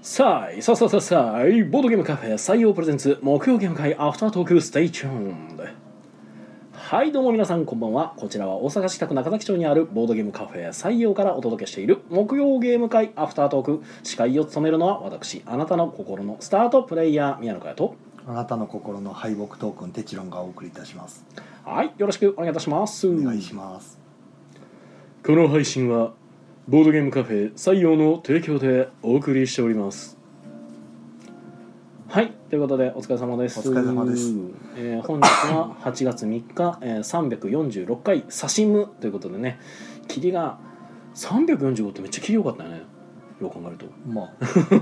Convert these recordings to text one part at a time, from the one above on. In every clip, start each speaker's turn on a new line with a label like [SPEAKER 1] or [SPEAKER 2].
[SPEAKER 1] さあ、さあさあさあさあ、ボードゲームカフェ採用プレゼンツ木曜ゲーム会アフタートークステイチューンドはい、どうも皆さんこんばんは。こちらは大阪市北区中崎町にあるボードゲームカフェ採用からお届けしている木曜ゲーム会アフタートーク。司会を務めるのは私、あなたの心のスタートプレイヤー宮野佳代と。
[SPEAKER 2] あなたの心の敗北トークンテチロンがお送りいたします。
[SPEAKER 1] はい、よろしくお願いいたします。
[SPEAKER 2] お願いします。
[SPEAKER 1] この配信はボードゲームカフェ採用の提供でお送りしておりますはいということでお疲れ様です
[SPEAKER 2] お疲れ様です、
[SPEAKER 1] えー本日は8月3日、えー、346回「刺しむ」ということでね霧が345ってめっちゃ霧良かったよねよう考えると
[SPEAKER 2] まあ、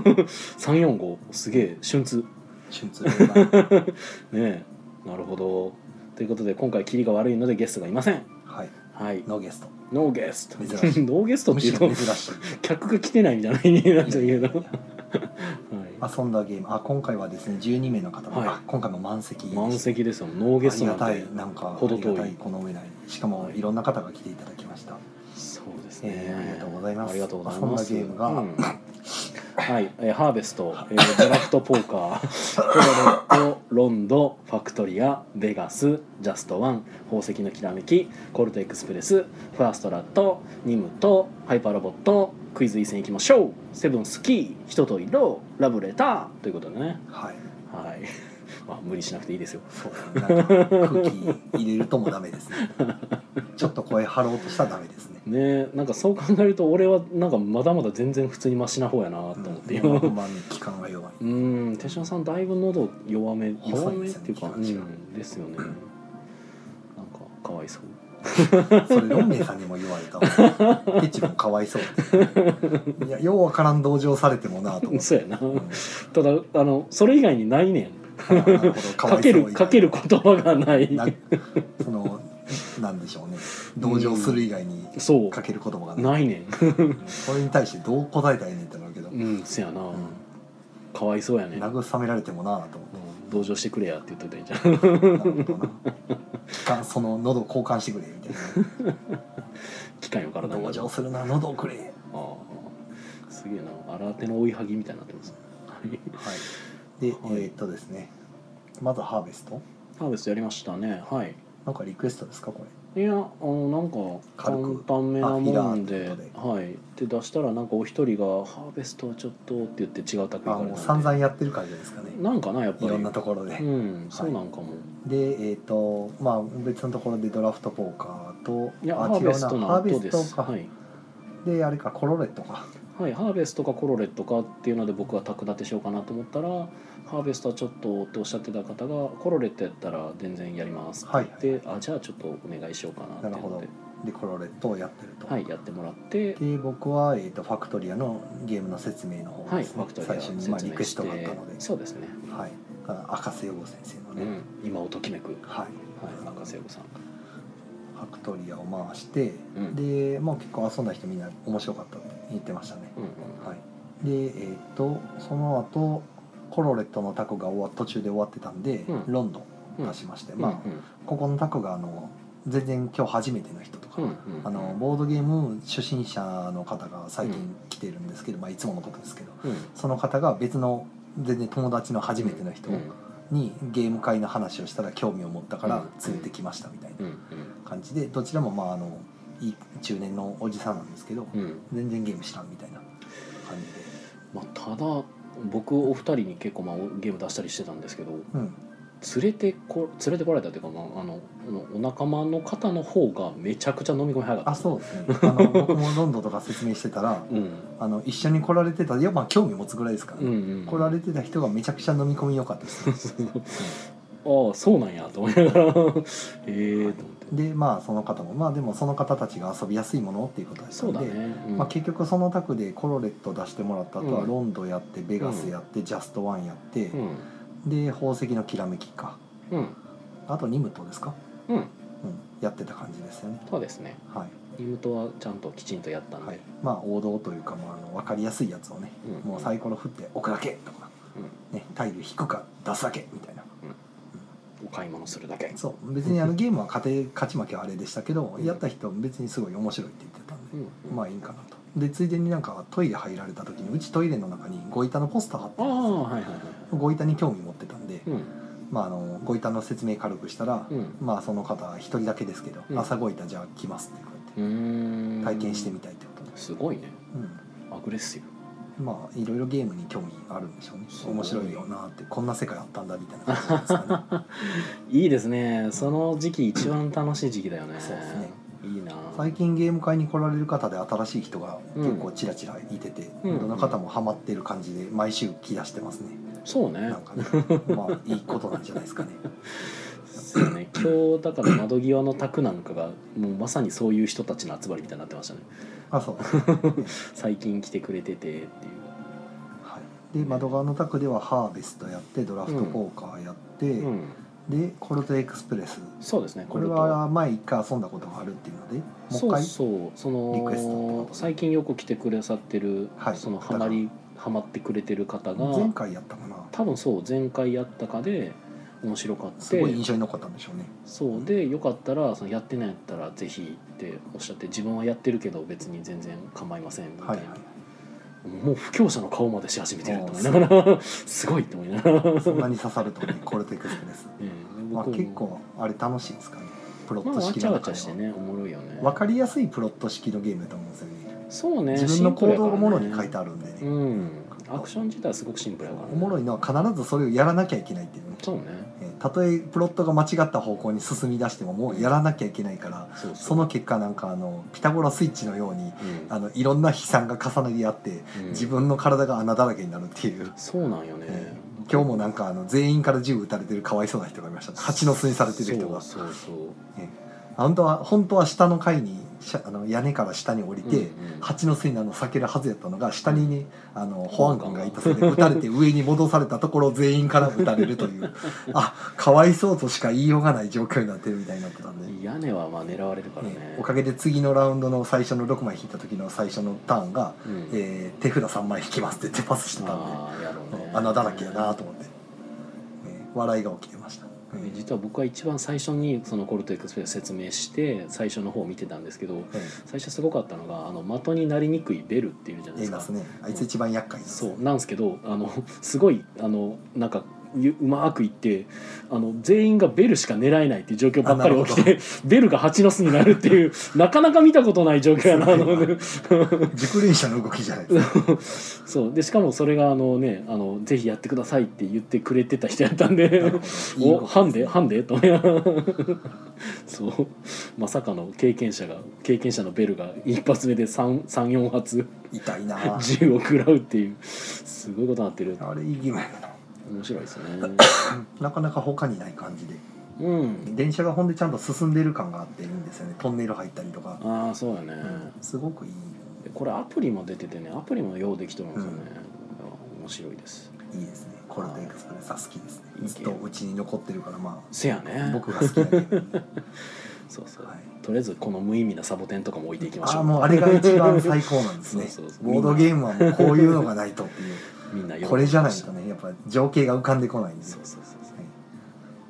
[SPEAKER 1] 345すげえ瞬通
[SPEAKER 2] 春通でござい
[SPEAKER 1] ね
[SPEAKER 2] ます
[SPEAKER 1] えなるほどということで今回霧が悪いのでゲストがいません
[SPEAKER 2] はい、
[SPEAKER 1] はい
[SPEAKER 2] ノーゲスト。
[SPEAKER 1] ノーゲストノ
[SPEAKER 2] 珍 しい
[SPEAKER 1] ーゲストっ
[SPEAKER 2] む
[SPEAKER 1] てい
[SPEAKER 2] し
[SPEAKER 1] う
[SPEAKER 2] ろ
[SPEAKER 1] と
[SPEAKER 2] 珍しい。
[SPEAKER 1] 客が来てないみたいな 意味になっちゃうけど、はい、
[SPEAKER 2] 遊んだゲーム、あ、今回はですね、12名の方が、
[SPEAKER 1] はい
[SPEAKER 2] あ今回も満席です。
[SPEAKER 1] 満席ですよノーゲストなん
[SPEAKER 2] あり
[SPEAKER 1] て
[SPEAKER 2] がたい、なんか、
[SPEAKER 1] 程
[SPEAKER 2] あ
[SPEAKER 1] 遠
[SPEAKER 2] り
[SPEAKER 1] い
[SPEAKER 2] がたい、この上ない。しかも
[SPEAKER 1] は、い
[SPEAKER 2] いろんな方が来ていただきました。
[SPEAKER 1] そうです
[SPEAKER 2] え
[SPEAKER 1] ね、
[SPEAKER 2] ーありがとうございます
[SPEAKER 1] ありがとうございます
[SPEAKER 2] そんなゲームが
[SPEAKER 1] うんはい、えーハーベスト、えードラフトポーカートロレットロンドファクトリアベガスジャストワン宝石のきらめきコルトエクスプレスファーストラットニムとハイパーロボットクイズ一戦いきましょうセブンスキー人と色ラブレターということでね
[SPEAKER 2] はい。
[SPEAKER 1] はい まあ無理しなくていいですよ
[SPEAKER 2] そうですね。なんか空気入れるともダメ ですね。ちょっと声張ろうとしたらダメですね。
[SPEAKER 1] ねえなんかそう考えると俺はなんかまだまだ全然普通にマシな方やなと思って今
[SPEAKER 2] うん、
[SPEAKER 1] う
[SPEAKER 2] まあ、期間が弱い。
[SPEAKER 1] ん手嶋さんだいぶ喉弱め弱
[SPEAKER 2] 細い
[SPEAKER 1] めっ
[SPEAKER 2] ですよね
[SPEAKER 1] ていうか、う
[SPEAKER 2] 気持ちが
[SPEAKER 1] ん、ですよねなんかかわいそう
[SPEAKER 2] それロンメイさんにも言われたわ テチロンかわいそうっていやようわからん同情されてもなと思って
[SPEAKER 1] そうやな
[SPEAKER 2] うん
[SPEAKER 1] ただあのそれ以外にないねん
[SPEAKER 2] あなるほどか
[SPEAKER 1] か
[SPEAKER 2] わい
[SPEAKER 1] け
[SPEAKER 2] そう
[SPEAKER 1] るかける言葉がない
[SPEAKER 2] なそのなんでしょうね同情する以外に
[SPEAKER 1] そ
[SPEAKER 2] かける言葉が
[SPEAKER 1] う
[SPEAKER 2] な
[SPEAKER 1] な
[SPEAKER 2] い、
[SPEAKER 1] いねん
[SPEAKER 2] それに対してどう答えたらいいねんってなるけど、
[SPEAKER 1] うんそやな、
[SPEAKER 2] うん
[SPEAKER 1] かわいそうやねん
[SPEAKER 2] 慰められてもなと思
[SPEAKER 1] うん同情してくれやって言っといたらいいんじゃん
[SPEAKER 2] ってなるほどな期間その喉交換してくれみたい
[SPEAKER 1] 機械の体
[SPEAKER 2] な
[SPEAKER 1] に
[SPEAKER 2] 同情するな喉をくれはい
[SPEAKER 1] ああすげえな新手の追いはぎみたいになってますはい
[SPEAKER 2] で、
[SPEAKER 1] はい
[SPEAKER 2] えーっとですねまずハーベスト
[SPEAKER 1] ハーベストやりましたねはい
[SPEAKER 2] なんかリクエストですかこれ
[SPEAKER 1] いやあのなんか簡
[SPEAKER 2] 軽く
[SPEAKER 1] 単めなもんで
[SPEAKER 2] あフィラーってこ
[SPEAKER 1] はいで出したらなんかお一人が「ハーベストはちょっと」って言って違う卓
[SPEAKER 2] あ
[SPEAKER 1] に
[SPEAKER 2] もう散々やってるからじゃないですかね
[SPEAKER 1] なんかなやっぱり
[SPEAKER 2] いろんなところで、
[SPEAKER 1] うんそうなんかも、
[SPEAKER 2] でえっ、とまあ別のところでドラフトポーカーと
[SPEAKER 1] いや
[SPEAKER 2] あ
[SPEAKER 1] ハーベスト
[SPEAKER 2] 違うな
[SPEAKER 1] の
[SPEAKER 2] ハーベ
[SPEAKER 1] 後
[SPEAKER 2] ス
[SPEAKER 1] です
[SPEAKER 2] トか、
[SPEAKER 1] はい、
[SPEAKER 2] であれかコロレットか
[SPEAKER 1] はい、ハーベストかコロレットかっていうので僕が卓立てしようかなと思ったらハーベストはちょっとっておっしゃってた方がコロレットやったら全然やりますって
[SPEAKER 2] はいはい
[SPEAKER 1] 言って、あじゃあちょっとお願いしようかなって
[SPEAKER 2] なる
[SPEAKER 1] 言
[SPEAKER 2] ほ
[SPEAKER 1] っ
[SPEAKER 2] ど
[SPEAKER 1] て
[SPEAKER 2] でコロレットをやってると、
[SPEAKER 1] はい、やってもらって
[SPEAKER 2] で僕は、えー、とファクトリアのゲームの説明の方
[SPEAKER 1] はい、
[SPEAKER 2] です
[SPEAKER 1] フ
[SPEAKER 2] ね、
[SPEAKER 1] ァクトリア
[SPEAKER 2] 最
[SPEAKER 1] を
[SPEAKER 2] 初
[SPEAKER 1] 説
[SPEAKER 2] に、ま
[SPEAKER 1] 明
[SPEAKER 2] あ、リクエス
[SPEAKER 1] し
[SPEAKER 2] トがあってたので、
[SPEAKER 1] そうですね、
[SPEAKER 2] はい、だから赤瀬予防先生の
[SPEAKER 1] う
[SPEAKER 2] ね、
[SPEAKER 1] ん、今をときめく、は
[SPEAKER 2] はい
[SPEAKER 1] い、博士さん
[SPEAKER 2] ファクトリアを回して、
[SPEAKER 1] うん
[SPEAKER 2] でもう結構遊んだ人みんな面白かったって言ってましたね、
[SPEAKER 1] うんうん
[SPEAKER 2] はい、でえっ、とその後コロレットのタコが終わ途中で終わってたんで、
[SPEAKER 1] うん
[SPEAKER 2] ロンドン出しまして、
[SPEAKER 1] うん
[SPEAKER 2] まあここのタコがあの全然今日初めての人とか、
[SPEAKER 1] うんうん
[SPEAKER 2] あのボードゲーム初心者の方が最近来てるんですけど、まあ、いつものことですけど
[SPEAKER 1] うん
[SPEAKER 2] その方が別の全然友達の初めての人
[SPEAKER 1] うん
[SPEAKER 2] にゲーム会の話をしたら興味を持ったから
[SPEAKER 1] うん
[SPEAKER 2] 連れてきましたみたい
[SPEAKER 1] うん
[SPEAKER 2] な感じでどちらもまああのいい中年のおじさんなんですけど
[SPEAKER 1] うんうん
[SPEAKER 2] 全然ゲーム知らんみたいな感じで。
[SPEAKER 1] まあただ僕お二人に結構まあゲーム出したりしてたんですけど
[SPEAKER 2] うん
[SPEAKER 1] 連れてこ連れてこられたというか、まあ、あのお仲間の方の方がめちゃくちゃ飲み込み早か
[SPEAKER 2] あ
[SPEAKER 1] った
[SPEAKER 2] そうですねあの僕もロンドンとか説明してたら
[SPEAKER 1] うん
[SPEAKER 2] あの一緒に来られてたいやまあ興味持つぐらいですから、
[SPEAKER 1] う
[SPEAKER 2] ね
[SPEAKER 1] んうん
[SPEAKER 2] 来られてた人がめちゃくちゃ飲み込み良かったです、ね、
[SPEAKER 1] ああそうなんやと思いながら ええと思って
[SPEAKER 2] でまあその方もまあでもその方たちが遊びやすいものっていうことだった
[SPEAKER 1] そ
[SPEAKER 2] ん
[SPEAKER 1] う
[SPEAKER 2] で
[SPEAKER 1] だね、うん
[SPEAKER 2] まあ、結局その卓でコロレット出してもらった後は
[SPEAKER 1] うん
[SPEAKER 2] ロンドやってベガスやってジャストワンやって
[SPEAKER 1] う、ん
[SPEAKER 2] で宝石のきらめきか
[SPEAKER 1] うん
[SPEAKER 2] あとニムトですか、
[SPEAKER 1] うん
[SPEAKER 2] うん、やってた感じですよね
[SPEAKER 1] そうですね
[SPEAKER 2] はい、
[SPEAKER 1] リムトはちゃんときちんとやったんで、
[SPEAKER 2] はい、まあ王道というか、まあ、あの分かりやすいやつをね
[SPEAKER 1] うん
[SPEAKER 2] もうサイコロ振って置くだけとか、ね、タイル引くか出すだけみたいな
[SPEAKER 1] お買い物するだけ
[SPEAKER 2] そう別にあのゲームは勝て勝ち負けはあれでしたけど
[SPEAKER 1] うん
[SPEAKER 2] やった人別にすごい面白いって言ってたんで、
[SPEAKER 1] うん
[SPEAKER 2] まあいいかなとでついでになんかトイレ入られた時にうちトイレの中にゴイタのポスター貼って
[SPEAKER 1] あ
[SPEAKER 2] た
[SPEAKER 1] あ
[SPEAKER 2] んで
[SPEAKER 1] はいはいはい
[SPEAKER 2] すよゴイタに興味持ってたんで、
[SPEAKER 1] うん
[SPEAKER 2] まあ、あのゴイタの説明軽くしたら、
[SPEAKER 1] うん
[SPEAKER 2] まあその方一人だけですけど、
[SPEAKER 1] うん
[SPEAKER 2] 朝ゴイタじゃあ来ますって
[SPEAKER 1] うー
[SPEAKER 2] 言
[SPEAKER 1] ん
[SPEAKER 2] われて体験してみたいってことです
[SPEAKER 1] ごいね
[SPEAKER 2] うん
[SPEAKER 1] アグレッシブ
[SPEAKER 2] まあいろいろゲームに興味あるんでしょうね
[SPEAKER 1] すごい
[SPEAKER 2] 面白いよなってこんな世界あったんだみ たいな感じなんですかね
[SPEAKER 1] いいですねその時期一番楽しい時期だよね
[SPEAKER 2] そうですね
[SPEAKER 1] いいな
[SPEAKER 2] 最近ゲーム会に来られる方で新しい人が結構ちらちらいてて、
[SPEAKER 1] うん
[SPEAKER 2] どの方もハマってる感じで毎週来だしてますね、
[SPEAKER 1] そうね
[SPEAKER 2] なんかねまあいいことなんじゃないで すかね
[SPEAKER 1] そうね今日だから窓際の宅なんかがもうまさにそういう人たちの集まりみたいになってましたね
[SPEAKER 2] あそう
[SPEAKER 1] 最近来てくれててっていう
[SPEAKER 2] はい、で窓側の卓ではハーベストやってドラフトポーカーやって、
[SPEAKER 1] うん、
[SPEAKER 2] でコルトエクスプレス
[SPEAKER 1] そうですね
[SPEAKER 2] これは前一回遊んだことがあるっていうのでもう一
[SPEAKER 1] そう
[SPEAKER 2] 回
[SPEAKER 1] そうそ
[SPEAKER 2] リクエストってこ
[SPEAKER 1] の
[SPEAKER 2] と
[SPEAKER 1] 最近よく来てくださってる、
[SPEAKER 2] はい
[SPEAKER 1] そのハマりハマってくれてる方
[SPEAKER 2] 前
[SPEAKER 1] が
[SPEAKER 2] 回やったかな
[SPEAKER 1] 多分そう前回やったかで面白かって
[SPEAKER 2] すごい印象に残ったんでしょうね
[SPEAKER 1] そうでよかったらそのやってないんやったらぜひっておっしゃって自分はやってるけど別に全然構いませんみたいな、
[SPEAKER 2] はいはい
[SPEAKER 1] もう不況者の顔までし始めてると思いながら すごいって思いな がら、
[SPEAKER 2] そんなに刺さるとねコルトエクスプレス、
[SPEAKER 1] ええ
[SPEAKER 2] まあ、
[SPEAKER 1] 僕も
[SPEAKER 2] 結構あれ楽しいんですかねプロ
[SPEAKER 1] ま
[SPEAKER 2] ッ
[SPEAKER 1] あ
[SPEAKER 2] ト
[SPEAKER 1] わ
[SPEAKER 2] 式
[SPEAKER 1] ちゃ
[SPEAKER 2] の
[SPEAKER 1] わ
[SPEAKER 2] 中
[SPEAKER 1] ちゃ
[SPEAKER 2] で
[SPEAKER 1] し
[SPEAKER 2] は
[SPEAKER 1] てねおもろいよね
[SPEAKER 2] 分かりやすいプロット式のゲームだと思うんですよね
[SPEAKER 1] そうね
[SPEAKER 2] 自分の行動がものに書い
[SPEAKER 1] て
[SPEAKER 2] てあるんでね
[SPEAKER 1] うんアクション自体はすごくシンプルやから、ね、
[SPEAKER 2] おもろいのは必ずそれをやらなきゃいけないっていうね
[SPEAKER 1] そうね
[SPEAKER 2] えーたとえプロットが間違った方向に進み出してももうやらなきゃいけないから
[SPEAKER 1] そうそう
[SPEAKER 2] その結果なんかあのピタゴラスイッチのよう
[SPEAKER 1] う
[SPEAKER 2] に
[SPEAKER 1] ん
[SPEAKER 2] あのいろんな悲惨が重なり合って
[SPEAKER 1] うん
[SPEAKER 2] 自分の体が穴だらけになるっていう、
[SPEAKER 1] そうなんよね、
[SPEAKER 2] えー今日もなんかあの全員から銃撃たれてるかわいそうな人がいましたね蜂の巣にされてる人が
[SPEAKER 1] そうそうそう
[SPEAKER 2] 本当は本当は下の階にしゃあの屋根から下に降りて、
[SPEAKER 1] うんうん
[SPEAKER 2] 蜂の巣にあの避けるはずやったのが下にねあの保安官がいたせいで撃たれて上に戻されたところ全員から撃たれるという あかわいそうとしか言いようがない状況になってるみたいになってたんで、
[SPEAKER 1] 屋根はまあ狙われるからね
[SPEAKER 2] えーおかげで次のラウンドの最初の6枚引いた時の最初のターンが、
[SPEAKER 1] うん
[SPEAKER 2] えー手札3枚引きますって手パスしてたんで、
[SPEAKER 1] ああやろうね
[SPEAKER 2] 穴だらけやなと思って、えー笑いが起きてました。えー
[SPEAKER 1] 実は僕は一番最初にそのコルトエクスプレス説明して最初の方を見てたんですけど
[SPEAKER 2] え
[SPEAKER 1] 最初すごかったのがあの的になりにくいベルっていうじゃ
[SPEAKER 2] ー
[SPEAKER 1] ないで
[SPEAKER 2] 言い
[SPEAKER 1] す
[SPEAKER 2] ま
[SPEAKER 1] か
[SPEAKER 2] すねあいつ一番厄介なんですよ
[SPEAKER 1] そうなんですけどあのすごいあのなんかゆうまくいってあの全員がベルしか狙えないっていう状況ばっかり起き
[SPEAKER 2] あな
[SPEAKER 1] て ベルが蜂の巣になるって いうなかなか見たことない状況やなあの
[SPEAKER 2] 熟練者の動きじゃないですか
[SPEAKER 1] そうでしかもそれがあのねあのぜひやってくださいって言ってくれてた人やったん で
[SPEAKER 2] なるほどいい
[SPEAKER 1] お
[SPEAKER 2] 動きです
[SPEAKER 1] ハンデハンデと思 いながらそうまさかの経験者が経験者のベルが一発目で34発
[SPEAKER 2] 痛いなあ
[SPEAKER 1] 銃を食らうっていうすごいことになってる
[SPEAKER 2] あれいいゲームやな
[SPEAKER 1] 面白いですね
[SPEAKER 2] なかなか他にない感じで
[SPEAKER 1] うん
[SPEAKER 2] 電車がほんでちゃんと進んでる感があっていいんですよねトンネル入ったりとか、
[SPEAKER 1] ああそうだね、
[SPEAKER 2] うんすごくいい
[SPEAKER 1] でこれアプリも出ててねアプリも用できてるんですよね、面白いです
[SPEAKER 2] いいですねコルトエクスプレスは好きですね
[SPEAKER 1] いいゲーム
[SPEAKER 2] ずっとうちに残ってるからま
[SPEAKER 1] せや
[SPEAKER 2] あ
[SPEAKER 1] ね
[SPEAKER 2] 僕が好きなゲー ムで、
[SPEAKER 1] そうそう、
[SPEAKER 2] はい、
[SPEAKER 1] とりあえずこの無意味なサボテンとかも置いていきまし
[SPEAKER 2] あ
[SPEAKER 1] ょ
[SPEAKER 2] あ
[SPEAKER 1] う
[SPEAKER 2] もうあれが一番最高なんですね
[SPEAKER 1] そうそうそう
[SPEAKER 2] ボードゲームはもうこういうのがないとってい
[SPEAKER 1] みんな喜んでまし
[SPEAKER 2] う
[SPEAKER 1] た
[SPEAKER 2] これじゃないとねやっぱ情景が浮かんでこないんです
[SPEAKER 1] そ
[SPEAKER 2] よ
[SPEAKER 1] うそうそうそう
[SPEAKER 2] はい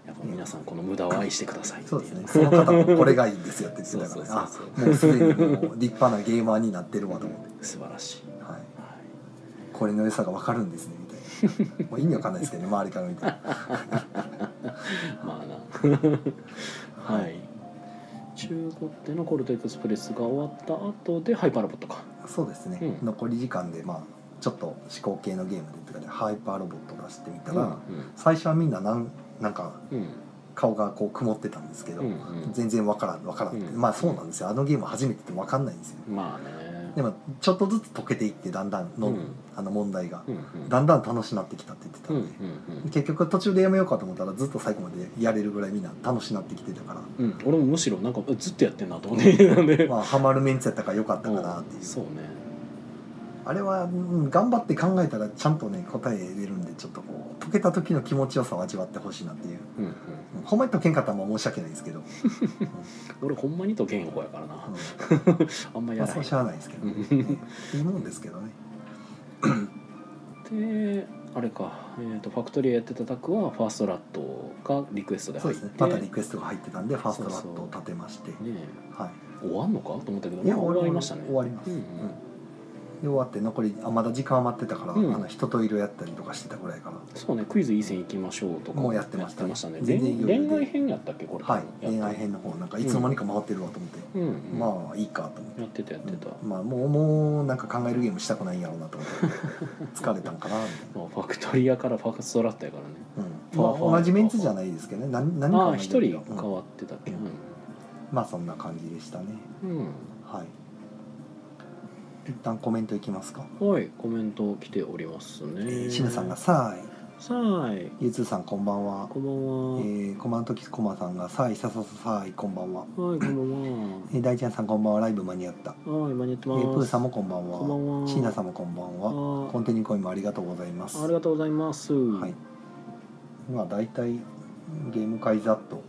[SPEAKER 1] やっぱ皆さんこの無駄を愛してくださいってい
[SPEAKER 2] そうですね。その方もこれがいいんですよって言ってたからね。
[SPEAKER 1] そう
[SPEAKER 2] あ
[SPEAKER 1] そうそう、
[SPEAKER 2] もうすでにもう立派なゲーマーになってるわと思って。
[SPEAKER 1] 素晴らしい、
[SPEAKER 2] はい。
[SPEAKER 1] は
[SPEAKER 2] これの良さがわかるんですねみたいな。もう意味わかんないですけどね、周りから見て。
[SPEAKER 1] い、まあなはい中古手のコルトエクスプレスが終わった後でハイパーロボットか
[SPEAKER 2] そうですね。
[SPEAKER 1] うん
[SPEAKER 2] 残り時間でまあちょっと思考系のゲームでとかでハイパーロボット出してみたら、最初はみんななんなんか
[SPEAKER 1] うん
[SPEAKER 2] 顔がこう曇ってたんですけど、
[SPEAKER 1] うんうん
[SPEAKER 2] 全然わからんわからんって、
[SPEAKER 1] うん
[SPEAKER 2] まあそうなんですよ。あのゲーム初めてってわかんないんですよ。
[SPEAKER 1] うんまあね
[SPEAKER 2] でもちょっとずつ解けていってだんだんの、
[SPEAKER 1] うん
[SPEAKER 2] あの問題が、
[SPEAKER 1] うんうん
[SPEAKER 2] だんだん楽しなってきたって言ってた
[SPEAKER 1] うんん
[SPEAKER 2] で。
[SPEAKER 1] うんうん
[SPEAKER 2] 結局途中でやめようかと思ったらずっと最後までやれるぐらいみんな楽しなってきてたか
[SPEAKER 1] うん、俺もむしろなんかずっとやってんなと思ってなんで、
[SPEAKER 2] ら、まあ、ハマるメンツやったからよかったかなっていう
[SPEAKER 1] うんそうね
[SPEAKER 2] あれは、うん頑張って考えたらちゃんとね答え出るんでちょっとこう解けた時の気持ちよさを味わってほしいなっていう、
[SPEAKER 1] うんうん
[SPEAKER 2] うんほんまに解けんかったらもう申し訳ないで すけど、
[SPEAKER 1] 俺ほんまにとけん方やから
[SPEAKER 2] あ
[SPEAKER 1] な
[SPEAKER 2] の
[SPEAKER 1] あんま
[SPEAKER 2] ま
[SPEAKER 1] やら
[SPEAKER 2] あそ
[SPEAKER 1] な
[SPEAKER 2] う
[SPEAKER 1] い
[SPEAKER 2] しゃあないですけど、
[SPEAKER 1] う
[SPEAKER 2] ね
[SPEAKER 1] ん、
[SPEAKER 2] いいもんですけどね
[SPEAKER 1] であれか、えー、とファクトリーやってたタクはファーストラットがリクエストで
[SPEAKER 2] そう
[SPEAKER 1] 入っ
[SPEAKER 2] です
[SPEAKER 1] て
[SPEAKER 2] ねまたリクエストが入ってたんでファーストラ
[SPEAKER 1] そうそ
[SPEAKER 2] ット
[SPEAKER 1] う
[SPEAKER 2] を立てまして
[SPEAKER 1] ね
[SPEAKER 2] は
[SPEAKER 1] 終わんのかと思ったけど
[SPEAKER 2] いいや
[SPEAKER 1] まあ
[SPEAKER 2] 終わ
[SPEAKER 1] 終わり
[SPEAKER 2] り
[SPEAKER 1] ましたね
[SPEAKER 2] 終わります、
[SPEAKER 1] うんうん
[SPEAKER 2] うんで終わって残りあまだ時間余ってたから、
[SPEAKER 1] うん
[SPEAKER 2] あの人と色やったりとかしてたぐらいかな
[SPEAKER 1] そうねクイズいい線行きましょうとか
[SPEAKER 2] もうやってましたね
[SPEAKER 1] ね
[SPEAKER 2] 全然余
[SPEAKER 1] 恋
[SPEAKER 2] 裕で
[SPEAKER 1] 恋愛編やったっけこれ
[SPEAKER 2] はい
[SPEAKER 1] やった
[SPEAKER 2] 恋愛編の方なんかいつの間にか回ってるわと思って、
[SPEAKER 1] うん、うん、
[SPEAKER 2] まあいいかと思って
[SPEAKER 1] やってたやってた、
[SPEAKER 2] うんまあもうもうなんか考えるゲームしたくないんやろうなと思って 疲れたんかなみたい
[SPEAKER 1] まあ、ファクトリアからファクストラったやからね
[SPEAKER 2] な、うんまあ、同じメンツじゃないですけどね何何
[SPEAKER 1] あ
[SPEAKER 2] か
[SPEAKER 1] あ
[SPEAKER 2] は
[SPEAKER 1] 一人
[SPEAKER 2] うん
[SPEAKER 1] 変わってたっけうん、
[SPEAKER 2] まあそんな感じでしたね
[SPEAKER 1] うん
[SPEAKER 2] はい一旦コメントいきますか、
[SPEAKER 1] はいコメント来ております
[SPEAKER 2] え
[SPEAKER 1] ね
[SPEAKER 2] ー、シムさんが「さあい
[SPEAKER 1] さあい」
[SPEAKER 2] ゆうつーさんこんばんは
[SPEAKER 1] こんばんは、
[SPEAKER 2] えー、コマントキスコマさんが「さあいささささあいこんばんは
[SPEAKER 1] はいこんばん」
[SPEAKER 2] えー、大ちゃんさんこんばんはライブ間に合った
[SPEAKER 1] ははい間に合って
[SPEAKER 2] え
[SPEAKER 1] ます、
[SPEAKER 2] ー、プーさんもこんばんは
[SPEAKER 1] こんばんは
[SPEAKER 2] シーナさんもこんばんは
[SPEAKER 1] あ
[SPEAKER 2] コンティニューコインもありがとうございます
[SPEAKER 1] ーありがとうございます
[SPEAKER 2] はい、まあ大体ゲーム会ざっと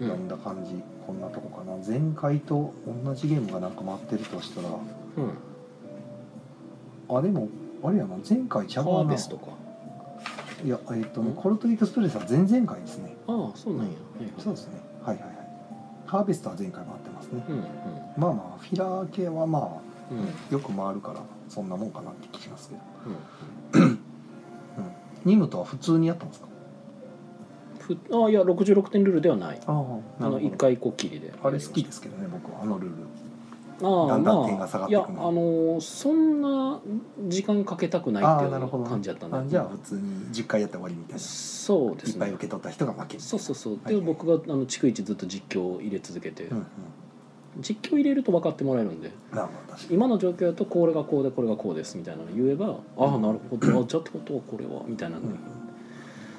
[SPEAKER 1] うん
[SPEAKER 2] 読んだ感じ、こんなとこかな前回と同じゲームがなんか回ってるとしたら
[SPEAKER 1] うん、
[SPEAKER 2] あでもあれやな前回ちゃ
[SPEAKER 1] ハ
[SPEAKER 2] うか
[SPEAKER 1] ー
[SPEAKER 2] な
[SPEAKER 1] ベ
[SPEAKER 2] い
[SPEAKER 1] ストか
[SPEAKER 2] やえっ、と
[SPEAKER 1] う
[SPEAKER 2] ね
[SPEAKER 1] ん
[SPEAKER 2] コルトエクスプレスは前々回ですね
[SPEAKER 1] ああそうなんや、はいはい
[SPEAKER 2] そうですねはいはいはいハーベストは前回回ってますね
[SPEAKER 1] うん
[SPEAKER 2] まあまあフィラー系はま
[SPEAKER 1] うんうんうん
[SPEAKER 2] あよく回るからそんなもんかなって気しますけ
[SPEAKER 1] う
[SPEAKER 2] ど、
[SPEAKER 1] ん
[SPEAKER 2] うん、ニムとは普通にやったんですか
[SPEAKER 1] ふあいや66点ルールではない
[SPEAKER 2] ああ
[SPEAKER 1] あの1回こっきりで
[SPEAKER 2] あれ好きですけどね僕はあのルール
[SPEAKER 1] ああ
[SPEAKER 2] だんだん
[SPEAKER 1] まあ
[SPEAKER 2] 点が下がっていく
[SPEAKER 1] い
[SPEAKER 2] の
[SPEAKER 1] やあのーそんな時間かけたくないってい
[SPEAKER 2] あーなるほ
[SPEAKER 1] う
[SPEAKER 2] ど
[SPEAKER 1] 感じだったんだ
[SPEAKER 2] あじゃあ普通に10回やって終わりみたいな
[SPEAKER 1] そうで
[SPEAKER 2] いっ
[SPEAKER 1] す
[SPEAKER 2] ぱい
[SPEAKER 1] ね
[SPEAKER 2] 受け取った人が負ける
[SPEAKER 1] そうそうそう
[SPEAKER 2] はい
[SPEAKER 1] で僕があの逐一ずっと実況を入れ続けて、
[SPEAKER 2] うんうん
[SPEAKER 1] 実況入れると分かってもらえるんで
[SPEAKER 2] まあまあ確かに
[SPEAKER 1] 今の状況だとこれがこうでこれがこうですみたいなの言えばああなるほどあじゃあってことはこれはみたいなの
[SPEAKER 2] うん
[SPEAKER 1] で、
[SPEAKER 2] うん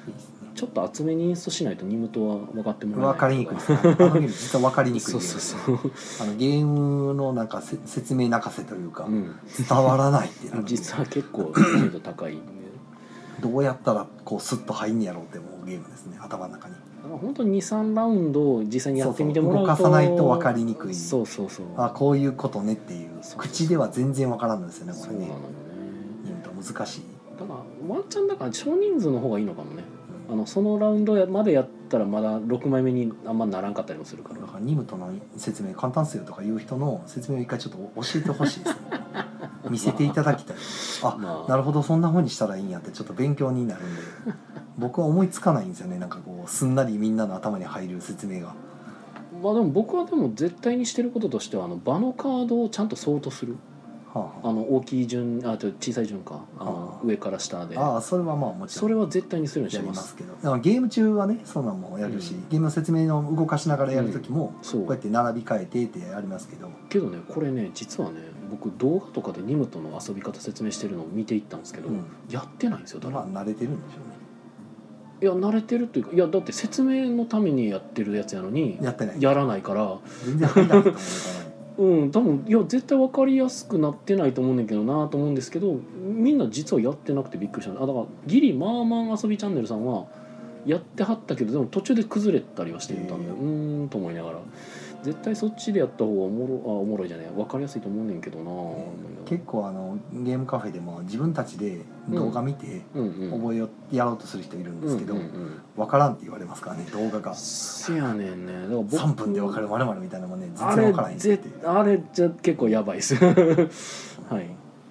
[SPEAKER 2] いいですね
[SPEAKER 1] ちょっと厚めにインストしないとニムトは分かってもらえない
[SPEAKER 2] 分かりにくいですねあのゲーム実は分かりにくい
[SPEAKER 1] そう
[SPEAKER 2] ゲーム
[SPEAKER 1] そうそう、
[SPEAKER 2] あのゲームのなんかせ説明泣かせというか
[SPEAKER 1] うん、
[SPEAKER 2] 伝わらないってな る
[SPEAKER 1] 実は結構難易度高いんで
[SPEAKER 2] どうやったらこうスッと入んねやろうって思うゲームですね頭の中に
[SPEAKER 1] あの本当に23ラウンドを実際にやってみてもらうと
[SPEAKER 2] そうそう動かさないと分かりにくい
[SPEAKER 1] そうそうそう
[SPEAKER 2] あこういうことねっていう
[SPEAKER 1] そう
[SPEAKER 2] 口では全然分からんのですよねこ
[SPEAKER 1] そう
[SPEAKER 2] れ
[SPEAKER 1] なのよ
[SPEAKER 2] ね
[SPEAKER 1] ね
[SPEAKER 2] ゲームと難しい、
[SPEAKER 1] ただワンチャンだから少人数の方がいいのかもね
[SPEAKER 2] うん
[SPEAKER 1] あのそのラウンドやまでやったらまだ6枚目にあんまならんかったりもするから
[SPEAKER 2] だからニムトの説明簡単っすよとかいう人の説明を一回ちょっと教えてほしいですね 見せていただきたいあ
[SPEAKER 1] ま
[SPEAKER 2] なるほどそんな風にしたらいいんやってちょっと勉強になるんで僕は思いつかないんですよねなんかこうすんなりみんなの頭に入る説明が
[SPEAKER 1] まあでも僕はでも絶対にしてることとしてはあの場のカードをちゃんとソートする
[SPEAKER 2] はあ
[SPEAKER 1] あの大きい順あちょ小さい順かあの
[SPEAKER 2] あー
[SPEAKER 1] 上から下で
[SPEAKER 2] はあああそれはまあもち
[SPEAKER 1] そ
[SPEAKER 2] ろ
[SPEAKER 1] れ
[SPEAKER 2] ん
[SPEAKER 1] は絶対にするようにし
[SPEAKER 2] や
[SPEAKER 1] て
[SPEAKER 2] り
[SPEAKER 1] ま
[SPEAKER 2] ますすけどだからゲーム中はねそんなんもやるし、
[SPEAKER 1] うん
[SPEAKER 2] ゲームの説明の動かしながらやる時も、
[SPEAKER 1] そ
[SPEAKER 2] こうや
[SPEAKER 1] う
[SPEAKER 2] って並び替えてってやりますけど
[SPEAKER 1] けどねこれね実はね僕動画とかでニムトの遊び方説明してるのを見ていったんですけど、
[SPEAKER 2] うん
[SPEAKER 1] やってないんですよ誰
[SPEAKER 2] ま
[SPEAKER 1] も
[SPEAKER 2] あ慣れてるんでしょ
[SPEAKER 1] いや慣れてるというかいやだって説明のためにやってるやつやのに
[SPEAKER 2] うねやってない
[SPEAKER 1] やらないから
[SPEAKER 2] 全然入ら ないと思うか
[SPEAKER 1] うん多分いや絶対分かりやすくなってないと思うねんだけどなと思うんですけどみんな実はやってなくてびっくりしたのあだからギリまあまあ遊びチャンネルさんはやってはったけどでも途中で崩れたりはしてたんで
[SPEAKER 2] へ
[SPEAKER 1] う
[SPEAKER 2] ー
[SPEAKER 1] ーんと思いながら絶対そっちでやった方がおもろあおもろいじゃない分かりやすいと思うねんけどなぁ
[SPEAKER 2] らね
[SPEAKER 1] 思いながら
[SPEAKER 2] 結構あのゲームカフェでも自分たちで動画見て
[SPEAKER 1] うんうん
[SPEAKER 2] 覚えようやろうとする人いるんですけど、
[SPEAKER 1] う
[SPEAKER 2] わ
[SPEAKER 1] んうんうん
[SPEAKER 2] 分からんって言われますからね動画が
[SPEAKER 1] せやねんねだから僕
[SPEAKER 2] 3分で分かるまるみたいなのもね
[SPEAKER 1] あ
[SPEAKER 2] 全然
[SPEAKER 1] れ
[SPEAKER 2] 分からへんって
[SPEAKER 1] ぜあれじゃ結構やばいです はい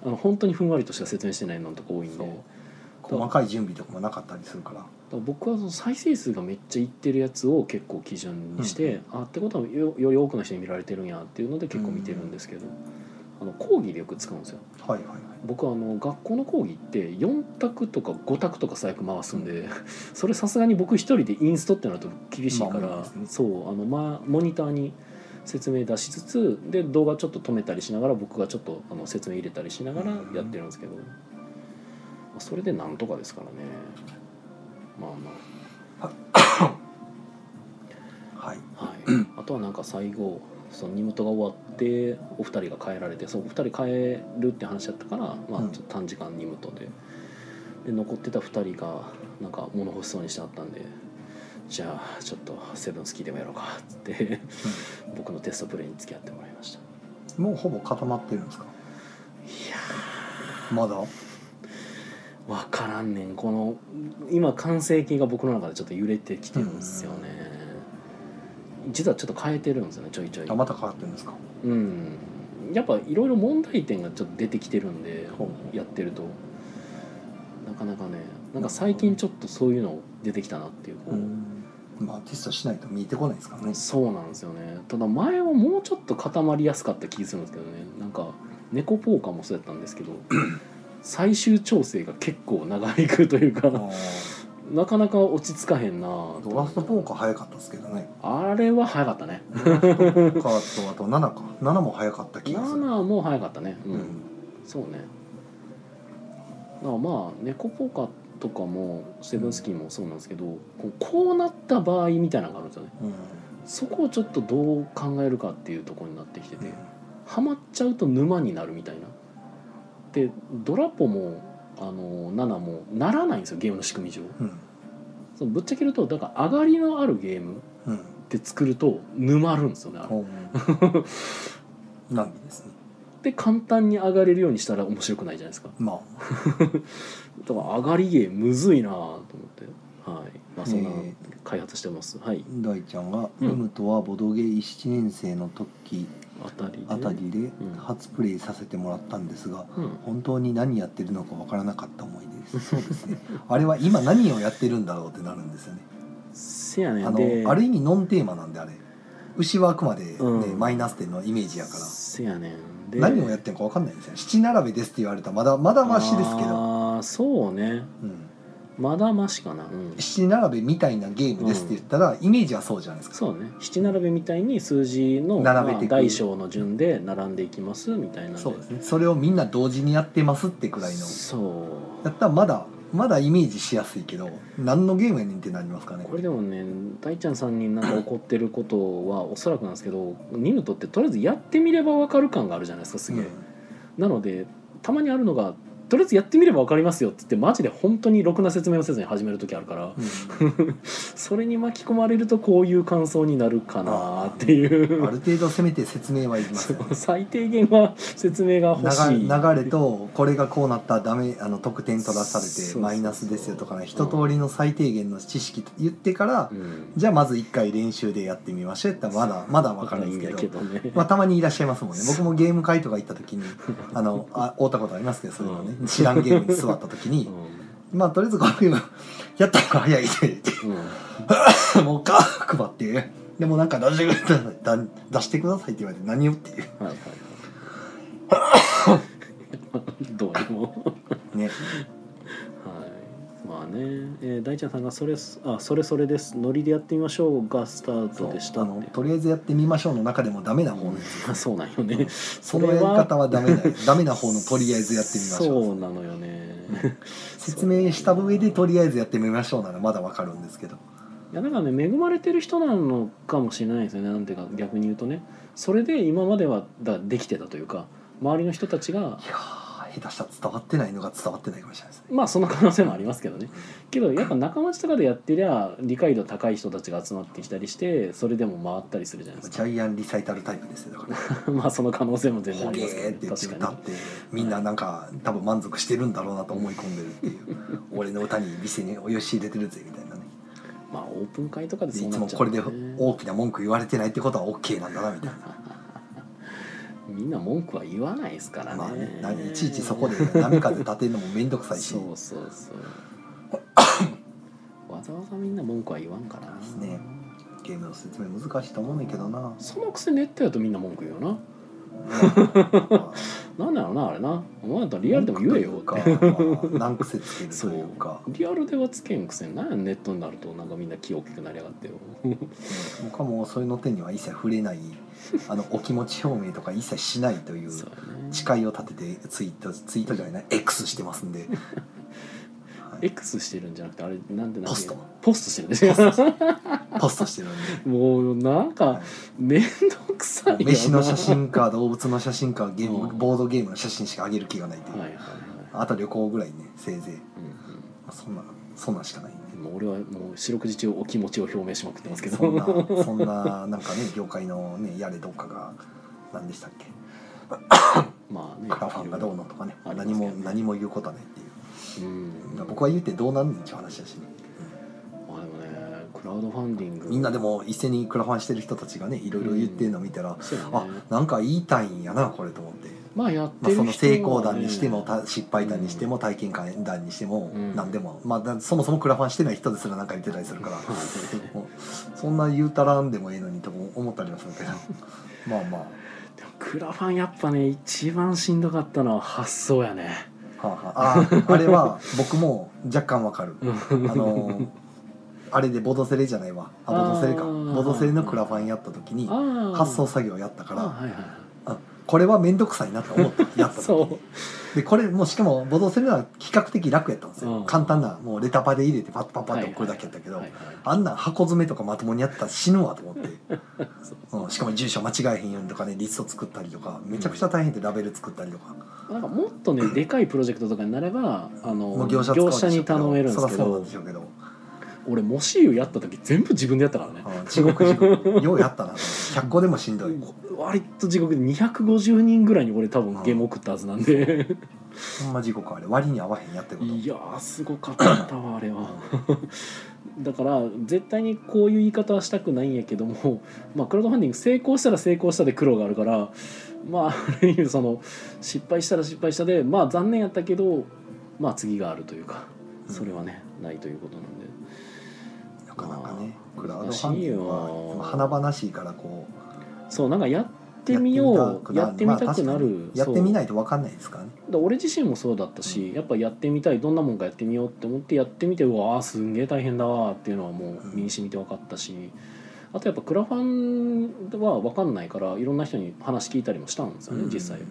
[SPEAKER 1] あの本当にふんわりとしか説明してないのとか多いんで
[SPEAKER 2] そう
[SPEAKER 1] だか
[SPEAKER 2] だ細かい準備とかもなかったりするから
[SPEAKER 1] ら僕はその再生数がめっちゃいってるやつを結構基準にして、あってことはよより多くの人に見られてるんやっていうので結構見てるんですけど、あの講義でよく使うんですよ
[SPEAKER 2] はいはいはい
[SPEAKER 1] 僕はあの学校の講義って4択とか5択とか最悪回すんで、 それさすがに僕一人でインストってなると厳しいから、
[SPEAKER 2] まあ無理ですね
[SPEAKER 1] そうあの、まあ、モニターに説明出しつつで動画ちょっと止めたりしながら僕がちょっとあの説明入れたりしながらやってるんですけど、まあそれでなんとかですからねまあま
[SPEAKER 2] はい
[SPEAKER 1] あはい あとはなんか最後その荷物が終わってお二人が帰られてそうお二人帰るって話だったから、まあ、
[SPEAKER 2] うん
[SPEAKER 1] ちょっと短時間荷物でで残ってた二人がなんか物欲しそうにしてあったんでじゃあちょっとセブンスキーでもやろうかっつって 僕のテストプレイに付き合ってもらいましたい
[SPEAKER 2] もうほぼ固まってるんですか
[SPEAKER 1] や
[SPEAKER 2] まだ
[SPEAKER 1] ーわからんねんこの今完成形が僕の中でちょっと揺れてきてるんですよね実はちょっと変えてるんですよねちょいちょい
[SPEAKER 2] あまた変わってるんですか
[SPEAKER 1] うんやっぱいろいろ問題点がちょっと出てきてるんで
[SPEAKER 2] ほうほう
[SPEAKER 1] やってるとなかなかねなんか最近ちょっとそういうの出てきたなっていうこう
[SPEAKER 2] うんまあテストしないと見えてこないですからね
[SPEAKER 1] そうなんですよねただ前はもうちょっと固まりやすかった気するんですけどねなんか猫ポーカーもそうやったんです けど最終調整が結構長引くという
[SPEAKER 2] あ
[SPEAKER 1] か
[SPEAKER 2] ー
[SPEAKER 1] なかなか落ち着かへんなぁ
[SPEAKER 2] ドラフトポーカー早かったですけどね
[SPEAKER 1] あれは早かったね
[SPEAKER 2] ドラフトポーカーとあと7か7も早かった気がする
[SPEAKER 1] 7も早かったねうん、
[SPEAKER 2] うん
[SPEAKER 1] そうねだからまあ猫ポーカーとかもセブンスキーもそうなんですけどこうこうなった場合みたいなのがあるんですよね
[SPEAKER 2] うん
[SPEAKER 1] そこをちょっとどう考えるかっていうところになってきてて、ハマっちゃうと沼になるみたいなでドラポもあのナナもならないんですよゲームの仕組み上
[SPEAKER 2] うん
[SPEAKER 1] そのぶっちゃけるとだから上がりのあるゲーム
[SPEAKER 2] うん
[SPEAKER 1] って作ると沼るんですよねあれ
[SPEAKER 2] ほうなんでですね
[SPEAKER 1] で簡単に上がれるようにしたら面白くないじゃないですか
[SPEAKER 2] まあ
[SPEAKER 1] だから上がり芸むずいなぁと思ってはいまあそんな
[SPEAKER 2] え
[SPEAKER 1] 開発してますはい
[SPEAKER 2] 大ちゃんが「
[SPEAKER 1] うん
[SPEAKER 2] ムムとはボドゲ1年生の時
[SPEAKER 1] あたりで
[SPEAKER 2] あたりで
[SPEAKER 1] うん
[SPEAKER 2] 初プレイさせてもらったんですが
[SPEAKER 1] うん
[SPEAKER 2] 本当に何やってるのかわからなかった思い出ですそうですねあれは今何をやってるんだろうってなるんですよね
[SPEAKER 1] せやね
[SPEAKER 2] あ
[SPEAKER 1] んで
[SPEAKER 2] のある意味ノンテーマなんであれ牛はあくまで、ね
[SPEAKER 1] うん
[SPEAKER 2] マイナス点のイメージやから
[SPEAKER 1] せやねんで
[SPEAKER 2] 何をやってるかわかんないんですよ七並べですって言われたらまだまだマシですけど、
[SPEAKER 1] ああそうね
[SPEAKER 2] うん、
[SPEAKER 1] まだマシかなうん
[SPEAKER 2] 七並べみたいなゲームですって言ったら、イメージはそうじゃないですか
[SPEAKER 1] そうね七並べみたいに数字の
[SPEAKER 2] 並べていく
[SPEAKER 1] まあ大小の順で並んでいきますみたいなん
[SPEAKER 2] そうですねそれをみんな同時にやってますってくらいの
[SPEAKER 1] そう
[SPEAKER 2] やったらまだまだイメージしやすいけど何のゲームやねんってなりますかね
[SPEAKER 1] これでもね大ちゃんさんになんか怒ってることはおそらくなんですけどニムトってとりあえずやってみれば分かる感があるじゃないですかすげえ、なのでたまにあるのがとりあえずやってみれば分かりますよって言ってマジで本当にろくな説明をせずに始める時あるから
[SPEAKER 2] うんうん
[SPEAKER 1] それに巻き込まれるとこういう感想になるかなっていう
[SPEAKER 2] ある程度せめて説明はいりますよね
[SPEAKER 1] 最低限は説明が欲しい
[SPEAKER 2] 流れ流れとこれがこうなったらダメあ の得点取らさ
[SPEAKER 1] そうそう
[SPEAKER 2] れ
[SPEAKER 1] そ
[SPEAKER 2] て
[SPEAKER 1] う
[SPEAKER 2] マイナスですよとかね一通りの最低限の知識言ってから、
[SPEAKER 1] うん
[SPEAKER 2] じゃあまず一回練習でやってみましょうやったらまだまだ分からないですけど
[SPEAKER 1] わかんないんだけどね、
[SPEAKER 2] まあ、たまにいらっしゃいますもんね僕もゲーム会とか行った 時にあのあ会ったことありますけどそういうのね、知らんゲームに座った時に、まあとりあえずこのゲーム やった方が早いでって
[SPEAKER 1] うんうん
[SPEAKER 2] もうか配ってでもなんか出してくださいだ出してくださいって言われて何をっていう
[SPEAKER 1] はい はいはいどうにも
[SPEAKER 2] ね
[SPEAKER 1] はいまあね、えー大ちゃんさんがそれすあそれそれですノリでやってみましょうがスタートでした
[SPEAKER 2] あ
[SPEAKER 1] っ
[SPEAKER 2] の
[SPEAKER 1] て
[SPEAKER 2] とりあえずやってみましょうの中でもダメな方ね、
[SPEAKER 1] まあそうなんよね、
[SPEAKER 2] うん
[SPEAKER 1] そ
[SPEAKER 2] そのやり方はダメなダメな
[SPEAKER 1] な
[SPEAKER 2] 方のとりあえずやってみましょ
[SPEAKER 1] そううなのよね
[SPEAKER 2] 説明した上でとりあえずやってみましょうならまだわかるんですけど
[SPEAKER 1] いやだからね恵まれてる人なのかもしれないですよねなんていうか逆に言うとねそれで今まではだできてたというか周りの人たちが
[SPEAKER 2] いやー下手したら伝わってないのが伝わってないかもしれないですね
[SPEAKER 1] まあその可能性もありますけどねけどやっぱ仲間内とかでやってりゃ理解度高い人たちが集まってきたりしてそれでも回ったりするじゃないです
[SPEAKER 2] ジャイアンリサイタルタイプですよだから
[SPEAKER 1] かまあその可能性も
[SPEAKER 2] 「
[SPEAKER 1] 全然
[SPEAKER 2] ほ
[SPEAKER 1] あ
[SPEAKER 2] げ
[SPEAKER 1] り
[SPEAKER 2] ー」
[SPEAKER 1] ま
[SPEAKER 2] っ
[SPEAKER 1] すけどね確
[SPEAKER 2] て言って歌
[SPEAKER 1] か
[SPEAKER 2] ってみんななんか多分満足してるんだろうなと思い込んでるっていう俺の歌に店におよし入れてるぜみたいなね
[SPEAKER 1] にまあオープン会とかで
[SPEAKER 2] で
[SPEAKER 1] そう
[SPEAKER 2] いつ
[SPEAKER 1] なっ
[SPEAKER 2] も
[SPEAKER 1] ちゃ
[SPEAKER 2] こ
[SPEAKER 1] う
[SPEAKER 2] れ
[SPEAKER 1] ん
[SPEAKER 2] で
[SPEAKER 1] ね
[SPEAKER 2] 大きな文句言われてないってことは OK なんだなみたいな
[SPEAKER 1] みんな文句は言わないですからね,、
[SPEAKER 2] まあね何いちいちそこで波風立てるのも面倒くさいし
[SPEAKER 1] そうそう そうわざわざみんな文句は言わんからな
[SPEAKER 2] ですねゲームの説明難しいと思うねんだけ どな
[SPEAKER 1] そのくせネットやとみんな文句言うよななんだろうなあれなお前だったらリアルでも言えよ
[SPEAKER 2] か
[SPEAKER 1] って
[SPEAKER 2] 何癖つけるというか
[SPEAKER 1] リアルではつけんくせになんやネットになるとなんかみんな気大きくなりやがってよ
[SPEAKER 2] 僕はもうそれの手には一切触れないあのお気持ち表明とか一切しないという
[SPEAKER 1] そうやね
[SPEAKER 2] 誓いを立ててツイートツイートじゃないな X してますんで、 はい、
[SPEAKER 1] X してるんじゃなくてあれなんてなんて
[SPEAKER 2] ポスト
[SPEAKER 1] ポストしてるんですよ
[SPEAKER 2] ポストしてるんで、
[SPEAKER 1] もうなん
[SPEAKER 2] は
[SPEAKER 1] か面倒くさいよ
[SPEAKER 2] い、
[SPEAKER 1] な
[SPEAKER 2] 飯の写真か動物の写真かゲーム、
[SPEAKER 1] うん
[SPEAKER 2] ボードゲームの写真しか上げる気がないという、
[SPEAKER 1] はいはいはい、
[SPEAKER 2] あと旅行ぐらいねせいぜい、
[SPEAKER 1] うん
[SPEAKER 2] まあ、そんなそんなんしかないんで
[SPEAKER 1] うん、もう俺はもう四六時中お気持ちを表明しまくってますけど
[SPEAKER 2] そんなそんななんかね業界のねやれどっかが何でしたっけ
[SPEAKER 1] まあね
[SPEAKER 2] クラファンがどうのとかね
[SPEAKER 1] あります
[SPEAKER 2] 何
[SPEAKER 1] けどね
[SPEAKER 2] も何も言うことはないっていう
[SPEAKER 1] うん
[SPEAKER 2] 僕は言ってどうなんねんっていう話だしね
[SPEAKER 1] まあでもねクララウドファンディング
[SPEAKER 2] みんなでも一斉にクラファンしてる人たちがねいろいろ言ってるの見たら、
[SPEAKER 1] そうだ
[SPEAKER 2] あ
[SPEAKER 1] ね
[SPEAKER 2] なんかいい単位やなこれと思って、
[SPEAKER 1] まあやって
[SPEAKER 2] まあ、
[SPEAKER 1] る人
[SPEAKER 2] そ
[SPEAKER 1] はね
[SPEAKER 2] の成功談にしても、た失敗談にしても体験談にしても
[SPEAKER 1] うん
[SPEAKER 2] 何でも、まあだ、そもそもクラファンしてない人ですらなんか言ってたりす るから
[SPEAKER 1] まあね
[SPEAKER 2] もうそんな言うたらんでもええのにとも思ったりはするけどまあまあ
[SPEAKER 1] でもクラファンやっぱね一番しんどかったのは発想や ね
[SPEAKER 2] はあ、は あ、ああれは僕も若干わかるあのあれでボドセレじゃないわあボドセレか
[SPEAKER 1] あー
[SPEAKER 2] ボドセレのクラファンやった時に
[SPEAKER 1] ああ
[SPEAKER 2] 発送作業やったか
[SPEAKER 1] あ
[SPEAKER 2] ら
[SPEAKER 1] はいはい
[SPEAKER 2] あこれは面倒くさいなと思ってやっ
[SPEAKER 1] はい
[SPEAKER 2] た時
[SPEAKER 1] そ
[SPEAKER 2] にでこれもうしかもボドセレは比較的楽やったんです
[SPEAKER 1] うん
[SPEAKER 2] よ簡単なもうレタパで入れてパッパッ
[SPEAKER 1] う
[SPEAKER 2] パッと送るだけやったけど
[SPEAKER 1] はいはいはい
[SPEAKER 2] あんなん箱詰めとかまともにやったら死ぬわと思って、
[SPEAKER 1] そう
[SPEAKER 2] うん、しかも住所間違えへんようにとかねリスト作ったりとかめちゃくちゃ大変でラベル作ったりとか、
[SPEAKER 1] なんかもっとねでかいプロジェクトとかになればあ
[SPEAKER 2] も
[SPEAKER 1] の
[SPEAKER 2] う
[SPEAKER 1] 業者
[SPEAKER 2] 使うでしょうけ
[SPEAKER 1] に
[SPEAKER 2] ど
[SPEAKER 1] 頼めるんですけ
[SPEAKER 2] そらそうなん
[SPEAKER 1] ど
[SPEAKER 2] でしょうけど
[SPEAKER 1] 俺もしゆやった時全部自分でやったからね
[SPEAKER 2] あ地獄地 獄ようやったなと思って100個でもしんどい
[SPEAKER 1] 割と地獄で250人ぐらいに俺多分ゲーム送ったはずなんで
[SPEAKER 2] ほんま地獄あれ割に合わへんやってること
[SPEAKER 1] いやーすごかったわあれはだから絶対にこういう言い方はしたくないんやけども、 まあ、クラウドファンディング成功したら成功したで苦労があるからまあある意味その失敗したら失敗したでまあ残念やったけどまあ次があるというか
[SPEAKER 2] うん
[SPEAKER 1] それはねないということなんで
[SPEAKER 2] なかなかね
[SPEAKER 1] あー
[SPEAKER 2] クラウドファンディング
[SPEAKER 1] 難しいよ
[SPEAKER 2] は今華々しいからこう
[SPEAKER 1] そうなんかやってみようやってみたくなる
[SPEAKER 2] まあ確かにやってみ
[SPEAKER 1] い
[SPEAKER 2] ないと分かんないですからね
[SPEAKER 1] 俺自身もそうだったし、やっぱやってみたいどんなもんかやってみようって思ってやってみてうわーすんげえ大変だわーっていうのはもう身に染みて分かったし、あとやっぱクラファンは分かんないからいろんな人に話聞いたりもしたんですよね、実際
[SPEAKER 2] うん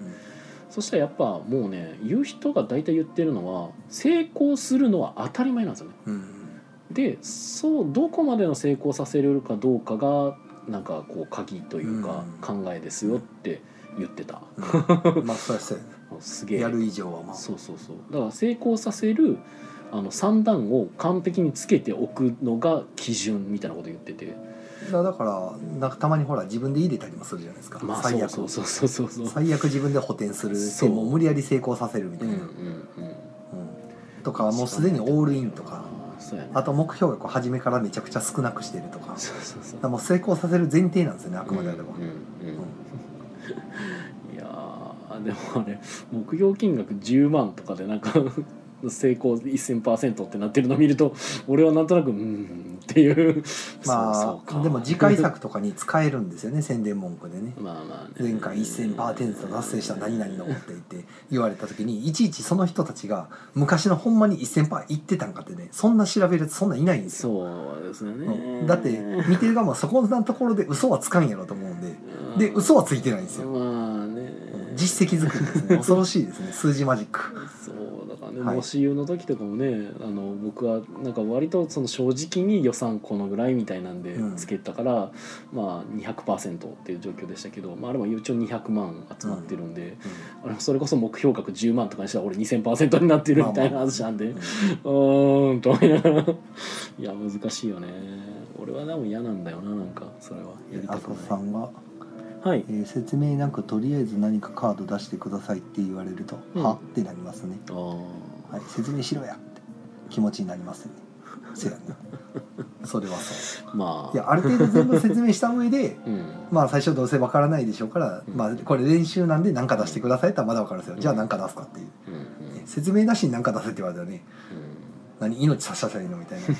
[SPEAKER 1] そしたらやっぱもうね言う人が大体言ってるのは成功するのは当たり前なんですよね
[SPEAKER 2] うん
[SPEAKER 1] でそうどこまでの成功させれるかどうかがなんかこう鍵というか考えですよって言ってた、
[SPEAKER 2] うんまあそりゃそうやね
[SPEAKER 1] すげえ
[SPEAKER 2] やる以上はまあ
[SPEAKER 1] そうそうそうだから成功させるあの三段を完璧につけておくのが基準みたいなこと言ってて
[SPEAKER 2] だからだからなんかたまにほら自分で入れたりもするじゃないですか、
[SPEAKER 1] まあ
[SPEAKER 2] 最
[SPEAKER 1] そう
[SPEAKER 2] 悪
[SPEAKER 1] そうそうそうそうそう
[SPEAKER 2] 最悪自分で補填する
[SPEAKER 1] そう
[SPEAKER 2] でも無理やり成功させるみた
[SPEAKER 1] う
[SPEAKER 2] い
[SPEAKER 1] んう
[SPEAKER 2] な、
[SPEAKER 1] ん
[SPEAKER 2] うん
[SPEAKER 1] うん
[SPEAKER 2] とかもうすでにオールインとか
[SPEAKER 1] あーそうやね
[SPEAKER 2] あと目標がこう初めからめちゃくちゃ少なくしてるとかだか
[SPEAKER 1] そうそうそう
[SPEAKER 2] らもう成功させる前提なんですよねあくまであれば、
[SPEAKER 1] うんうんうんいやーでもあれ目標金額10万とかでなんか成功1000%ってなってるの見ると 俺はなんとなくうーんっていう
[SPEAKER 2] まあ
[SPEAKER 1] そうそうか
[SPEAKER 2] でも次回作とかに使えるんですよね宣伝文句でね
[SPEAKER 1] まあまあね
[SPEAKER 2] 前回1000パーテント達成した何々のって言って言われた時にいちいちその人たちが昔のほんまに1000パー言ってたんかってねそんな調べるやつそんなんいないんですよ、
[SPEAKER 1] そうですよ
[SPEAKER 2] う
[SPEAKER 1] ね
[SPEAKER 2] んだって見てる側もそこのところで嘘はつかんやろと思うんでで嘘はついてないんですよ
[SPEAKER 1] まあね
[SPEAKER 2] 実績作りですね恐ろしいですね数字マジック
[SPEAKER 1] そうだからね、
[SPEAKER 2] はい
[SPEAKER 1] もし言うの時とかもねあの僕はなんか割とその正直に予算このぐらいみたいなんで
[SPEAKER 2] うん
[SPEAKER 1] つけたから、まあ200%っていう状況でしたけど、まあ、あれも一応200万集まってるんで、あれそれこそ目標額10万とかにしたら俺2000%になってるみたいな話なんで、
[SPEAKER 2] うん
[SPEAKER 1] うーんと思いながらいや難しいよね俺はでも嫌なんだよななんかそれはやりたく
[SPEAKER 3] 朝さ
[SPEAKER 1] ない
[SPEAKER 3] んが、
[SPEAKER 1] はい
[SPEAKER 3] えー説明なくとりあえず何かカード出してくださいって言われると、
[SPEAKER 1] うん
[SPEAKER 3] はってなりますね、
[SPEAKER 1] あー
[SPEAKER 3] はい、説明しろやって気持ちになります よね
[SPEAKER 2] そうやねそれはそう
[SPEAKER 1] まあ
[SPEAKER 2] いやある程度全部説明した上 で
[SPEAKER 1] うん
[SPEAKER 2] まあ最初どうせわからないでしょうから、
[SPEAKER 1] うん
[SPEAKER 2] まあこれ練習なんで何か出してくださいって言ったらまだわかるんですよ、
[SPEAKER 1] うん
[SPEAKER 2] じゃあ何か出すかっていう
[SPEAKER 1] うんうん
[SPEAKER 2] 説明なしに何か出せって言われたらね
[SPEAKER 1] う
[SPEAKER 2] 何命差し出せばいいのみたいな
[SPEAKER 1] ん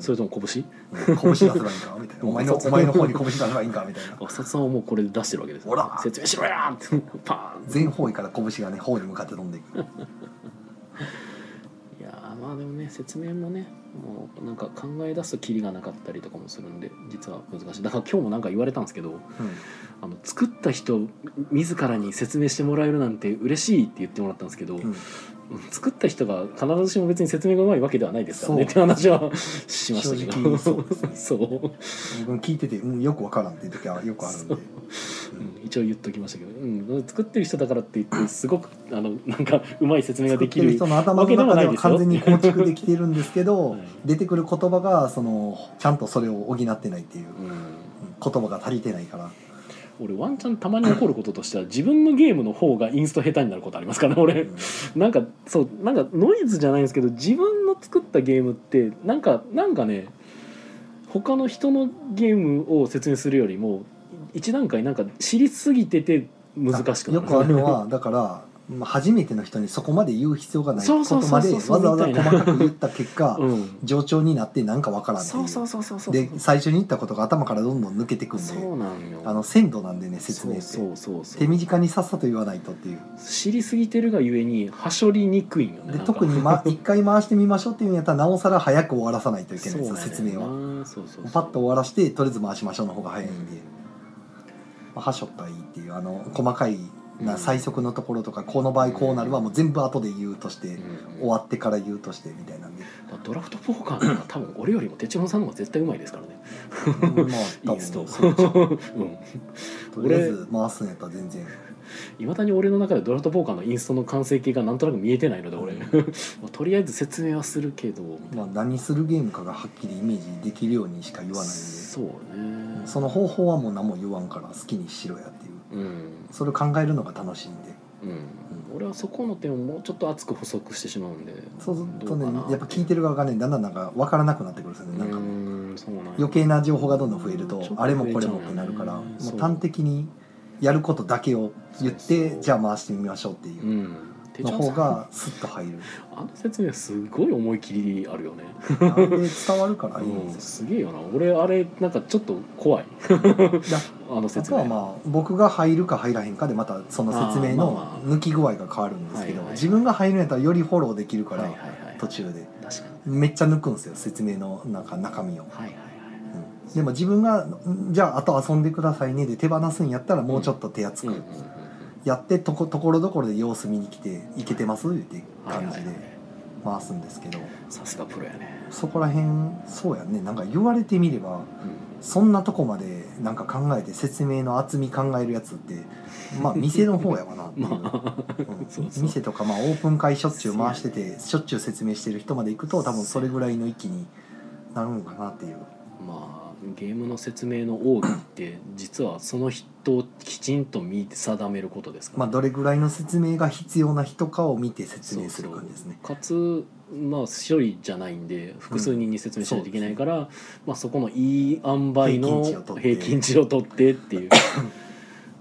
[SPEAKER 1] それとも拳
[SPEAKER 2] うん拳出せばいいんかみたい なお前のお前の方に拳出せばいいんかみたいな
[SPEAKER 1] 浅田さんはもうこれで出してるわけですよ
[SPEAKER 2] ほら
[SPEAKER 1] 説明しろやーって パーン
[SPEAKER 2] 全方位から拳がね方に向かって飛んでいく
[SPEAKER 1] いやーまあでもね説明もねもうなんか考え出すとキリがなかったりとかもするんで実は難しいだから今日もなんか言われたんですけどあの作った人自らに説明してもらえるなんて嬉しいって言ってもらったんですけど、
[SPEAKER 2] うんうん
[SPEAKER 1] 作った人が必ずしも別に説明がうまいわけではないですからねっ
[SPEAKER 2] そう
[SPEAKER 1] て話はしましたけ
[SPEAKER 2] 正
[SPEAKER 1] ど
[SPEAKER 2] 直そうですね
[SPEAKER 1] そう
[SPEAKER 2] 僕聞いてて、うん、よくわからんっていう時はよくあるん
[SPEAKER 1] そ
[SPEAKER 2] で
[SPEAKER 1] ううん一応言っときましたけど、うん、作ってる人だからって言ってすごくあのなんかうまい説明が
[SPEAKER 2] 作
[SPEAKER 1] で
[SPEAKER 2] っ
[SPEAKER 1] き
[SPEAKER 2] てる
[SPEAKER 1] る
[SPEAKER 2] 人の頭の中では完全に構築できてるんですけど、
[SPEAKER 1] はい
[SPEAKER 2] 出てくる言葉がそのちゃんとそれを補ってないっていう
[SPEAKER 1] うん、
[SPEAKER 2] 言葉が足りてないから
[SPEAKER 1] 俺ワンチャンたまに起こることとしては自分のゲームの方がインスト下手になることありますからね俺なんかそうなんかノイズじゃないんですけど自分の作ったゲームってなんかなんかね他の人のゲームを説明するよりも一段階なんか知りすぎてて難しくな
[SPEAKER 2] よ
[SPEAKER 1] る
[SPEAKER 2] くあるのはだからまあ初めての人にそこまで言う必要がないことまで
[SPEAKER 1] そうそうそう
[SPEAKER 2] わ
[SPEAKER 1] そう
[SPEAKER 2] ざわざ
[SPEAKER 1] み
[SPEAKER 2] 細
[SPEAKER 1] たいな
[SPEAKER 2] かく言った結果、
[SPEAKER 1] うん、
[SPEAKER 2] 冗長になってなんかわからんってい
[SPEAKER 1] そううそうそうそうそう
[SPEAKER 2] で最初に言ったことが頭からどんどん抜けてくんで
[SPEAKER 1] そうなんよ
[SPEAKER 2] あの鮮度なんでね説明って
[SPEAKER 1] そうそうそうそ
[SPEAKER 2] 手
[SPEAKER 1] う
[SPEAKER 2] 短にさっさと言わないとっていう
[SPEAKER 1] 知りすぎてるがゆえにはしょりにくいんよね
[SPEAKER 2] で
[SPEAKER 1] なんか
[SPEAKER 2] 特に、ま、一回回してみましょうっていうんやったらなおさら早く終わらさないといけない
[SPEAKER 1] そう
[SPEAKER 2] んです
[SPEAKER 1] な
[SPEAKER 2] よ
[SPEAKER 1] んだよな
[SPEAKER 2] 説明は
[SPEAKER 1] そうそうそう
[SPEAKER 2] パッと終わらしてとりあえず回しましょうの方が早いんで、まあ、はしょったらいいっていうあの細かいな
[SPEAKER 1] うん
[SPEAKER 2] 最速のところとかこの場合こうなるはもう全部後で言うとして
[SPEAKER 1] うん
[SPEAKER 2] 終わってから言うとしてみたいな んで
[SPEAKER 1] ドラフトポーカーなん か多分俺よりも哲郎さんの方が絶対うまいですからねイ
[SPEAKER 2] まあ多
[SPEAKER 1] ー
[SPEAKER 2] 分
[SPEAKER 1] ス
[SPEAKER 2] そ
[SPEAKER 1] ト
[SPEAKER 2] うちゃう
[SPEAKER 1] うん
[SPEAKER 2] とりあえず回すんやったら全然
[SPEAKER 1] いまだに俺の中でドラフトポーカーのインストの完成形がなんとなく見えてないので 俺
[SPEAKER 2] うん
[SPEAKER 1] もうとりあえず説明はするけどみたい
[SPEAKER 2] ま
[SPEAKER 1] な
[SPEAKER 2] あ何するゲームかがはっきりイメージできるようにしか言わないんで
[SPEAKER 1] そうね
[SPEAKER 2] その方法はもう何も言わんから好きにしろやっていう
[SPEAKER 1] うん
[SPEAKER 2] それを考えるのが楽しいんで
[SPEAKER 1] うん俺はそこの点をもうちょっと厚く補足してしまうんで
[SPEAKER 2] そうするとね
[SPEAKER 1] どうかな
[SPEAKER 2] やっぱ聞いてる側がねだんだんなんか分からなくなってくるんですよねなんか
[SPEAKER 1] うんそうなんや
[SPEAKER 2] 余計な情報がどんどん増える
[SPEAKER 1] ちょっ
[SPEAKER 2] と
[SPEAKER 1] と
[SPEAKER 2] あれもこれもってなるから
[SPEAKER 1] 増えちゃうよね
[SPEAKER 2] も
[SPEAKER 1] そうう
[SPEAKER 2] 端的にやることだけを言っ
[SPEAKER 1] そう
[SPEAKER 2] て
[SPEAKER 1] そう
[SPEAKER 2] じゃあ回してみましょうっていううん
[SPEAKER 1] 手
[SPEAKER 2] の
[SPEAKER 1] 帳
[SPEAKER 2] 方
[SPEAKER 1] さん
[SPEAKER 2] がスッと入る
[SPEAKER 1] あの説明すごい思い切りあるよね
[SPEAKER 2] あれ伝わるからいいん
[SPEAKER 1] うん
[SPEAKER 2] です
[SPEAKER 1] すげえよな俺あれなんかちょっと怖い
[SPEAKER 2] よいや
[SPEAKER 1] あの
[SPEAKER 2] あ
[SPEAKER 1] 説
[SPEAKER 2] と
[SPEAKER 1] 明
[SPEAKER 2] はまあ僕が入るか入らへんかでまたその説明の抜き具合が変わるんですけ
[SPEAKER 1] あーま
[SPEAKER 2] ど
[SPEAKER 1] あまあはいはい
[SPEAKER 2] 自分が入るんやったらよりフォローできるか
[SPEAKER 1] はいは
[SPEAKER 2] ら
[SPEAKER 1] いはい
[SPEAKER 2] 途中で
[SPEAKER 1] 確かに
[SPEAKER 2] めっちゃ抜くんですよ説明のなんか中身
[SPEAKER 1] はい
[SPEAKER 2] を。
[SPEAKER 1] はいはい
[SPEAKER 2] うんでも自分がん「じゃああと遊んでくださいね」で手放すんやったらもうちょっと手厚
[SPEAKER 1] う
[SPEAKER 2] く、
[SPEAKER 1] んうんうんうん
[SPEAKER 2] やってとこところどころで様子見に来て「いけてます?」って
[SPEAKER 1] はい
[SPEAKER 2] 感
[SPEAKER 1] は
[SPEAKER 2] じ
[SPEAKER 1] い
[SPEAKER 2] で
[SPEAKER 1] はい
[SPEAKER 2] 回すんですけど、
[SPEAKER 1] さすがプロやね
[SPEAKER 2] そこら辺そうやねなんか言われてみればそんなとこまでなんか考えて説明の厚み考えるやつって まあ店の方やわなっていう。
[SPEAKER 1] まあ
[SPEAKER 2] うん
[SPEAKER 1] そうそう
[SPEAKER 2] 店とかまあオープン会しょっちゅう回しててしょっちゅう説明してる人まで行くと多分それぐらいの域になるんかなっていう
[SPEAKER 1] まあゲームの説明の奥義って実はその人をきちんと見定めることですから
[SPEAKER 2] まあ、どれぐらいの説明が必要な人かを見て説明する感じですね。
[SPEAKER 1] かつまあ処理じゃないんで複数人に説明しないといけないから、まあ、そこのいい塩梅の
[SPEAKER 2] 平
[SPEAKER 1] 平
[SPEAKER 2] 均
[SPEAKER 1] 均値を取ってって いう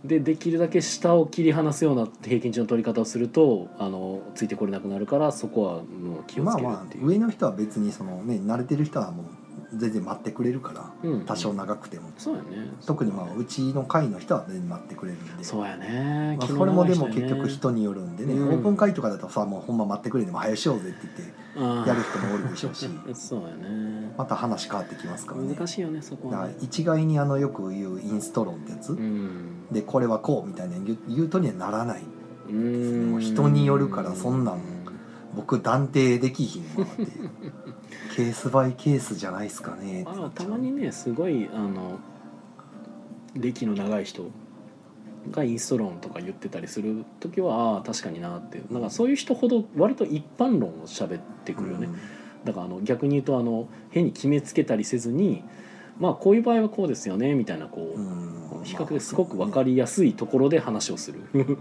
[SPEAKER 1] でできるだけ下を切り離すような平均値の取り方をするとあのついてこれなくなるからそこはもう気を
[SPEAKER 2] ま
[SPEAKER 1] つ
[SPEAKER 2] あ
[SPEAKER 1] ける
[SPEAKER 2] ま
[SPEAKER 1] って
[SPEAKER 2] あ
[SPEAKER 1] いう、
[SPEAKER 2] 上の人は別にそのね慣れてる人はもう全然待ってくれるから
[SPEAKER 1] うん
[SPEAKER 2] 多少長くても、
[SPEAKER 1] そうやね
[SPEAKER 2] 特にまあうちの会の人は全然待ってくれるんで。
[SPEAKER 1] そうやね、
[SPEAKER 2] まあ、
[SPEAKER 1] 気
[SPEAKER 2] これも
[SPEAKER 1] 長い
[SPEAKER 2] で
[SPEAKER 1] 人
[SPEAKER 2] も
[SPEAKER 1] やね
[SPEAKER 2] 結局人によるんでね、
[SPEAKER 1] うん
[SPEAKER 2] オープン会とかだとさもうほんま待ってくれでも早しようぜって言って
[SPEAKER 1] うん
[SPEAKER 2] やる人もおるでしょうし
[SPEAKER 1] そうやね
[SPEAKER 2] また話変わってきますからね
[SPEAKER 1] 難しいよねそこ
[SPEAKER 2] だか
[SPEAKER 1] は
[SPEAKER 2] ら
[SPEAKER 1] ね
[SPEAKER 2] 一概にあのよく言うインスト論ってやつ、
[SPEAKER 1] うん
[SPEAKER 2] でこれはこうみたいな言う言うとにはならない
[SPEAKER 1] うん
[SPEAKER 2] もう人によるからそんなん僕断定できひんわっていうケースバイケースじゃないですかねってな
[SPEAKER 1] あ
[SPEAKER 2] っち
[SPEAKER 1] た
[SPEAKER 2] ゃう
[SPEAKER 1] まにねすごいあの歴の長い人がインスト論とか言ってたりする時はああ確かになってなんかそういう人ほど割と一般論を喋ってくるよね、だからあの逆に言うとあの変に決めつけたりせずにまあこういう場合はこうですよねみたいなこう、
[SPEAKER 2] うんうん
[SPEAKER 1] 比較ですごく分かりやすいところで話をする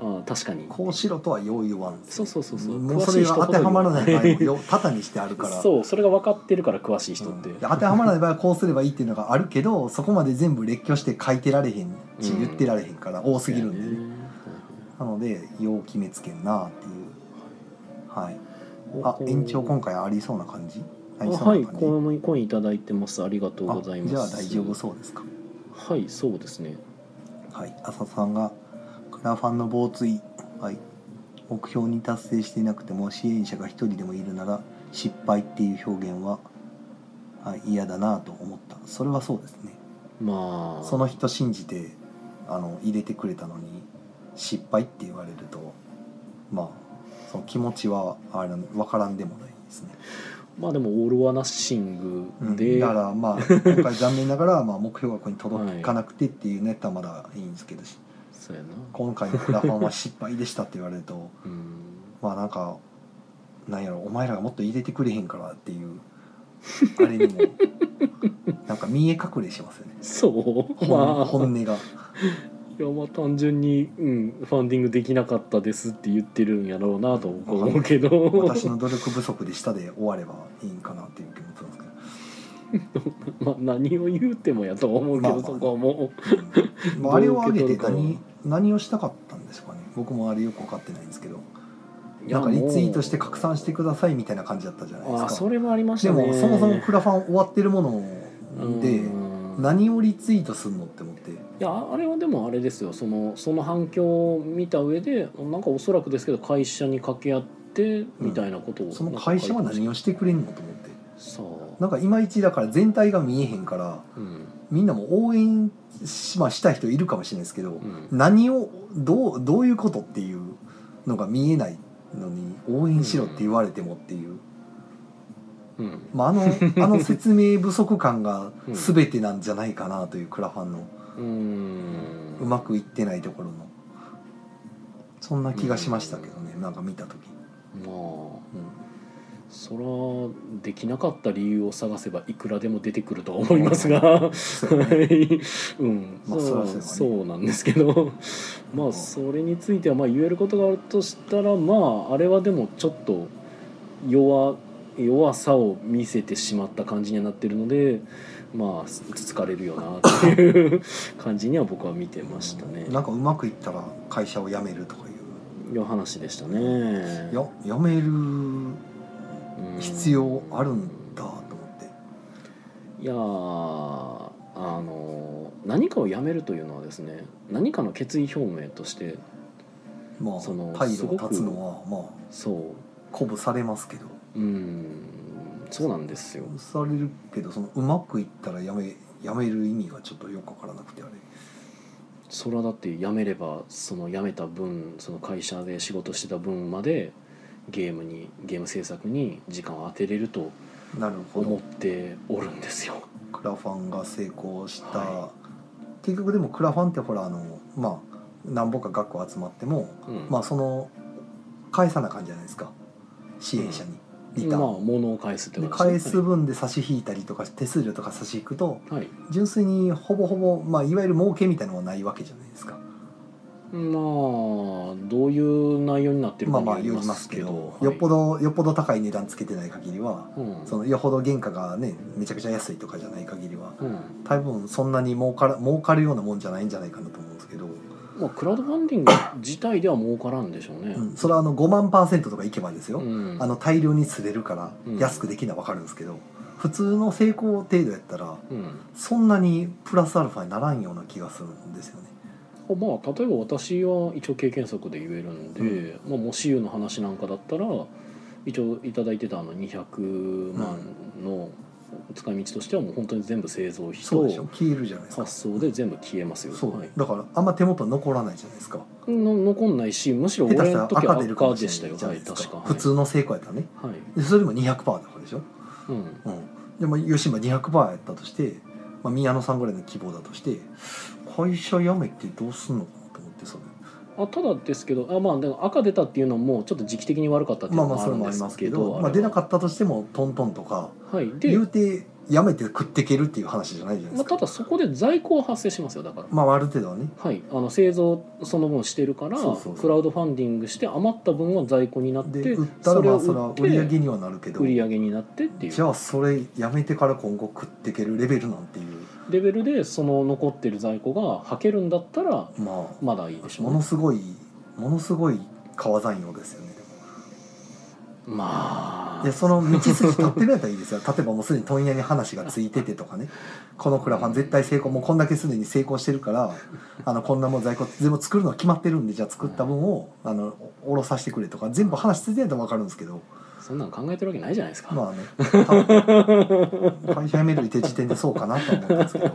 [SPEAKER 1] ああ確かに
[SPEAKER 2] こうしろとはよう言わんです
[SPEAKER 1] そうそうそうそう
[SPEAKER 2] もうそれが当てはまらない場合もよ多々にしてあるか ら
[SPEAKER 1] そうそれが分かってるから詳しい人
[SPEAKER 2] う
[SPEAKER 1] っ
[SPEAKER 2] ん
[SPEAKER 1] て、
[SPEAKER 2] で当てはまらない場合はこうすればいいっていうのがあるけどそこまで全部列挙して書いてられへんし、
[SPEAKER 1] うん
[SPEAKER 2] 言ってられへんから多すぎるんで、ね
[SPEAKER 1] ね
[SPEAKER 2] なのでよう決めつけんなっていうはいあ
[SPEAKER 1] こう
[SPEAKER 2] 延長今回ありそうな感じあ
[SPEAKER 1] あ
[SPEAKER 2] り
[SPEAKER 1] は
[SPEAKER 2] そう
[SPEAKER 1] い、
[SPEAKER 2] な感じ、
[SPEAKER 1] コインコインいただいてます。ありがとうございます。
[SPEAKER 2] あじゃあ大丈夫そうですか
[SPEAKER 1] はい、そうですね。
[SPEAKER 2] はい
[SPEAKER 3] 浅田さんがクラファンの棒追はい目標に達成していなくても支援者が一人でもいるなら失敗っていう表現はあ嫌だなと思ったそれはそうですね
[SPEAKER 1] まあ、
[SPEAKER 2] その人信じてあの入れてくれたのに失敗って言われるとまあその気持ちはあれ分からんでもないですね、
[SPEAKER 1] まあでもオールはナッシン
[SPEAKER 2] う
[SPEAKER 1] グ
[SPEAKER 2] ん
[SPEAKER 1] で、
[SPEAKER 2] だからまあ今回残念ながら、まあ、目標額に届かなくてっていうネタはまだいいんですけど、
[SPEAKER 1] そうやな。
[SPEAKER 2] 今回のクラファンは失敗でしたって言われると
[SPEAKER 1] うん。
[SPEAKER 2] まあなんかなんやろお前らがもっと入れてくれへんからっていうあれ にもなんか見え隠れしますよね
[SPEAKER 1] そう、ま
[SPEAKER 2] 本
[SPEAKER 1] あ、
[SPEAKER 2] 本音が。
[SPEAKER 1] いやまあ単純に、うん、ファンディングできなかったですって言ってるんやろうなと僕は思うけど、
[SPEAKER 2] 私の努力不足で下で終わればいいんかなっていう気持ちなんですけど
[SPEAKER 1] まあ何を言うてもやと思うけど、
[SPEAKER 2] まあまあ
[SPEAKER 1] そこはも
[SPEAKER 2] まあ、あれを挙げて
[SPEAKER 1] どう受け取る
[SPEAKER 2] 何
[SPEAKER 1] か
[SPEAKER 2] 何をしたかったんですかね僕もあれよく分かってないんですけど
[SPEAKER 1] う
[SPEAKER 2] なんかリツイートして
[SPEAKER 1] い
[SPEAKER 2] 拡散してくださいみたいな感じだったじゃ
[SPEAKER 1] や
[SPEAKER 2] ない
[SPEAKER 1] もうあー
[SPEAKER 2] ですか
[SPEAKER 1] それもありまし
[SPEAKER 2] で
[SPEAKER 1] たね
[SPEAKER 2] もそもそもクラファン終わってるもので
[SPEAKER 1] うん
[SPEAKER 2] 何をリツイートするのって思って
[SPEAKER 1] いやあれはでもあれですよそのその反響を見た上でなんかおそらくですけど会社に掛け合ってみたいなことを、
[SPEAKER 2] その会社は何をしてくれんのと思って
[SPEAKER 1] さあ、
[SPEAKER 2] なんかいまいちだから全体が見えへんから
[SPEAKER 1] うん
[SPEAKER 2] みんなも応援し,、まあ、した人いるかもしれないですけ
[SPEAKER 1] う
[SPEAKER 2] ど、
[SPEAKER 1] ん、
[SPEAKER 2] 何をどうどういうことっていうのが見えないのに応援しろって言われてもっていう、
[SPEAKER 1] うん、
[SPEAKER 2] まあ、あのあの説明不足感が全てなんじゃないかなというクラファンの
[SPEAKER 1] うーん
[SPEAKER 2] うまくいってないところのそんな気がしましたけどねなんか見た時、
[SPEAKER 1] まあ
[SPEAKER 2] うん
[SPEAKER 1] そらできなかった理由を探せばいくらでも出てくるとは思いますが、
[SPEAKER 2] そうや
[SPEAKER 1] は
[SPEAKER 2] ね
[SPEAKER 1] い、うん、
[SPEAKER 2] まあ
[SPEAKER 1] そ
[SPEAKER 2] そうりゃそうやわ
[SPEAKER 1] そ
[SPEAKER 2] ね
[SPEAKER 1] うなんですけどまあそれについてはまあ言えることがあるとしたらまああれはでもちょっと弱弱さを見せてしまった感じにはなってるのでまあつつかれるよなっていう感じには僕は見てましたね。
[SPEAKER 2] なんかうまくいったら会社を辞めるとかいう
[SPEAKER 1] いう話でしたね。
[SPEAKER 2] いや辞める
[SPEAKER 1] うん
[SPEAKER 2] 必要あるんだと思って
[SPEAKER 1] いやーあの何かをやめるというのはですね何かの決意表明として
[SPEAKER 2] まあ
[SPEAKER 1] その
[SPEAKER 2] 退路を断つのはまあ
[SPEAKER 1] そう
[SPEAKER 2] 鼓舞されますけど
[SPEAKER 1] うーんそうなんですよ
[SPEAKER 2] 鼓舞されるけどそのうまくいったら辞め辞める意味がちょっとよくわからなくてあれ
[SPEAKER 1] それはだって辞めればその辞めた分その会社で仕事してた分までゲームにゲーム制作に時間を当てれると
[SPEAKER 2] なるほ
[SPEAKER 1] 思っ
[SPEAKER 2] ど
[SPEAKER 1] ておるんですよ。
[SPEAKER 2] クラファンが成功した、
[SPEAKER 1] は
[SPEAKER 2] 結局でもクラファンってほらあのまあ何本か額集まっても、
[SPEAKER 1] うん
[SPEAKER 2] まあその返さなあかんじゃないですか支援者に、リタ
[SPEAKER 1] まあ
[SPEAKER 2] ーン、
[SPEAKER 1] 物を返すって
[SPEAKER 2] で
[SPEAKER 1] こと
[SPEAKER 2] 返
[SPEAKER 1] です
[SPEAKER 2] す
[SPEAKER 1] ね。
[SPEAKER 2] 分で差し引いたりとか手数料とか差し引くと
[SPEAKER 1] はい、
[SPEAKER 2] 純粋にほぼほぼ、まあ、いわゆる儲けみたいなのはないわけじゃないですか
[SPEAKER 1] まあどういう内容になってる
[SPEAKER 2] ま
[SPEAKER 1] かに
[SPEAKER 2] あまあ
[SPEAKER 1] より
[SPEAKER 2] より
[SPEAKER 1] ま
[SPEAKER 2] ますす
[SPEAKER 1] け
[SPEAKER 2] け
[SPEAKER 1] ど、
[SPEAKER 2] ど、
[SPEAKER 1] はい
[SPEAKER 2] よっぽどよっぽど高い値段つけてない限りは
[SPEAKER 1] うん
[SPEAKER 2] そのよほど原価がねめちゃくちゃ安いとかじゃない限りは
[SPEAKER 1] うん
[SPEAKER 2] 多分そんなに儲から儲かるようなもんじゃないんじゃないかなと思うんですけど、
[SPEAKER 1] まあ、クラウドファンディング自体では儲からんでしょうね。
[SPEAKER 2] うん、それはあの5万パーセントとかいけばですよ、
[SPEAKER 1] うん
[SPEAKER 2] あの大量に釣れるから
[SPEAKER 1] うん
[SPEAKER 2] 安くできるのは分かるんですけど、普通の成功程度やったら
[SPEAKER 1] うん
[SPEAKER 2] そんなにプラスアルファにならんような気がするんですよね。
[SPEAKER 1] あまあ例えば私は一応経験則で言えるんで、まあ、もしゆの話なんかだったら一応頂いただいてたあの200万の使い道としてはもう本当に全部製造費
[SPEAKER 2] そうでしょ
[SPEAKER 1] と
[SPEAKER 2] 消えるじゃないですか。
[SPEAKER 1] 発送で全部消えますよ。
[SPEAKER 2] そう
[SPEAKER 1] はい、
[SPEAKER 2] だからあんま手元に残らないじゃないですか
[SPEAKER 1] の残んないしむしろ
[SPEAKER 2] 下手し
[SPEAKER 1] 俺
[SPEAKER 2] た
[SPEAKER 1] の
[SPEAKER 2] ら
[SPEAKER 1] 時は
[SPEAKER 2] 赤出るか
[SPEAKER 1] 赤
[SPEAKER 2] もし
[SPEAKER 1] で
[SPEAKER 2] れ
[SPEAKER 1] した
[SPEAKER 2] な
[SPEAKER 1] よ
[SPEAKER 2] いじゃな
[SPEAKER 1] はいい
[SPEAKER 2] です
[SPEAKER 1] 確
[SPEAKER 2] か
[SPEAKER 1] か
[SPEAKER 2] 普通の成功やったらね
[SPEAKER 1] はい、はい
[SPEAKER 2] でそれでも200%だからでしょ、
[SPEAKER 1] うん
[SPEAKER 2] うん、でも吉村200%やったとして、まあ、宮野さんぐらいの希望だとして会社辞めてどうすんのかなと思ってそれ
[SPEAKER 1] あただですけどあ、まあ、でも赤出たっていうのもちょっと時期的に悪かったっていう
[SPEAKER 2] まあ
[SPEAKER 1] の
[SPEAKER 2] まあ
[SPEAKER 1] もあ
[SPEAKER 2] そ
[SPEAKER 1] る
[SPEAKER 2] れ
[SPEAKER 1] ん
[SPEAKER 2] もあ
[SPEAKER 1] で
[SPEAKER 2] ります
[SPEAKER 1] す
[SPEAKER 2] け
[SPEAKER 1] け
[SPEAKER 2] ど
[SPEAKER 1] ど、
[SPEAKER 2] まあ、出なか
[SPEAKER 1] っ
[SPEAKER 2] ったとしてもトントンとか
[SPEAKER 1] た、はい、で
[SPEAKER 2] 言うて辞めて食っていけるっていう話じゃないじゃない
[SPEAKER 1] ま
[SPEAKER 2] で
[SPEAKER 1] すあ、
[SPEAKER 2] か
[SPEAKER 1] ただそこで在庫は発生しますよだから。
[SPEAKER 2] まあある程度はね
[SPEAKER 1] はい、あの製造その分してるから
[SPEAKER 2] そうそうそう
[SPEAKER 1] クラウドファンディングして余った分は在庫になっ
[SPEAKER 2] で
[SPEAKER 1] て
[SPEAKER 2] 売ったらまあそれは
[SPEAKER 1] 売って
[SPEAKER 2] 売り上げにはなるけど
[SPEAKER 1] 売り上げになってってい
[SPEAKER 2] じ
[SPEAKER 1] う
[SPEAKER 2] ゃあそれ辞めてから今後食っていけるレベルなんていう
[SPEAKER 1] レベルでその残ってる在庫がはけるんだったら
[SPEAKER 2] まあ
[SPEAKER 1] まだいいでしょ
[SPEAKER 2] も
[SPEAKER 1] う、
[SPEAKER 2] の
[SPEAKER 1] ね、
[SPEAKER 2] すごいものすごい川山用ですよね
[SPEAKER 1] まあ
[SPEAKER 2] いやその道筋立ってるやったらいいですよ例えばもうすでに問屋に話がついててとかねこのクラファン絶対成功もうこんだけすでに成功してるからあのこんなもん在庫全部作るのは決まってるんでじゃあ作った分をあのおろさせてくれとか全部話ついてるやったら分かるんですけど
[SPEAKER 1] そんなん考えてるわけないじゃないですか、
[SPEAKER 2] まあねた会社辞めるって時点でそうかなと思ったんですけど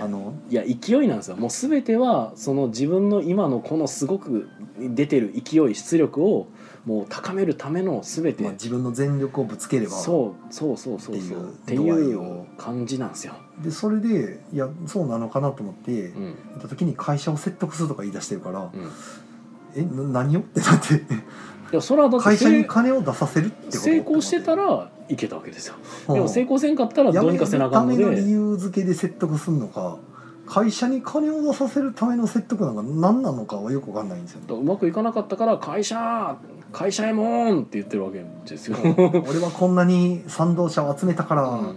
[SPEAKER 2] あの
[SPEAKER 1] いや勢いなんですよもう全てはその自分の今のこのすごく出てる勢い出力をもう高めるための全て、
[SPEAKER 2] まあ自分の全力をぶつければ
[SPEAKER 1] そうそうそうそうそう
[SPEAKER 2] っ
[SPEAKER 1] ってて
[SPEAKER 2] いう
[SPEAKER 1] い
[SPEAKER 2] 度合いを
[SPEAKER 1] う感じなんですよ、
[SPEAKER 2] でそれでいやそうなのかなと思って言
[SPEAKER 1] うん
[SPEAKER 2] った時に会社を説得するとか言い出してるから。
[SPEAKER 1] うん、い
[SPEAKER 2] えな何を ってだって
[SPEAKER 1] やそれはだって
[SPEAKER 2] 会社に
[SPEAKER 1] せ
[SPEAKER 2] 金を出させるってこと
[SPEAKER 1] 成功してた
[SPEAKER 2] ら
[SPEAKER 1] らいけたわけですよでも成功せんかったら
[SPEAKER 2] や
[SPEAKER 1] どう
[SPEAKER 2] め
[SPEAKER 1] にか
[SPEAKER 2] る
[SPEAKER 1] せなあか
[SPEAKER 2] た
[SPEAKER 1] んの
[SPEAKER 2] めの理
[SPEAKER 1] で
[SPEAKER 2] 由付けで説得するのか会社に金を出させるための説得なんか何なのかはよくわかんないんですよね
[SPEAKER 1] うまくいかなかったから会社会社へもんって言ってるわけですよ。
[SPEAKER 2] 俺はこんなに賛同者を集めたから、
[SPEAKER 1] うん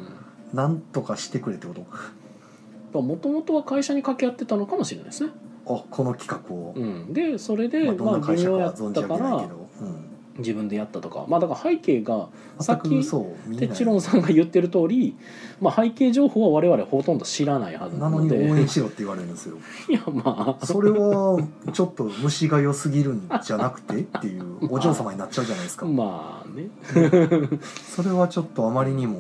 [SPEAKER 2] なんとかしてくれってこと
[SPEAKER 1] もともとは会社に掛け合ってたのかもしれないですね、
[SPEAKER 2] あこの企画を、
[SPEAKER 1] うん、でそれで、ま
[SPEAKER 2] まあ、
[SPEAKER 1] あ、
[SPEAKER 2] どんな会
[SPEAKER 1] 微
[SPEAKER 2] 社か
[SPEAKER 1] 妙や
[SPEAKER 2] は
[SPEAKER 1] っ
[SPEAKER 2] 存じ
[SPEAKER 1] た
[SPEAKER 2] 上
[SPEAKER 1] か
[SPEAKER 2] げないけ
[SPEAKER 1] ら
[SPEAKER 2] ど、うん、
[SPEAKER 1] 自分でやったとかまあだから背景がさ
[SPEAKER 2] 全
[SPEAKER 1] っ
[SPEAKER 2] く
[SPEAKER 1] き
[SPEAKER 2] そう見え
[SPEAKER 1] テ
[SPEAKER 2] な
[SPEAKER 1] チロン
[SPEAKER 2] い
[SPEAKER 1] さんが言ってる通り、まあ、背景情報は我々ほとんど知らないはずな
[SPEAKER 2] なの
[SPEAKER 1] の
[SPEAKER 2] に
[SPEAKER 1] で
[SPEAKER 2] 応援しろって言われる んですよ
[SPEAKER 1] いやまあ
[SPEAKER 2] それはちょっと虫が良すぎるんじゃなくてっていうお嬢様になっちゃうじゃないですか
[SPEAKER 1] まあね
[SPEAKER 2] それはちょっとあまりにも、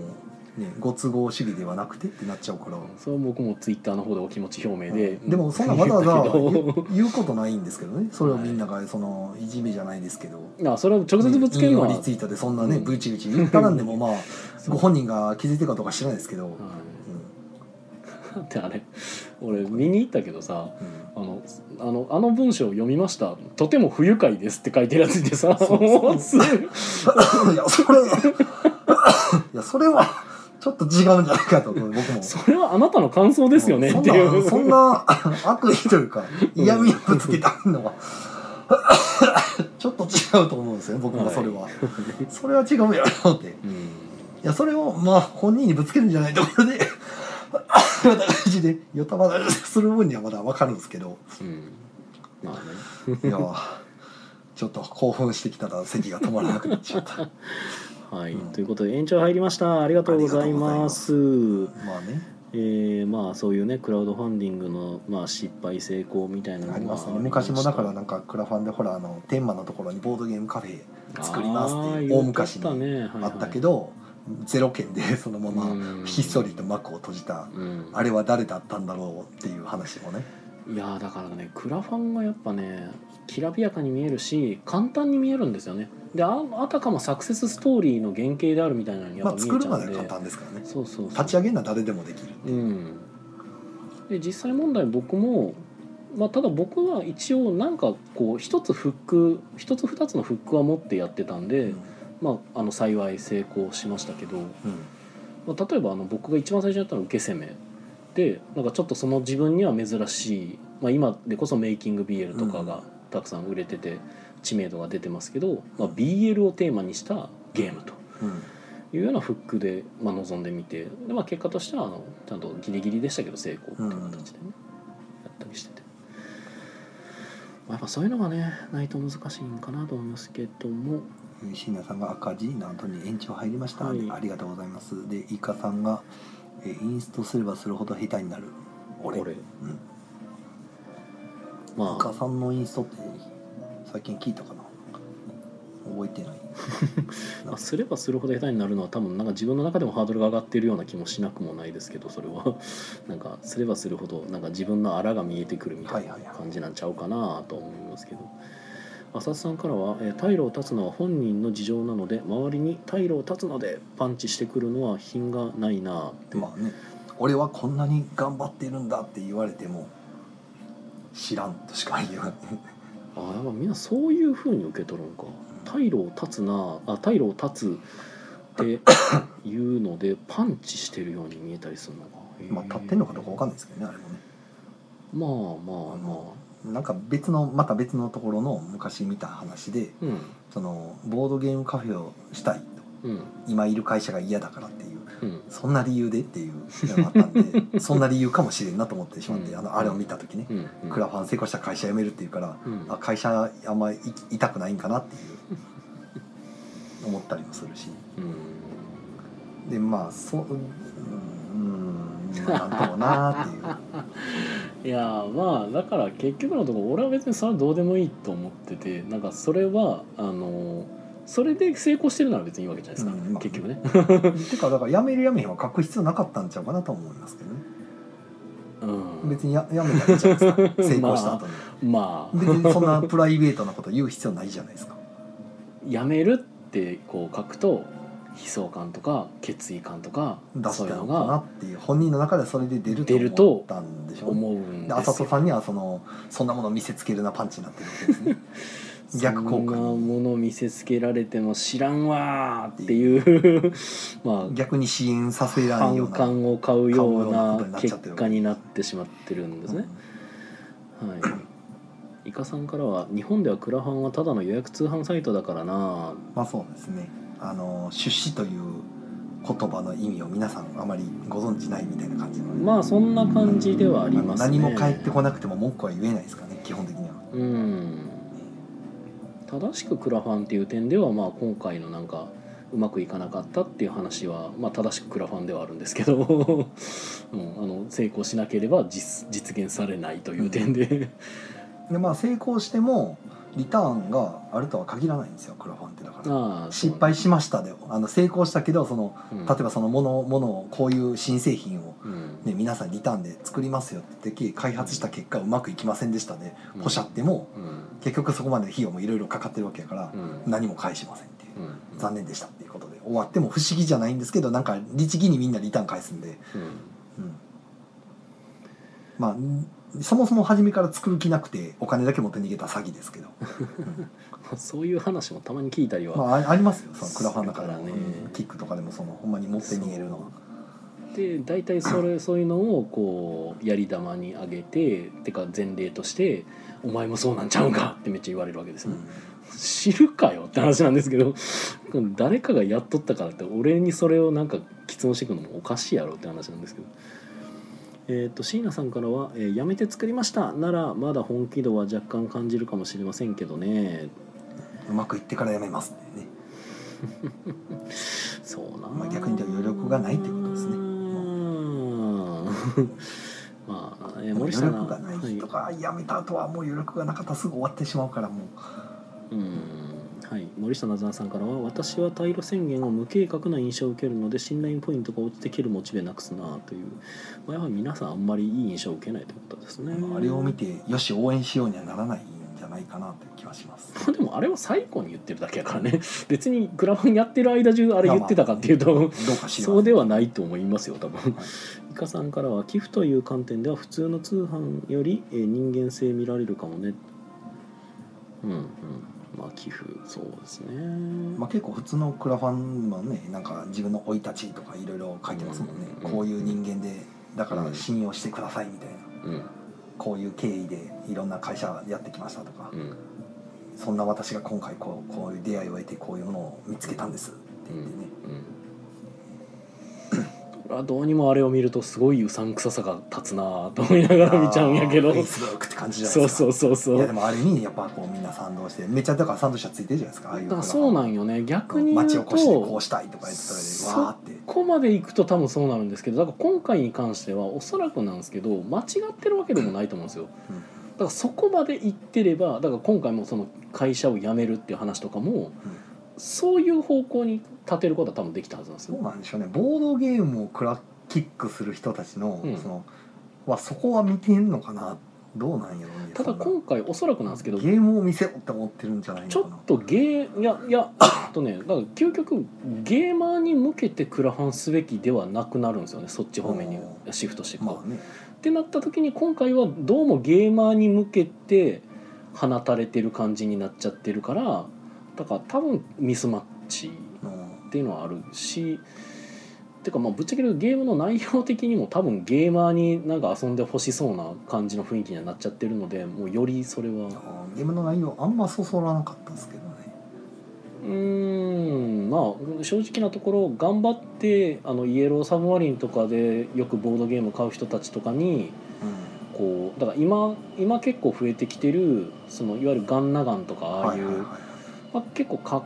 [SPEAKER 2] ね、ご都合主義ではなくてってなっちゃうから、
[SPEAKER 1] それは僕もツイッターの方でお気持ち表明で、
[SPEAKER 2] でもそんなわざ
[SPEAKER 1] 言っ
[SPEAKER 2] わざ
[SPEAKER 1] たけ
[SPEAKER 2] 言
[SPEAKER 1] ど
[SPEAKER 2] う言うことないんですけどねそれをみんながそのいじめじゃないですけど。
[SPEAKER 1] あそれを直接ぶつけるのは、
[SPEAKER 2] 引用リツイートでそんなね、ブチブチ言ったらんでもまあ
[SPEAKER 1] そう
[SPEAKER 2] ご本人が気づいてるかどうか知らないですけど、うん
[SPEAKER 1] はいだ ってあれ俺見に行ったけどさ
[SPEAKER 2] うん
[SPEAKER 1] あのあのあの文章を読みました「とても不愉快です」って書いてるやついてさ
[SPEAKER 2] そう
[SPEAKER 1] もうすぐ
[SPEAKER 2] いやそれいやそれはちょっと違うんじゃないかと僕も
[SPEAKER 1] それはあなたの感想ですよね
[SPEAKER 2] そ
[SPEAKER 1] っ
[SPEAKER 2] ん
[SPEAKER 1] て
[SPEAKER 2] な
[SPEAKER 1] いう
[SPEAKER 2] そんな悪意というか嫌味をぶつけたのはちょっと違うと思うんですよね僕もそれは、それは違うやろって
[SPEAKER 1] うん
[SPEAKER 2] いや、それを、まあ、本人にぶつけるんじゃないところで、また感じで、よたばらする分にはまだわかるんですけど、
[SPEAKER 1] うんまあね
[SPEAKER 2] いや、ちょっと興奮してきたら席が止まらなくなっ ちゃった。
[SPEAKER 1] はい、
[SPEAKER 2] うん
[SPEAKER 1] ということで延長入りましたありがとうございます
[SPEAKER 2] まあね、
[SPEAKER 1] えーまあそういうねクラウドファンディングの、まあ、失敗成功みたいなのが
[SPEAKER 2] ありますよね。
[SPEAKER 1] あり
[SPEAKER 2] 昔
[SPEAKER 1] した
[SPEAKER 2] もだからなんか、クラファンでほら、あの、天満のところにボードゲームカフェ作りますっていう、大昔
[SPEAKER 1] あー
[SPEAKER 2] に
[SPEAKER 1] 言ってたね
[SPEAKER 2] あったけ
[SPEAKER 1] ど、
[SPEAKER 2] ど、ゼロ件でそのまま、
[SPEAKER 1] うん
[SPEAKER 2] ひっそりと幕を閉じた。
[SPEAKER 1] うん
[SPEAKER 2] あれは誰だったんだろうっていう話もね。
[SPEAKER 1] いやーだからねクラファンがやっぱねきらびやかに見えるし簡単に見えるんですよねでああたかもサクセスストーリーの原型であるみたいなのにや
[SPEAKER 2] ま
[SPEAKER 1] っ
[SPEAKER 2] あ、
[SPEAKER 1] ぱ見え
[SPEAKER 2] 作
[SPEAKER 1] ち
[SPEAKER 2] る
[SPEAKER 1] ゃう
[SPEAKER 2] ま
[SPEAKER 1] ん
[SPEAKER 2] で
[SPEAKER 1] で、
[SPEAKER 2] は簡単ですからね。
[SPEAKER 1] そうそうそう
[SPEAKER 2] 立ち上げるのは誰でもできる。
[SPEAKER 1] うん、で実際問題僕も、まあ、ただ僕は一応なんかこう一つフック一つ二つのフックは持ってやってたんで、
[SPEAKER 2] うん
[SPEAKER 1] まあ、あの幸い成功しましたけど、
[SPEAKER 2] うん
[SPEAKER 1] まあ、例えばあの僕が一番最初にやったのは受け攻めでなんかちょっとその自分には珍しい、まあ、今でこそメイキング BL とか
[SPEAKER 2] うん
[SPEAKER 1] がたくさん売れてて知名度が出てますけど、まあ、BL をテーマにしたゲームと。
[SPEAKER 2] うん
[SPEAKER 1] いうようなフックで、まあ、望んでみてで、まあ、結果としてはあのちゃんとギリギリでしたけど成功っていう形でね、やったりしてて、まあ、やっぱそういうのがねないと難しいんかなと思いますけども
[SPEAKER 3] 椎名さんが赤字の後に延長入りました、
[SPEAKER 1] はい
[SPEAKER 3] でありがとうございますでイカさんが、えーインストすればするほど下手になる
[SPEAKER 1] こ
[SPEAKER 3] 俺
[SPEAKER 1] れ
[SPEAKER 3] うん
[SPEAKER 1] ま
[SPEAKER 3] イカ
[SPEAKER 1] あ
[SPEAKER 3] さんのインストって最近聞いたかな覚えてない
[SPEAKER 1] まあすればするほど下手になるのは多分なんか自分の中でもハードルが上がってるような気もしなくもないですけどそれは なんかすればするほどなんか自分のあらが見えてくるみたいな
[SPEAKER 3] はいはいはい
[SPEAKER 1] 感じなんちゃうかなと思いますけど。浅津さんからは「えー退路を断つのは本人の事情なので周りに退路を断つのでパンチしてくるのは品がないな」って、
[SPEAKER 3] まあね
[SPEAKER 2] 俺はこんなに頑張ってるんだって言われても知らんとしか言わない
[SPEAKER 1] ああやっぱみんなそういうふうに受け取るんか退路を断つなあ退路を断つっていうのでパンチしてるように見えたりするのかへー
[SPEAKER 2] まあ立ってんのかどうかわかんないですけどねあれもね
[SPEAKER 1] まあまあま
[SPEAKER 2] なんか別のまた別のところの昔見た話で
[SPEAKER 1] あうん
[SPEAKER 2] そのボードゲームカフェをしたいと
[SPEAKER 1] うん
[SPEAKER 2] 今いる会社が嫌だからっていう
[SPEAKER 1] うん
[SPEAKER 2] そんな理由でっていうのがあったんでそんな理由かもしれんなと思ってしまってあのあれを見た時ね
[SPEAKER 1] うんうん
[SPEAKER 2] クラファン成功したら会社辞めるっていうから
[SPEAKER 1] うん
[SPEAKER 2] あ会社あんまいいたくないんかなっていう思ったりもするし
[SPEAKER 1] うん
[SPEAKER 2] でまあそううんうんなんともなーっていう
[SPEAKER 1] いやーまあだから結局のところ俺は別にそれはどうでもいいと思っててなんかそれはあのーそれで成功してるなら別にいいわけじゃないですか、
[SPEAKER 2] うんまあ
[SPEAKER 1] 結局ね
[SPEAKER 2] てかだから辞める辞めへんは書く必要なかったんちゃうかなと思いますけどね
[SPEAKER 1] うん
[SPEAKER 2] 別 にや辞めたらいいじゃないですか成功した後に、
[SPEAKER 1] まあ
[SPEAKER 2] 別にそんなプライベートなこと言う必要ないじゃないですか
[SPEAKER 1] やめるってこう書くと悲壮感とか決意感とか
[SPEAKER 2] 出し
[SPEAKER 1] そうい
[SPEAKER 2] た
[SPEAKER 1] うの
[SPEAKER 2] のかな
[SPEAKER 1] が
[SPEAKER 2] っていう本人の中でそれで出
[SPEAKER 1] 出
[SPEAKER 2] る
[SPEAKER 1] る
[SPEAKER 2] と
[SPEAKER 1] と
[SPEAKER 2] 思ったんでしょうね
[SPEAKER 1] 思うん
[SPEAKER 2] で
[SPEAKER 1] で
[SPEAKER 2] あさ
[SPEAKER 1] す
[SPEAKER 2] と
[SPEAKER 1] よ
[SPEAKER 2] さんにはそのそんなもの見せつけるなパンチになってるわけです ね逆効果
[SPEAKER 1] そんな
[SPEAKER 2] に
[SPEAKER 1] もの見せつけられても知らんわーっていう まあ
[SPEAKER 2] 逆に支援させられんよ
[SPEAKER 1] 反
[SPEAKER 2] うな
[SPEAKER 1] 感を買うよう
[SPEAKER 2] 買うようなことに
[SPEAKER 1] な
[SPEAKER 2] なっちゃ
[SPEAKER 1] 結
[SPEAKER 2] ってる
[SPEAKER 1] 果になってしまってるんですね。はい。イカさんからは日本ではクラファンはただの予約通販サイトだからな。
[SPEAKER 2] まあそうですねあの出資という言葉の意味を皆さんあまりご存知ないみたいな感じのね、
[SPEAKER 1] まあそんな感じではあり
[SPEAKER 2] あの
[SPEAKER 1] ますね
[SPEAKER 2] 何も返ってこなくても文句は言えないですかね基本的には
[SPEAKER 1] うん正しくクラファンっていう点ではまあ今回のなんかうまくいかなかったっていう話は、まあ、正しくクラファンではあるんですけど、 うん、あの成功しなければ実実現されないという点で、
[SPEAKER 2] でまあ成功してもリターンがあるとは限らないんですよクラファンってだ から
[SPEAKER 1] ああ
[SPEAKER 2] 失敗しましたであの成功したけどその
[SPEAKER 1] 例え
[SPEAKER 2] 例えばそのものものをこういう新製品を、
[SPEAKER 1] うん
[SPEAKER 2] ね、皆さんリターンで作りますよって言って開発した結果うまくいきませんでしたで
[SPEAKER 1] うん
[SPEAKER 2] ポシャっても
[SPEAKER 1] うん
[SPEAKER 2] 結局そこまでの費用もいろいろかかってるわけやから
[SPEAKER 1] うん
[SPEAKER 2] 何も返しませんっていう
[SPEAKER 1] うん
[SPEAKER 2] 残念でしたっていうことで終わっても不思議じゃないんですけどなんか律儀にみんなリターン返すんで、うん、まあんそもそも初めから作る気なくてお金だけ持って逃げた詐欺ですけど、
[SPEAKER 1] うんそういう話もたまに聞いたりは、
[SPEAKER 2] まああ、ありますよそのクラファンの中でも、
[SPEAKER 1] そうだね
[SPEAKER 2] うんキックとかでもそのほんまに持って逃げるのは
[SPEAKER 1] で大体そ れそういうのをこうやり玉にあげててか前例として「お前もそうなんちゃうんか!」ってめっちゃ言われるわけですよ、知るかよって話なんですけど誰かがやっとったからって俺にそれをなんか質問してくのもおかしいやろって話なんですけど。えー、と椎名さんからは、えーやめて作りました」ならまだ本気度は若干感じるかもしれませんけどね
[SPEAKER 2] うまくいってからやめますってね
[SPEAKER 1] そうな、
[SPEAKER 2] まあ逆に言うと余力がないってことですね
[SPEAKER 1] うんまあ、えー、森
[SPEAKER 2] 余
[SPEAKER 1] 下
[SPEAKER 2] 力がな
[SPEAKER 1] はい
[SPEAKER 2] とか、やめた後はもう余力がなかったらすぐ終わってしまうからも
[SPEAKER 1] うんはい、森下なずなさんからは「私は退路宣言を無計画な印象を受けるので信頼ポイントが落ちてきるモチベなくすな」という、まあ、やはり皆さんあんまりいい印象を受けないということですね
[SPEAKER 2] う、まああれを見てよし応援しようにはならないんじゃないかなという気はします
[SPEAKER 1] まあでもあれは最後に言ってるだけやからね 別にクラファンやってる間中あれ言ってたかっていうと、
[SPEAKER 2] どうかしら
[SPEAKER 1] そうではないと思いますよ多分
[SPEAKER 2] はい
[SPEAKER 1] イカさんからは寄付という観点では普通の通販よりえー人間性見られるかもねうんうんまあ寄付そうですね
[SPEAKER 2] まあ、結構普通のクラファンもねなんか自分の生い立ちとかいろいろ書いてますもんね、
[SPEAKER 1] うん
[SPEAKER 2] こういう人間でだから信用してくださいみたいな、
[SPEAKER 1] うん
[SPEAKER 2] こういう経緯でいろんな会社やってきましたとか、
[SPEAKER 1] うん
[SPEAKER 2] そんな私が今回こうこういう出会いを得てこういうものを見つけたんですって言ってね、
[SPEAKER 1] 俺はどうにもあれを見るとすごいうさんくささが立つなぁと思いながら見ちゃうんやけど
[SPEAKER 2] フェイスブックって感じじゃない
[SPEAKER 1] そ
[SPEAKER 2] で
[SPEAKER 1] う
[SPEAKER 2] すか
[SPEAKER 1] そうそう
[SPEAKER 2] い
[SPEAKER 1] そ
[SPEAKER 2] やで
[SPEAKER 1] う
[SPEAKER 2] もあれにやっぱこうみんな賛同してめっちゃだから賛同者ついてるじゃないですかああいう
[SPEAKER 1] だからそうなんんよね逆に言
[SPEAKER 2] 町
[SPEAKER 1] う
[SPEAKER 2] おこしでことうしたいとか言ってたら
[SPEAKER 1] そ
[SPEAKER 2] わーって
[SPEAKER 1] ここまで行くと多分そうなるんですけどだから今回に関してはおそらくなんですけど間違ってるわけでもないと思うんですよ、
[SPEAKER 2] うん
[SPEAKER 1] だからそこまで行ってればだから今回もその会社を辞めるっていう話とかも、そういう方向に立てることは多分できたはずなんです
[SPEAKER 2] ど
[SPEAKER 1] よ
[SPEAKER 2] う、なんでしょうねボードゲームをクラキックする人たちの,、
[SPEAKER 1] うん
[SPEAKER 2] そのはそこは見てんのかなどうなんやろうね
[SPEAKER 1] ただ
[SPEAKER 2] そんな
[SPEAKER 1] 今回おそらくなんですけど
[SPEAKER 2] ゲームを見せようって思ってるんじゃないの
[SPEAKER 1] ちょ
[SPEAKER 2] か
[SPEAKER 1] っ
[SPEAKER 2] な
[SPEAKER 1] とゲーいやいやえっとねだから究極ゲーマーに向けてクラハンすべきではなくなるんですよねそっち方面に
[SPEAKER 2] う
[SPEAKER 1] シフトしていくと、
[SPEAKER 2] まあね
[SPEAKER 1] ってなった時に今回はどうもゲーマーに向けて放たれてる感じになっちゃってるからだから多分ミスマッチっていうのはあるしてかまあぶっちゃけるゲームの内容的にも多分ゲーマーになんか遊んでほしそうな感じの雰囲気にはなっちゃってるのでもうよりそれは。
[SPEAKER 2] うんゲームの内容あんまそそらなかったですけどね
[SPEAKER 1] うーんまあ正直なところ頑張ってあのイエローサブマリンとかでよくボードゲーム買う人たちとかにこうだから今今結構増えてきてるそのいわゆるガンナガンとか
[SPEAKER 2] うん
[SPEAKER 1] ああいう、
[SPEAKER 2] はいはいは
[SPEAKER 1] まあ、結構かっ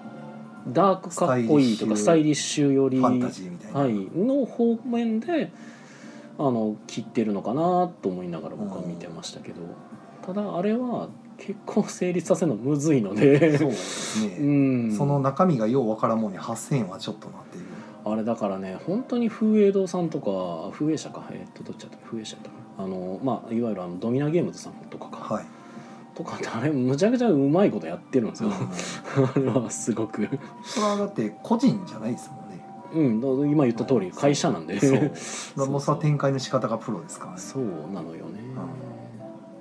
[SPEAKER 1] ダークかっこいいとかス
[SPEAKER 2] ス
[SPEAKER 1] タ
[SPEAKER 2] タ
[SPEAKER 1] イ
[SPEAKER 2] イ
[SPEAKER 1] リッシュより
[SPEAKER 2] いファンタジーみたいな、
[SPEAKER 1] はい、の方面であの切ってるのかなと思いながら僕は見てましたけど、ただあれは結構成立させるのむずいので
[SPEAKER 2] そうですね、
[SPEAKER 1] うん
[SPEAKER 2] その中身がようわからんもんに8000円はちょっとなっていう
[SPEAKER 1] あれだからね本当に風営堂さんとか風営社かえっとどっちだったか風営社だったかなあのまあいわゆるあのドミナゲームズさんとかか、
[SPEAKER 2] はい、
[SPEAKER 1] とかってあれむちゃくちゃうまいことやってるんですよ、 あれはすごく
[SPEAKER 2] それはだって個人じゃないですもんね
[SPEAKER 1] うんだから今言った通り会社なんで
[SPEAKER 2] そう
[SPEAKER 1] そう
[SPEAKER 2] もうさ展開の仕方がプロですからね
[SPEAKER 1] そうなのよね、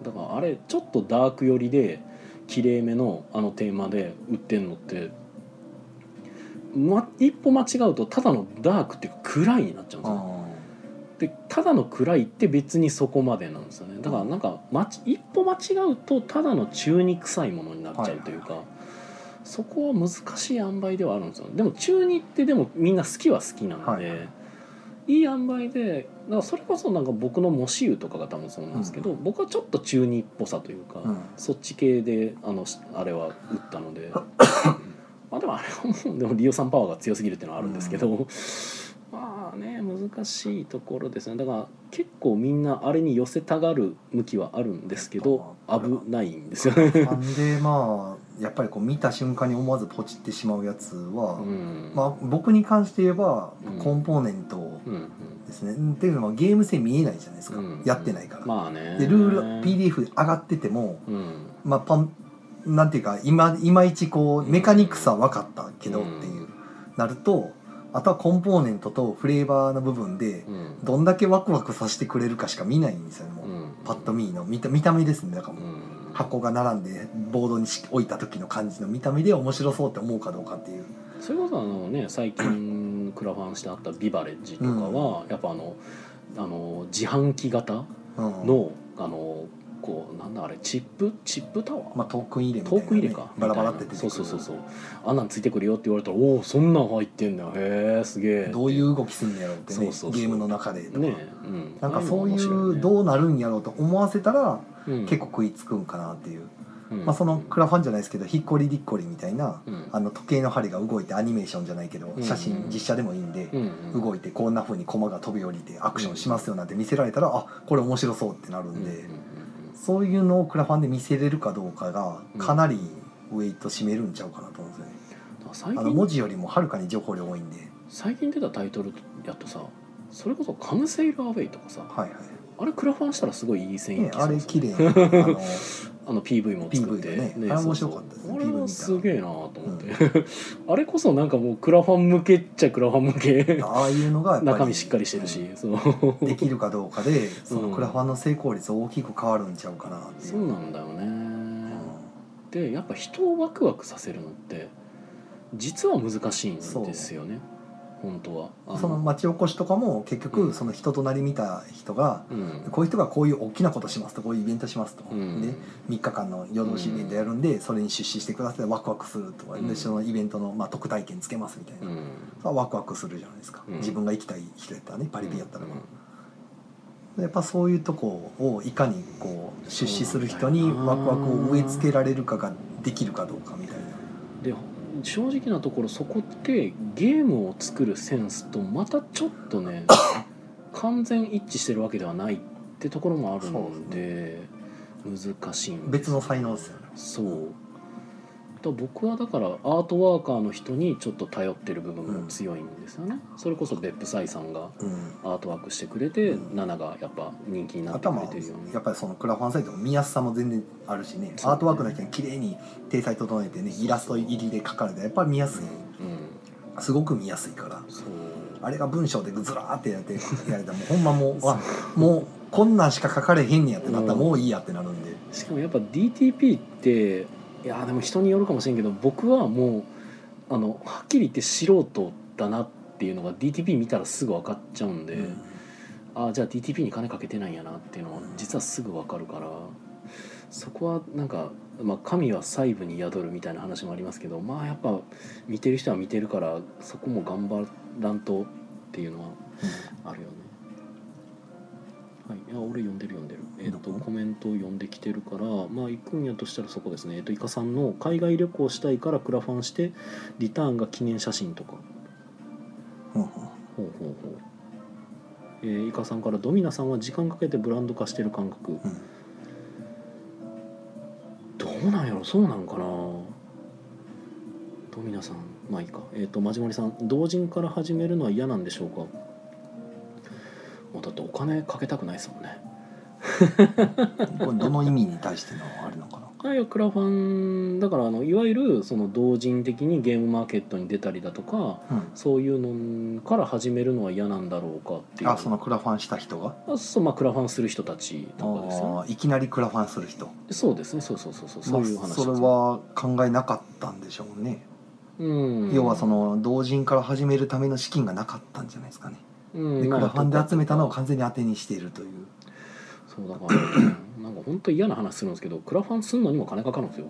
[SPEAKER 1] だからあれちょっとダーク寄りで綺麗めのあのテーマで売ってんのって、ま、一歩間違うとただのダークっていうか暗いになっちゃうんですよ
[SPEAKER 2] うん
[SPEAKER 1] でただの暗いって別にそこまでなんですよねだからなんかまち一歩間違うとただの中に臭いものになっちゃうというか、そこは難しい塩梅ではあるんですよでも中2ってでもみんな好きは好きなので、
[SPEAKER 2] はい
[SPEAKER 1] い、い塩梅でだからそれこそなんか僕の模試湯とかが多分そうなんですけど、僕はちょっと中2っぽさというか、
[SPEAKER 2] うん
[SPEAKER 1] そっち系であのしあれは打ったの でまあでもあれはもうでもリオさんパワーが強すぎるっていうのはあるんですけど、まあね難しいところですねだから結構みんなあれに寄せたがる向きはあるんですけど
[SPEAKER 2] やっぱ
[SPEAKER 1] 危ないんですよね。
[SPEAKER 2] なんで まあやっぱりこう見た瞬間に思わずポチってしまうやつは、
[SPEAKER 1] うん
[SPEAKER 2] まあ、僕に関して言えば
[SPEAKER 1] うん
[SPEAKER 2] コンポーネント
[SPEAKER 1] うんうん
[SPEAKER 2] ですね、っていうのはゲーム性見えないじゃないですか、
[SPEAKER 1] うん
[SPEAKER 2] やってないから、
[SPEAKER 1] まあね
[SPEAKER 2] でルール PDF で上がってても、
[SPEAKER 1] うん
[SPEAKER 2] まあ、パンなんていうか今いまいちこう
[SPEAKER 1] うん
[SPEAKER 2] メカニクスは分かったけどっ
[SPEAKER 1] うん
[SPEAKER 2] ていう、なるとあとはコンポーネントとフレーバーの部分で
[SPEAKER 1] うん
[SPEAKER 2] どんだけワクワクさせてくれるかしか見ないんですよねもう、
[SPEAKER 1] うん
[SPEAKER 2] パッと見の見た見た目ですねだから
[SPEAKER 1] う
[SPEAKER 2] もうん箱が並んでボードにし置いた時の感じの見た目で面白そうって思うかどうかっていう
[SPEAKER 1] それこそあのね最近クラファンしてあったビバレッジとかはやっぱあのあの自販機型
[SPEAKER 2] うん
[SPEAKER 1] のあのこうなんだあれチップチップタワー
[SPEAKER 2] まあ、トークン入れみた
[SPEAKER 1] ト
[SPEAKER 2] いな、
[SPEAKER 1] ーク入れか
[SPEAKER 2] バラバラって出
[SPEAKER 1] み
[SPEAKER 2] て
[SPEAKER 1] たいなそうそうそうそうあんなんついてくるよって言われたらおおそんなん入ってんだよへえすげえ
[SPEAKER 2] どういう動きすんのやろうってね
[SPEAKER 1] そうそうそう
[SPEAKER 2] ゲームの中でとか、
[SPEAKER 1] ねうん
[SPEAKER 2] なんかそういう
[SPEAKER 1] う、
[SPEAKER 2] どうなるんやろうと思わせたら
[SPEAKER 1] うん
[SPEAKER 2] 結構、食いつくんかなっていう、
[SPEAKER 1] うん
[SPEAKER 2] まあ、そのクラファンじゃないですけどひっこりりっこりみたいな
[SPEAKER 1] うん
[SPEAKER 2] あの時計の針が動いてアニメーションじゃないけど
[SPEAKER 1] うん
[SPEAKER 2] 写真実写でもいいんで
[SPEAKER 1] うんうん
[SPEAKER 2] 動いてこんな風に駒が飛び降りてアクションしますよなんて見せられたらあこれ面白そうってなるん
[SPEAKER 1] うんうん
[SPEAKER 2] で
[SPEAKER 1] うん
[SPEAKER 2] そういうのをクラファンで見せれるかどうかが
[SPEAKER 1] うん
[SPEAKER 2] かなりウェイト占めるんちゃうかなと思うんですよね
[SPEAKER 1] あ最
[SPEAKER 2] あの文
[SPEAKER 1] 近
[SPEAKER 2] 字よりもはるかに情報量多いんで
[SPEAKER 1] 最近出たタイトルやとさそれこそ「カムセイラーウェイ」とかさ
[SPEAKER 2] はいは
[SPEAKER 1] あれクラファンしたらすごいいい
[SPEAKER 2] い、
[SPEAKER 1] 線い
[SPEAKER 2] ね
[SPEAKER 1] き、そう
[SPEAKER 2] あれ
[SPEAKER 1] ですね
[SPEAKER 2] 綺麗なあ の
[SPEAKER 1] あの PV も作って、
[SPEAKER 2] PV がねあれ面白かったですね
[SPEAKER 1] そうそう
[SPEAKER 2] PV
[SPEAKER 1] あれはすげえなと思って
[SPEAKER 2] 見、
[SPEAKER 1] あれこそなんかもうクラファン向けっちゃクラファン向 け
[SPEAKER 2] ああいうのがやっぱり
[SPEAKER 1] 中身しっかりしてるし、
[SPEAKER 2] う
[SPEAKER 1] そう
[SPEAKER 2] うんできるかどう かでそのクラファンの成功率大きく変わるんちゃうかなってい、
[SPEAKER 1] そううなんだよね、でやっぱ人をワクワクさせるのって実は難しいんですよね本当はあ
[SPEAKER 2] うんその町おこしとかも結局その人となり見た人が、
[SPEAKER 1] うん
[SPEAKER 2] こういう人がこういう大きなことしますとこういうイベントしますと、
[SPEAKER 1] うん
[SPEAKER 2] で3日間の夜通しイベントやるんで、それに出資してくださいワクワクするとか、
[SPEAKER 1] うん
[SPEAKER 2] でそのイベントの、まあ、特待券つけますみたいな、
[SPEAKER 1] うん
[SPEAKER 2] それはワクワクするじゃないですか、
[SPEAKER 1] うん
[SPEAKER 2] 自分が行きたい人やったらねパリピやったら、
[SPEAKER 1] うん
[SPEAKER 2] やっぱそういうとこをいかにこう出資する人
[SPEAKER 1] そう
[SPEAKER 2] に
[SPEAKER 1] なんだよ
[SPEAKER 2] ワク
[SPEAKER 1] な
[SPEAKER 2] ワクを植え付けられるかができるかどうかみたいな。
[SPEAKER 1] で正直なところそこってゲームを作るセンスとまたちょっと ね完全一致してるわけではないってところもあるんで難しいんです
[SPEAKER 2] 別の才能ですよね。
[SPEAKER 1] そうだ僕はだからアートワーカーの人にちょっと頼ってる部分も強いんですよね、それこそ別府斎さんが
[SPEAKER 2] うん
[SPEAKER 1] アートワークしてくれて、
[SPEAKER 2] うん
[SPEAKER 1] ナナがやっぱ人気になってく
[SPEAKER 2] 頭
[SPEAKER 1] れてるように
[SPEAKER 2] やっぱりそのクラファンサイトの見やすさも全然あるしね
[SPEAKER 1] そう
[SPEAKER 2] アートワークの人に綺麗に体裁整えてねイラスト入りで描かれてやっぱり見やすい
[SPEAKER 1] うん
[SPEAKER 2] すごく見やすいから
[SPEAKER 1] そう
[SPEAKER 2] あれが文章でずらーってやってやれたらもうほんまもうわもうこんなんしか書かれへんねやってなったら
[SPEAKER 1] うん
[SPEAKER 2] もういいやってなるんで
[SPEAKER 1] しかもやっぱ DTP っていやでも人によるかもしれんけど僕はもうあのはっきり言って素人だなっていうのが DTP 見たらすぐ分かっちゃうんで、
[SPEAKER 2] うん
[SPEAKER 1] ああじゃあ DTP に金かけてないんやなっていうのは実はすぐ分かるからそこはなんか、まあ、神は細部に宿るみたいな話もありますけどまあやっぱ見てる人は見てるからそこも頑張らんとっていうのはあるよね。はい、いや俺読んでる読んでる、えっと
[SPEAKER 2] どこ
[SPEAKER 1] コメントを読んできてるからまあ行くんやとしたらそこですねえっ、といかさんの「海外旅行したいからクラファンしてリターンが記念写真」とか
[SPEAKER 2] うんうん
[SPEAKER 1] ほうほうほうえー、イカさんから「ドミナさんは時間かけてブランド化してる感覚」
[SPEAKER 2] うん
[SPEAKER 1] どうなんやろそうなんかなドミナさんまあいいかえっ、とまじまりさん同人から始めるのは嫌なんでしょうかもうだってお金かけたくないですもんね
[SPEAKER 2] これどの意味に対してのあれなのかな
[SPEAKER 1] あいやクラファンだからあのいわゆるその同人的にゲームマーケットに出たりだとか
[SPEAKER 2] うん
[SPEAKER 1] そういうのから始めるのは嫌なんだろうかっていう
[SPEAKER 2] あそのクラファンした人が
[SPEAKER 1] あそうまあクラファンする人たちとかですよね
[SPEAKER 2] あーいきなりクラファンする人
[SPEAKER 1] そうですねそうそうそうそうそういう
[SPEAKER 2] まあ
[SPEAKER 1] 話
[SPEAKER 2] それは考えなかったんでしょうね、
[SPEAKER 1] うん
[SPEAKER 2] 要はその同人から始めるための資金がなかったんじゃないですかね、
[SPEAKER 1] うん
[SPEAKER 2] でク
[SPEAKER 1] まあ
[SPEAKER 2] ラファンで集めたのを完全に当てにしているという
[SPEAKER 1] そうだから、なんか本当嫌な話するんですけどクラファンするのにも金かかるんですよ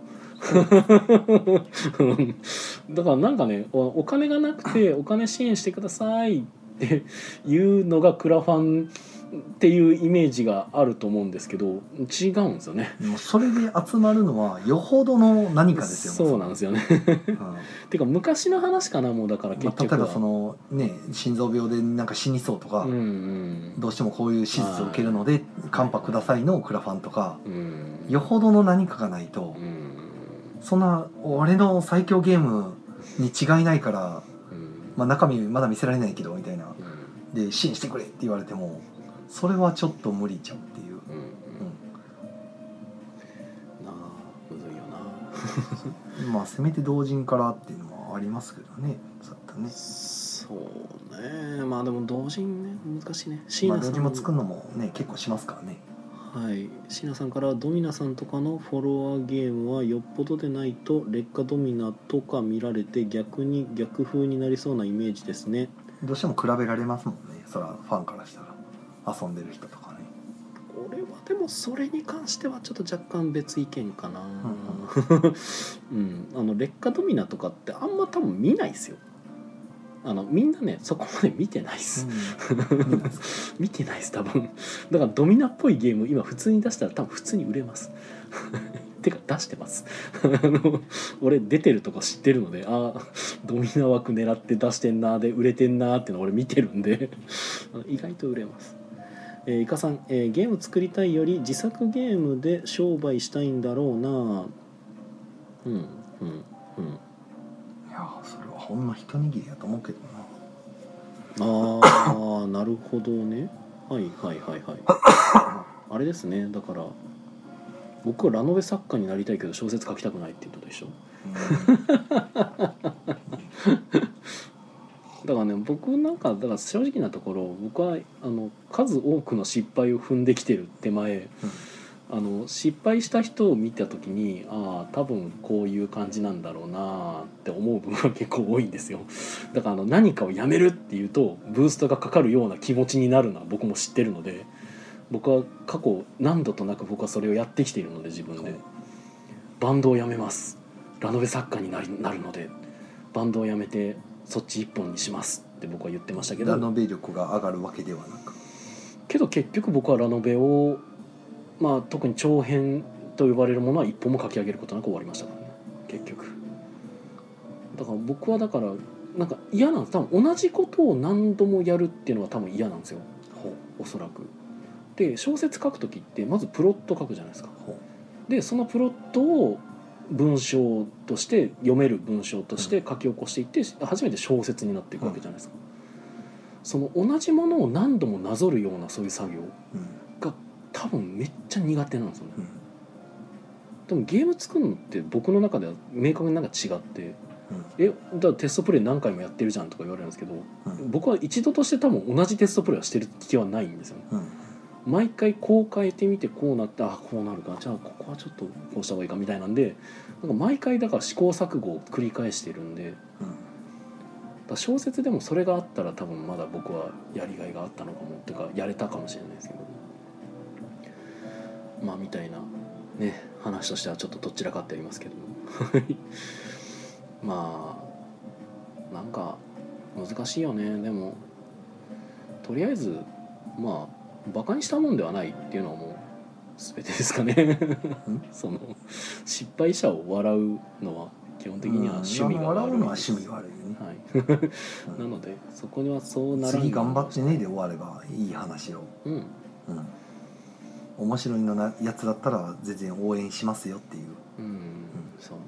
[SPEAKER 1] だからなんかねおお金がなくてお金支援してくださいっていうのがクラファンっていうイメージがあると思うんですけど違うんですよね
[SPEAKER 2] もうそれで集まるのはよほどの何かですよ
[SPEAKER 1] そうなんですよね
[SPEAKER 2] うんま
[SPEAKER 1] てか昔の話かなもうだから結
[SPEAKER 2] あ、例え
[SPEAKER 1] 局は、
[SPEAKER 2] ばそのね心臓病でなんか死にそうとか、
[SPEAKER 1] うんうん
[SPEAKER 2] どうしてもこういう手術を受けるのでカンパくださいのクラファンとか
[SPEAKER 1] うん
[SPEAKER 2] よほどの何かがないと
[SPEAKER 1] うん
[SPEAKER 2] そんな俺の最強ゲームに違いないから、
[SPEAKER 1] うん
[SPEAKER 2] まあ、中身まだ見せられないけどみたいな
[SPEAKER 1] うん
[SPEAKER 2] で支援してくれって言われてもそれはちょっと無理ちゃうっていう、
[SPEAKER 1] うんなあむずいよな
[SPEAKER 2] うん、まあせめて同人からっていうのもありますけどねそうだったね
[SPEAKER 1] そうねまあでも同人ね難しいね椎
[SPEAKER 2] まあ、
[SPEAKER 1] 名
[SPEAKER 2] 同
[SPEAKER 1] さん、
[SPEAKER 2] 人も作るのもね結構しますからね
[SPEAKER 1] はい椎名さんから「ドミナさんとかのフォロワーゲームはよっぽどでないと劣化ドミナとか見られて逆に逆風になりそうなイメージですね
[SPEAKER 2] どうしても比べられますもんねそらファンからしたら遊んでる人とかね
[SPEAKER 1] 俺はでもそれに関してはちょっと若干別意見かな うん、あの劣化ドミナとかってあんま多分見ないですよあのみんなねそこまで見てないっす、
[SPEAKER 2] うん
[SPEAKER 1] 見てないです多分だからドミナっぽいゲーム今普通に出したら多分普通に売れます てか出してます あの俺出てるとこ知ってるのでああドミナ枠狙って出してんなーで売れてんなーっての俺見てるんで あの意外と売れますえー、イカさん、えーゲーム作りたいより自作ゲームで商売したいんだろうなーうんうんうん
[SPEAKER 2] いやそれはほんま一握りやと思うけどな
[SPEAKER 1] ああなるほどねはいはいはいはいあれですねだから僕はラノベ作家になりたいけど小説書きたくないっていうことでしょだからね僕なんかだから正直なところ僕はあの数多くの失敗を踏んできてる手前、あの失敗した人を見た時にああ多分こういう感じなんだろうなって思う部分が結構多いんですよ だからあの何かをやめるっていうとブーストがかかるような気持ちになるのは僕も知ってるので僕は過去何度となく僕はそれをやってきているので自分でバンドをやめますラノベ作家になりなるのでバンドをやめてそっち一本にしますって僕は言ってましたけど
[SPEAKER 2] ラノベ力が上がるわけではなく
[SPEAKER 1] けど結局僕はラノベを、まあ、特に長編と呼ばれるものは一本も書き上げることなく終わりましたからね結局だから僕はだからなんか嫌なんです多分同じことを何度もやるっていうのは多分嫌なんですよおそらくで小説書く時ってまずプロット書くじゃないですか
[SPEAKER 2] ほ
[SPEAKER 1] でそのプロットを文章として読める文章として書き起こしていって、初めて小説になっていくわけじゃないですか、その同じものを何度もなぞるようなそういう作業
[SPEAKER 2] うん
[SPEAKER 1] 多分めっちゃ苦手なんですよね、
[SPEAKER 2] うん
[SPEAKER 1] でもゲーム作るのって僕の中では明確になんか違って
[SPEAKER 2] う
[SPEAKER 1] 「え
[SPEAKER 2] ん
[SPEAKER 1] だからテストプレイ何回もやってるじゃん」とか言われるんですけど
[SPEAKER 2] うん
[SPEAKER 1] 僕は一度として多分同じテストプレイはしてる気はないんですよね
[SPEAKER 2] うん
[SPEAKER 1] 毎回こう変えてみてこうなってあこうなるかじゃあここはちょっとこうした方がいいかみたいなんでなんか毎回だから試行錯誤を繰り返してるんでだから小説でもそれがあったら多分まだ僕はやりがいがあったのかもっていうかやれたかもしれないですけどまあみたいなね話としてはちょっとどちらかってありますけども まあなんか難しいよねでもとりあえずまあバカにしたもんではないっていうのはもう全てですかね その失敗者を笑うのは基本的には趣味が悪
[SPEAKER 2] うん
[SPEAKER 1] い、
[SPEAKER 2] 笑うのは趣味悪いよね、
[SPEAKER 1] はい
[SPEAKER 2] う
[SPEAKER 1] なんのでそこにはそうならない
[SPEAKER 2] 次頑張ってねで終わればいい話を、
[SPEAKER 1] うん
[SPEAKER 2] うん、面白いのなやつだったら全然応援しますよっていう
[SPEAKER 1] うんそうね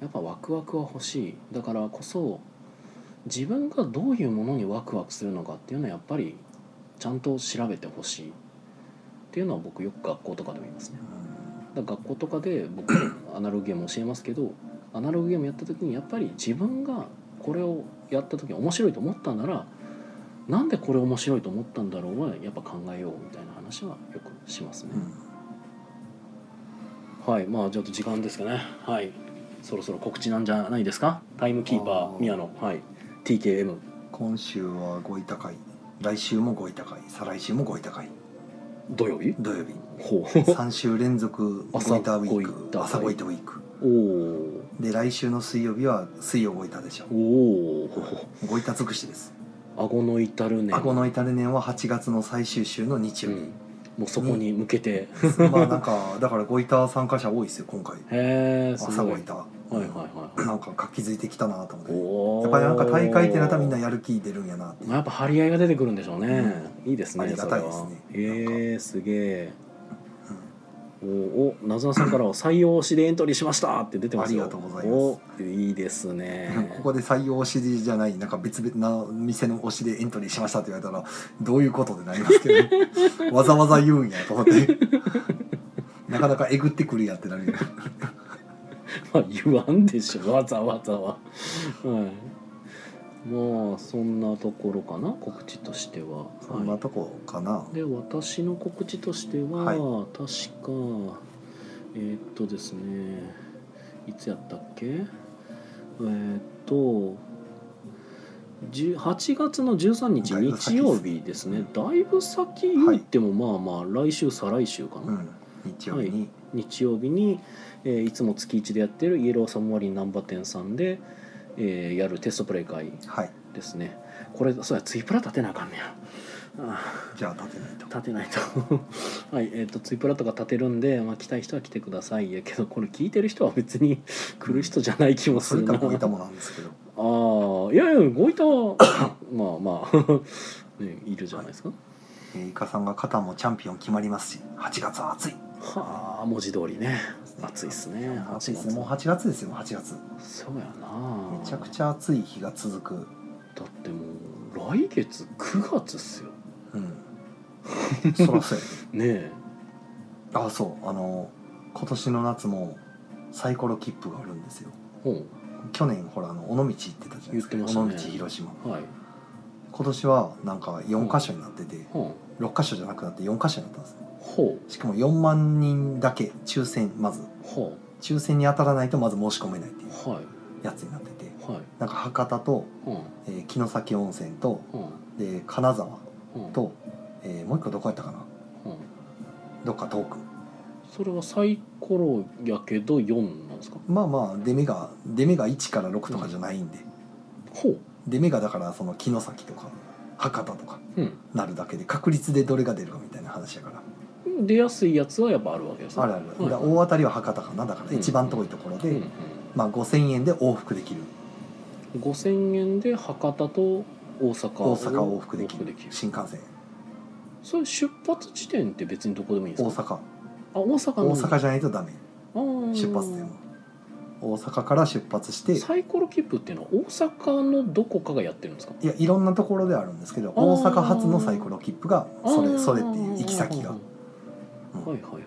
[SPEAKER 1] やっぱワクワクは欲しいだからこそ自分がどういうものにワクワクするのかっていうのはやっぱりちゃんと調べてほしいっていうのは僕よく学校とかでも言いますね
[SPEAKER 2] う
[SPEAKER 1] だから学校とかで 僕アナログゲーム教えますけどアナログゲームやった時にやっぱり自分がこれをやった時に面白いと思ったならなんでこれ面白いと思ったんだろうはやっぱ考えようみたいな話はよくしますね。
[SPEAKER 2] ん
[SPEAKER 1] はい、まあちょっと時間ですかね。はい。そろそろ告知なんじゃないですか。タイムキーパ
[SPEAKER 2] あ
[SPEAKER 1] ー
[SPEAKER 2] ー
[SPEAKER 1] 宮野、はい。TKM。
[SPEAKER 2] 今週はごい高い来週もごい高い再来週もごい高い
[SPEAKER 1] 土曜日
[SPEAKER 2] 土曜日
[SPEAKER 1] ほ
[SPEAKER 2] 3週連続ゴイターウィーク
[SPEAKER 1] 朝
[SPEAKER 2] 朝
[SPEAKER 1] ゴ
[SPEAKER 2] ゴ
[SPEAKER 1] イ
[SPEAKER 2] イ
[SPEAKER 1] タ
[SPEAKER 2] タウィーク
[SPEAKER 1] う お
[SPEAKER 2] で来週の水曜日は水曜ゴイタでしょ
[SPEAKER 1] ーおー
[SPEAKER 2] ゴイタ尽くしです
[SPEAKER 1] 顎の至るね
[SPEAKER 2] あこの至る年は8月の最終週の日
[SPEAKER 1] う
[SPEAKER 2] 曜
[SPEAKER 1] ん、もうそこに向けて、
[SPEAKER 2] 日、まあなんかだからゴイタ参加者多いですよ今回
[SPEAKER 1] へえす
[SPEAKER 2] 朝
[SPEAKER 1] ごい
[SPEAKER 2] ゴ
[SPEAKER 1] は
[SPEAKER 2] イ
[SPEAKER 1] い
[SPEAKER 2] タは
[SPEAKER 1] はいはい
[SPEAKER 2] なんか活気づいてきたなと思って
[SPEAKER 1] おー
[SPEAKER 2] やっぱりなんか大会ってなったらみんなやる気出るんやなっていう
[SPEAKER 1] まあ、やっぱ張り合いが出てくるんでしょうね、いいですね
[SPEAKER 2] ありがたいですね
[SPEAKER 1] それはえー、すげえおおなずなさんからは採用しでエントリーしましたって出てますよ
[SPEAKER 2] ありがとうございます
[SPEAKER 1] おいいですね
[SPEAKER 2] うん ここで採用お尻じゃないなんか別々な店の推しでエントリーしましたって言われたらどういうことでなりますけど、ね、わざわざ言うんやと思って なかなかえぐってくるやってなるよね
[SPEAKER 1] まあ言わんでしょわざわざは、はい、まあそんなところかな告知としては、
[SPEAKER 2] そんな
[SPEAKER 1] は
[SPEAKER 2] とこかな、
[SPEAKER 1] い、で私の告知としては、
[SPEAKER 2] はい
[SPEAKER 1] 確かえーっとですねいつやったっけえーっと10 8月の13日
[SPEAKER 2] だいぶ先
[SPEAKER 1] 日曜日ですねだいぶ先言ってもまあまあ来週再来週かな、
[SPEAKER 2] うん、日曜日に、
[SPEAKER 1] 日曜日に、えーいつも月1でやってるイエローサムワリン難波店さんで、えーやるテストプレイ会
[SPEAKER 2] はい
[SPEAKER 1] ですねこれそうやツイプラ立てなあかんねやあ
[SPEAKER 2] じゃあ立てないと
[SPEAKER 1] ー立てないと はいえっ、とツイプラとか立てるんで、まあ、来たい人は来てくださいやけどこれ聞いてる人は別に 来る人じゃない気もす
[SPEAKER 2] それ
[SPEAKER 1] る
[SPEAKER 2] か
[SPEAKER 1] な
[SPEAKER 2] らこういっ
[SPEAKER 1] あ
[SPEAKER 2] たもなんですけど
[SPEAKER 1] あいやいやごいた はまあまあ ねいるじゃないですか
[SPEAKER 2] えーイカさんが肩もチャンピオン決まりますし8月は暑い
[SPEAKER 1] はあ文字通りね暑いっすね
[SPEAKER 2] 暑いですねもう8月ですよ8月
[SPEAKER 1] そうやな
[SPEAKER 2] めちゃくちゃ暑い日が続く
[SPEAKER 1] だってもう来月9月っすよ
[SPEAKER 2] うんそらそうや
[SPEAKER 1] ねえ
[SPEAKER 2] あそうあの今年の夏もサイコロ切符があるんですよ
[SPEAKER 1] ほ
[SPEAKER 2] 去年ほらあの尾道行ってたじゃないですか、
[SPEAKER 1] 言って
[SPEAKER 2] 尾
[SPEAKER 1] ま
[SPEAKER 2] 道
[SPEAKER 1] したね
[SPEAKER 2] 広島
[SPEAKER 1] うはい
[SPEAKER 2] 今年はなんか4箇所になってて、
[SPEAKER 1] ほ
[SPEAKER 2] 6箇所じゃなくなって4箇所になったんです
[SPEAKER 1] うほ
[SPEAKER 2] しかも4万人だけ抽選まず
[SPEAKER 1] うほ
[SPEAKER 2] 抽選に当たらないとまず申し込めないっていう
[SPEAKER 1] うはい
[SPEAKER 2] やつになってて
[SPEAKER 1] はい
[SPEAKER 2] なんか博多と、
[SPEAKER 1] うん
[SPEAKER 2] えー城崎温泉と
[SPEAKER 1] うん
[SPEAKER 2] で金沢
[SPEAKER 1] うん
[SPEAKER 2] と、えーもう一個どこやったかな
[SPEAKER 1] うん
[SPEAKER 2] どっか遠く
[SPEAKER 1] それはサイコロやけど4なんですか
[SPEAKER 2] まあまあ出目が出目が1から6とかじゃないんで、
[SPEAKER 1] ほう
[SPEAKER 2] 出目がだからその城崎とか博多とか
[SPEAKER 1] うん
[SPEAKER 2] なるだけで確率でどれが出るかみたいな話やから
[SPEAKER 1] 出やすいやつはやっぱあるわけです
[SPEAKER 2] あるある、だから大当たりは博多かなだから一番遠いところで、
[SPEAKER 1] うんうん
[SPEAKER 2] まあ、5,000円で往復できる
[SPEAKER 1] 5000円で博多と大阪
[SPEAKER 2] 大
[SPEAKER 1] を
[SPEAKER 2] 阪往復でき
[SPEAKER 1] 往復
[SPEAKER 2] る
[SPEAKER 1] できる
[SPEAKER 2] 新幹線
[SPEAKER 1] それ出発地点って別にどこでもいいんで
[SPEAKER 2] 大
[SPEAKER 1] すか
[SPEAKER 2] 阪
[SPEAKER 1] あ大阪
[SPEAKER 2] 大
[SPEAKER 1] なんだ
[SPEAKER 2] 阪じゃないとダメ
[SPEAKER 1] あー
[SPEAKER 2] 出発点は大阪から出発して
[SPEAKER 1] サイコロ切符っていうのは大阪のどこかがやってるんですか
[SPEAKER 2] いやいろんなところであるんですけど
[SPEAKER 1] あー
[SPEAKER 2] 大阪発のサイコロ切符がそ
[SPEAKER 1] あ
[SPEAKER 2] れ
[SPEAKER 1] ー
[SPEAKER 2] それっていう行き先が
[SPEAKER 1] は
[SPEAKER 2] うん
[SPEAKER 1] いはいはい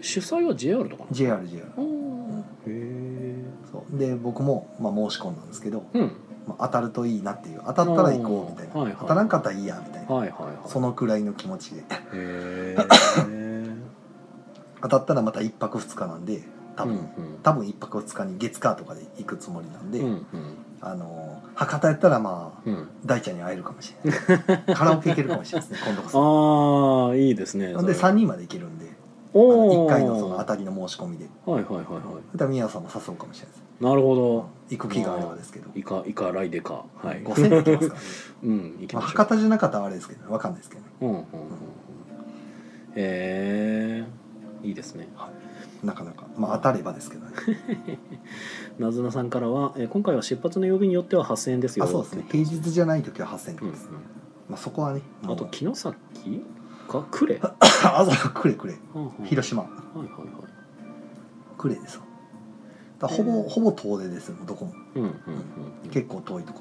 [SPEAKER 1] 主催は JR とかな
[SPEAKER 2] JRJR
[SPEAKER 1] あーへ
[SPEAKER 2] そうで僕もまあ申し込んだんですけど、
[SPEAKER 1] えうん
[SPEAKER 2] まあ、当たるといいなっていう当たったら行こうみたいな、
[SPEAKER 1] あーはいはい
[SPEAKER 2] 当たらんかったらいいやみたいな、
[SPEAKER 1] はいはいはい
[SPEAKER 2] そのくらいの気持ちで
[SPEAKER 1] へえ
[SPEAKER 2] 当たったらまた1泊2日なんで多分、
[SPEAKER 1] うん
[SPEAKER 2] 多分1泊2日に月火とかで行くつもりなんで、
[SPEAKER 1] うんうん
[SPEAKER 2] あのー博多やったらまあ
[SPEAKER 1] うん
[SPEAKER 2] 大ちゃんに会えるかもしれ ないカラオケ行けるかもしれないですね今度こそ
[SPEAKER 1] ああいいですね
[SPEAKER 2] なんで
[SPEAKER 1] それ
[SPEAKER 2] 3人まで行けるんであ
[SPEAKER 1] お
[SPEAKER 2] の
[SPEAKER 1] お
[SPEAKER 2] 1回のその当たりの申し込みで
[SPEAKER 1] はいはいはいは
[SPEAKER 2] それ宮野さんも誘うかもしれないです
[SPEAKER 1] いなるほど
[SPEAKER 2] 行く気があればですけど
[SPEAKER 1] イカイカライデカはい
[SPEAKER 2] 5000円行きま すからね、
[SPEAKER 1] うん行き
[SPEAKER 2] まあ、
[SPEAKER 1] ましょう
[SPEAKER 2] 博多じゃなかったらあれですけどねわかんないですけどね
[SPEAKER 1] うんうんうんうんへえいいですね
[SPEAKER 2] なかなかまあ当たればですけどね
[SPEAKER 1] なずなさんからは、えー今回は出発の曜日によっては8000円ですよ
[SPEAKER 2] あそうですね平日じゃない時は8000円と
[SPEAKER 1] うんうん
[SPEAKER 2] かです、まあ、そこはねも
[SPEAKER 1] あ
[SPEAKER 2] う
[SPEAKER 1] と城崎か呉は
[SPEAKER 2] あそうくれくれ
[SPEAKER 1] あはあ
[SPEAKER 2] 広島
[SPEAKER 1] はいはいはい
[SPEAKER 2] くれですわだからほぼ、
[SPEAKER 1] うん
[SPEAKER 2] ほぼ遠出ですよどこも
[SPEAKER 1] うんうんうんうん
[SPEAKER 2] 結構遠いとこ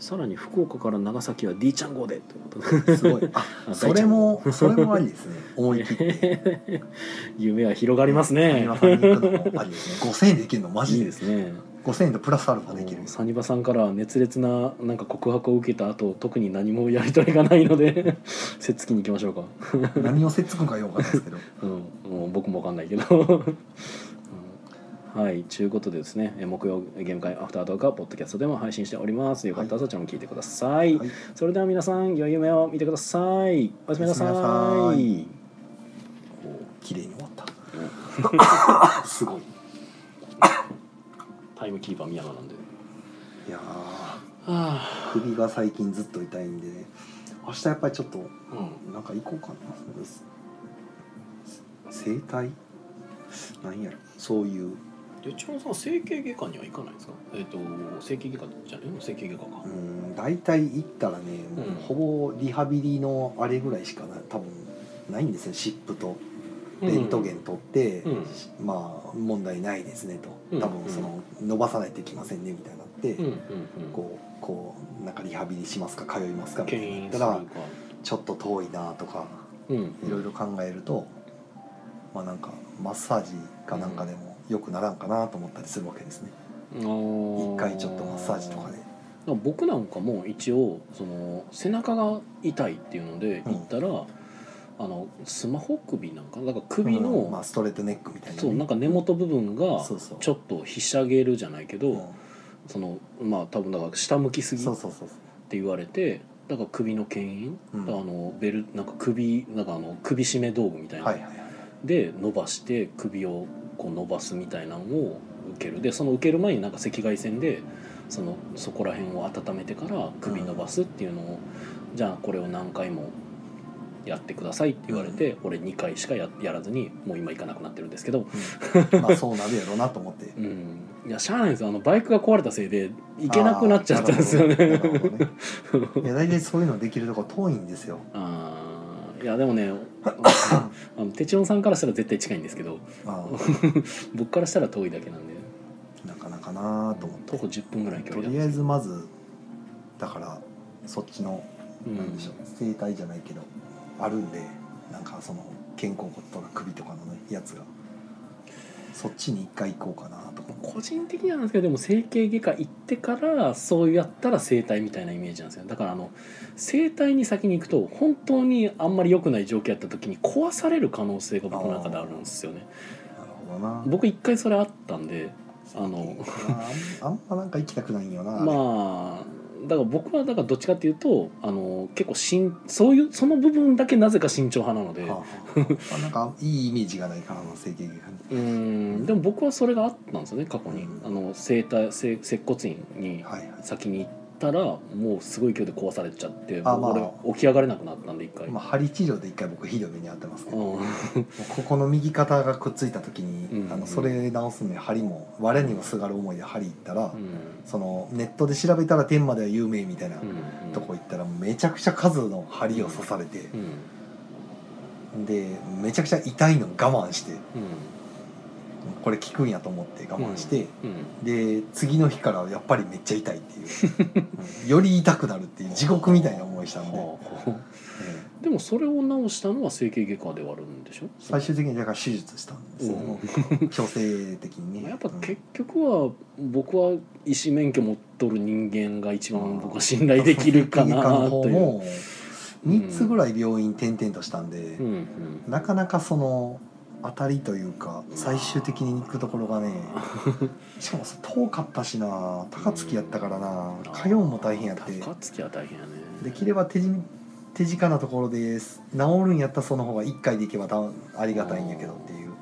[SPEAKER 1] さらに福岡から長崎は D ちゃん号でということ
[SPEAKER 2] すごいあそれもそれもありですね思い切って
[SPEAKER 1] で夢は広がりますね
[SPEAKER 2] 皆さんに行くのもありですね5000円で行けるのマ
[SPEAKER 1] い
[SPEAKER 2] ジ
[SPEAKER 1] い
[SPEAKER 2] で
[SPEAKER 1] ですね
[SPEAKER 2] 5000円とプラスアルファできる
[SPEAKER 1] もうサニバさんからは熱烈ななんか告白を受けた後特に何もやり取りがないので せっつきに行きましょうか
[SPEAKER 2] 何をせっつくんかようわかんないですけど
[SPEAKER 1] うん、もう僕もわかんないけど、うんはい、ということでですね、えー木曜ゲーム会アフタートークはポッドキャストでも配信しております。よかったらそちらも聞いてください。
[SPEAKER 2] はい
[SPEAKER 1] それでは皆さん、良い夢を見てください。おやすみなさ
[SPEAKER 3] おやすみ
[SPEAKER 1] い。
[SPEAKER 2] 綺麗に終 わった。すごい。
[SPEAKER 1] タイムキーパー宮川なんで。
[SPEAKER 2] いや
[SPEAKER 1] は
[SPEAKER 2] ー
[SPEAKER 1] あ、
[SPEAKER 2] 首が最近ずっと痛いんで、ね、明日やっぱりちょっと
[SPEAKER 1] うん、
[SPEAKER 2] なんか行こうかな。そうです整体なんやろそういう、
[SPEAKER 1] で、ちろさん、整形外科には行かないですか。えっ、と、整形外科じゃねえの、整形外科か
[SPEAKER 2] う。ん、大体行ったらね、もう
[SPEAKER 1] うん
[SPEAKER 2] ほぼリハビリのあれぐらいしかな多分ないんですよ湿布とレントゲン取って、
[SPEAKER 1] うん
[SPEAKER 2] まあ問題ないですね
[SPEAKER 1] う
[SPEAKER 2] と
[SPEAKER 1] ん
[SPEAKER 2] 多分その伸ばさないといけませんねみたいになって、
[SPEAKER 1] うん、うん、うん、
[SPEAKER 2] こうこうなんかリハビリしますか通いますかみたい
[SPEAKER 1] 牽
[SPEAKER 2] にな
[SPEAKER 1] 引
[SPEAKER 2] っ
[SPEAKER 1] す
[SPEAKER 2] た
[SPEAKER 1] る
[SPEAKER 2] ら
[SPEAKER 1] か。
[SPEAKER 2] ちょっと遠いなとか
[SPEAKER 1] うん、
[SPEAKER 2] いろいろ考えると、まあなんかマッサージかなんかでもよくならんかなと思ったりするわけですね一
[SPEAKER 1] 一
[SPEAKER 2] 回ちょっとマッサージとか
[SPEAKER 1] だ
[SPEAKER 2] で。
[SPEAKER 1] から僕なんかも一応その背中が痛いっていうので
[SPEAKER 2] うん
[SPEAKER 1] 行ったら、あのスマホ首なんかなだから首の、
[SPEAKER 2] うんまあ、ストレートネックみたいなね、
[SPEAKER 1] そうなんか根元部分が
[SPEAKER 2] そうそう
[SPEAKER 1] ちょっとひしゃげるじゃないけど、
[SPEAKER 2] うん
[SPEAKER 1] そのまあ多分だから下向きすぎっ
[SPEAKER 2] そう
[SPEAKER 1] て
[SPEAKER 2] そうそうそう
[SPEAKER 1] 言われてだから首の牽引、
[SPEAKER 2] うん
[SPEAKER 1] だからあのベルなんか首なんかあの首締め道具みたいな、
[SPEAKER 2] はいはいはい
[SPEAKER 1] で伸ばして首をこう伸ばすみたいなのを受けるでその受ける前になんか赤外線でそのそこら辺を温めてから首伸ばすっていうのを、じゃあこれを何回もやってくださいって言われて、俺2回しかややらずにもう今行かなくなってるんですけど、
[SPEAKER 2] まあそうなるやろうなと思って
[SPEAKER 1] うん、いやしゃあないんですよあのバイクが壊れたせいで行けなくなっちゃったんですよね
[SPEAKER 2] あ。ーなる ほどねいや大体そういうのできるとこ遠いんですよ
[SPEAKER 1] あーいやでもね あのテチオンさんからしたら絶対近いんですけど
[SPEAKER 2] あ
[SPEAKER 1] 僕からしたら遠いだけなんで
[SPEAKER 2] ーなかなかなと思って
[SPEAKER 1] 徒歩10分ぐらいの距
[SPEAKER 2] と
[SPEAKER 1] 離だ
[SPEAKER 2] りあえずまずだからそっちの
[SPEAKER 1] うん
[SPEAKER 2] なんでしょう整体じゃないけどあるんでなんかその肩甲骨とか首とかのねやつがそっちに一回行こうかなとか
[SPEAKER 1] 個人的にはなんですけどでも整形外科行ってからそうやったら整体みたいなイメージなんですよだからあの整体に先に行くと本当にあんまり良くない状況やった時に壊される可能性が僕の中であるんですよね
[SPEAKER 2] なるほどな
[SPEAKER 1] 僕一回それあったんであの
[SPEAKER 2] あんあんまなんか行きたくないんよ なあ
[SPEAKER 1] まあだから僕はだからどっちかっていうとあの結構しんそういうその部分だけなぜか慎重派なので
[SPEAKER 2] れはあはあなんかいいイメージがないからな整形外科に
[SPEAKER 1] うんでも僕はそれがあったんですよね過去に
[SPEAKER 2] うん
[SPEAKER 1] あの整体整接骨院に
[SPEAKER 2] はいはい
[SPEAKER 1] 先に行ったらもうすごい勢いで壊されちゃって
[SPEAKER 2] あ
[SPEAKER 1] もう
[SPEAKER 2] ま
[SPEAKER 1] 俺起き上がれなくなったんで一回、
[SPEAKER 2] まあ、針治療で一回僕ひどい目に遭ってますけど、もう
[SPEAKER 1] う
[SPEAKER 2] ここの右肩がくっついた時に、
[SPEAKER 1] うん
[SPEAKER 2] あのそれ直すのに針も我にもすがる思いで針行ったら、
[SPEAKER 1] ん、
[SPEAKER 2] そのネットで調べたら天までは有名みたいな
[SPEAKER 1] うんうん
[SPEAKER 2] とこ行ったらめちゃくちゃ数の針を刺されて、
[SPEAKER 1] うんうん
[SPEAKER 2] でめちゃくちゃ痛いのを我慢してこれ効くんやと思って我慢して、
[SPEAKER 1] うん
[SPEAKER 2] で次の日からやっぱりめっちゃ痛いっていう、うん より痛くなるっていう地獄みたいな思いしたん
[SPEAKER 1] は
[SPEAKER 2] で、
[SPEAKER 1] あはあ
[SPEAKER 2] ええ
[SPEAKER 1] でもそれを直したのは整形外科ではあるんでしょ
[SPEAKER 2] 最終的にだから手術したんですよ、強制的に
[SPEAKER 1] ま
[SPEAKER 2] ね
[SPEAKER 1] あ やっぱ
[SPEAKER 2] うん
[SPEAKER 1] 結局は僕は医師免許持っとる人間が一番僕は信頼できるかなという
[SPEAKER 2] 整形外科の方も3つぐらい病院転々としたんで、
[SPEAKER 1] うんうん
[SPEAKER 2] なかなかその当たりというか最終的に行くところ がねしかもそ遠かったしな高槻やったからな通うも大変やって
[SPEAKER 1] 高槻は大変やね
[SPEAKER 2] できれば手じ手近なところです治るんやったらその方が1回で行けばだありがたいんやけどっていう
[SPEAKER 1] も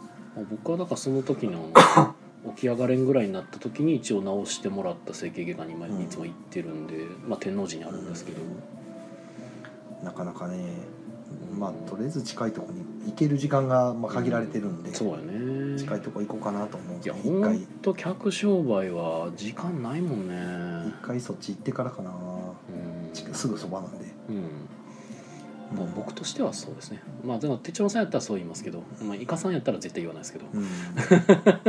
[SPEAKER 1] う僕はだからその時 のあの起き上がれんぐらいになった時に一応直してもらった整形外科に今い
[SPEAKER 2] うん
[SPEAKER 1] つも行ってるんで、まあ、天王寺にあるんですけど、
[SPEAKER 2] なかなかねまあとりあえず近いところに行ける時間がまあ限られてるんで、
[SPEAKER 1] そうやね
[SPEAKER 2] 近いとこ行こうかなと思うん
[SPEAKER 1] い
[SPEAKER 2] で
[SPEAKER 1] や
[SPEAKER 2] すね一
[SPEAKER 1] ほ
[SPEAKER 2] 回
[SPEAKER 1] んと客商売は時間ないもんね
[SPEAKER 2] 一回そっち行ってからかな
[SPEAKER 1] うん
[SPEAKER 2] 近すぐそばなんで、
[SPEAKER 1] うんまあ
[SPEAKER 2] うん、
[SPEAKER 1] 僕としてはそうですねまあでも手帳さんやったらそう言いますけど、まあ、イカさんやったら絶対言わないですけど
[SPEAKER 2] う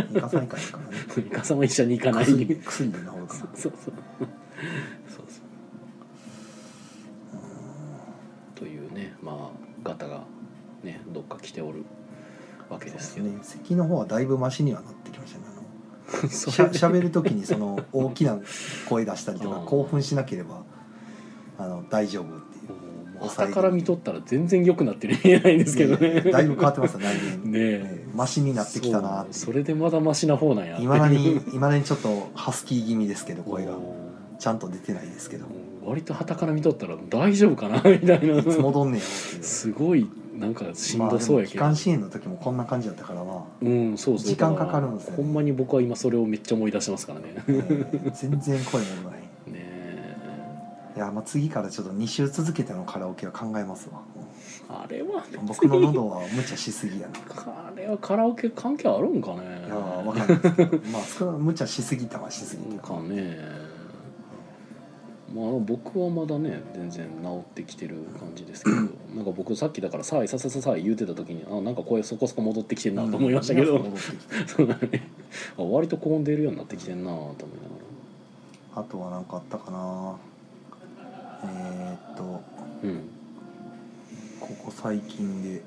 [SPEAKER 2] ん行かさないからいいからね
[SPEAKER 1] イカさんは医者に行かない
[SPEAKER 2] 薬
[SPEAKER 1] に
[SPEAKER 2] で薬で治るか
[SPEAKER 1] そう
[SPEAKER 2] ら
[SPEAKER 1] そうそうそうそうというねまあ方がねどっか来ておるわけ
[SPEAKER 2] そう
[SPEAKER 1] で
[SPEAKER 2] ですす
[SPEAKER 1] けど
[SPEAKER 2] ね咳の方はだいぶマシにはなってきましたねあの
[SPEAKER 1] そ
[SPEAKER 2] し
[SPEAKER 1] れ
[SPEAKER 2] ゃしゃべる時にその大きな声出したりとか
[SPEAKER 1] うん
[SPEAKER 2] 興奮しなければあの大丈夫ってい
[SPEAKER 1] も
[SPEAKER 2] う
[SPEAKER 1] うま朝から見とったら全然良くなってるように見えないんですけどね
[SPEAKER 2] だいぶ変わってますよ内面
[SPEAKER 1] ねえ
[SPEAKER 2] ええマシになってきたなって
[SPEAKER 1] そうそれでまだマシな方なんや
[SPEAKER 2] いまだにいまだにちょっとハスキー気味ですけど声が
[SPEAKER 1] お
[SPEAKER 2] ちゃんと出てないですけど
[SPEAKER 1] ー割と旗から見とったら大丈夫かなみたいない
[SPEAKER 2] つ戻んねやろっていう
[SPEAKER 1] すごいなんかしんどそうやけど、
[SPEAKER 2] まあでも機関支援の時もこんな感じだったからな、
[SPEAKER 1] うんそうそう
[SPEAKER 2] 時間かかるんですよね
[SPEAKER 1] ほんまに僕は今それをめっちゃ思い出してますからねね
[SPEAKER 2] ええ全然声もない
[SPEAKER 1] え
[SPEAKER 2] いや、まあ、次からちょっと2週続けてのカラオケは考えますわ
[SPEAKER 1] あれは別に
[SPEAKER 2] 僕の喉は無茶しすぎやな
[SPEAKER 1] あれはカラオケ関係あるんかね
[SPEAKER 2] いやわかんないですけどまあ少な無茶しすぎたはしすぎた
[SPEAKER 1] かねまあ僕はまだね全然治ってきてる感じ ですけどなんか僕さっきだから「さあいささささあい」言うてた時にあなんか声そこそこ戻ってきてんなと思いましたけど、
[SPEAKER 2] うん戻ってき た
[SPEAKER 1] そうだねあ割と混んでるようになってきてんなと思いなが
[SPEAKER 2] あとは何かあったかなえーっと
[SPEAKER 1] らうん
[SPEAKER 2] ここ最近で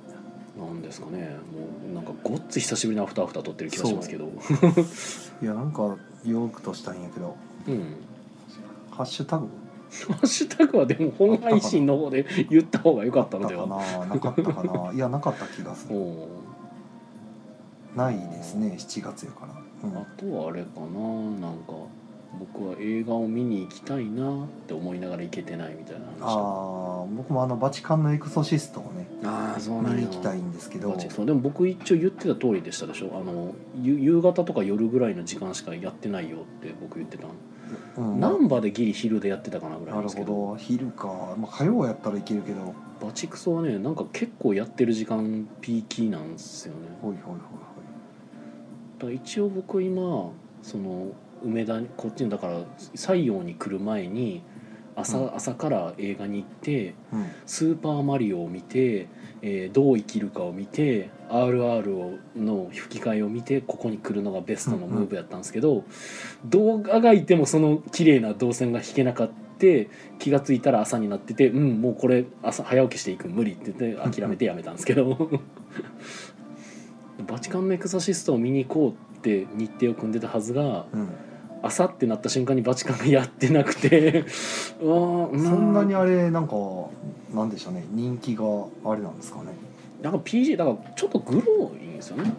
[SPEAKER 1] なんですかねもうなんかごっつ久しぶりにアフターアフター撮ってる気がしますけ どう
[SPEAKER 2] いやなんかよくとしたんやけど
[SPEAKER 1] ん
[SPEAKER 2] ハッシュタグ
[SPEAKER 1] ハッシュタグはでも本配信の方で言った方が良かった
[SPEAKER 2] あっ
[SPEAKER 1] の
[SPEAKER 2] た
[SPEAKER 1] で
[SPEAKER 2] か
[SPEAKER 1] は
[SPEAKER 2] ななかったかないやなかった気がす
[SPEAKER 1] お
[SPEAKER 2] る
[SPEAKER 1] おー
[SPEAKER 2] ないですね7月やから、うん
[SPEAKER 1] あとはあれかななんか僕は映画を見に行きたいなって思いながら行けてないみたいな
[SPEAKER 2] あ
[SPEAKER 1] 話
[SPEAKER 2] ー僕もあのバチカンのエクソシストをね
[SPEAKER 1] ああそう
[SPEAKER 2] 見に行きたいんですけど
[SPEAKER 1] そうでも僕一応言ってた通りでしたでしょあのゆ夕方とか夜ぐらいの時間しかやってないよって僕言ってた
[SPEAKER 2] うん
[SPEAKER 1] 難
[SPEAKER 2] な
[SPEAKER 1] 波、でギリ昼でやってたかなぐらいな
[SPEAKER 2] なんる
[SPEAKER 1] ですけ
[SPEAKER 2] ほ
[SPEAKER 1] ど
[SPEAKER 2] ど昼か、まあ、火曜やったらいけるけどほい
[SPEAKER 1] バチクソはねなんか結構やってる時間ピーキーなんですよね
[SPEAKER 2] ほいほい
[SPEAKER 1] だから一応僕今その梅田にこっちにだから西洋に来る前に朝,、
[SPEAKER 2] うん
[SPEAKER 1] 朝から映画に行って
[SPEAKER 2] ほい、うん、
[SPEAKER 1] 「スーパーマリオ」を見て、えーどう生きるかを見て「RR を」の吹き替えを見てここに来るのがベストのムーブやったんですけど、動画がいてもその綺麗な動線が引けなかった。気が付いたら朝になってて「うんもうこれ朝早起きしていく無理」って言って諦めてやめたんですけど バチカンのエクソシストを見に行こうって日程を組んでたはずが
[SPEAKER 2] うん、
[SPEAKER 1] 朝ってなった瞬間にバチカンがやってなくて うわーうー
[SPEAKER 2] そんなにあれなんかなんでしょうね人気があれなんですかね
[SPEAKER 1] なんか PG だからちょっとグロいんですよね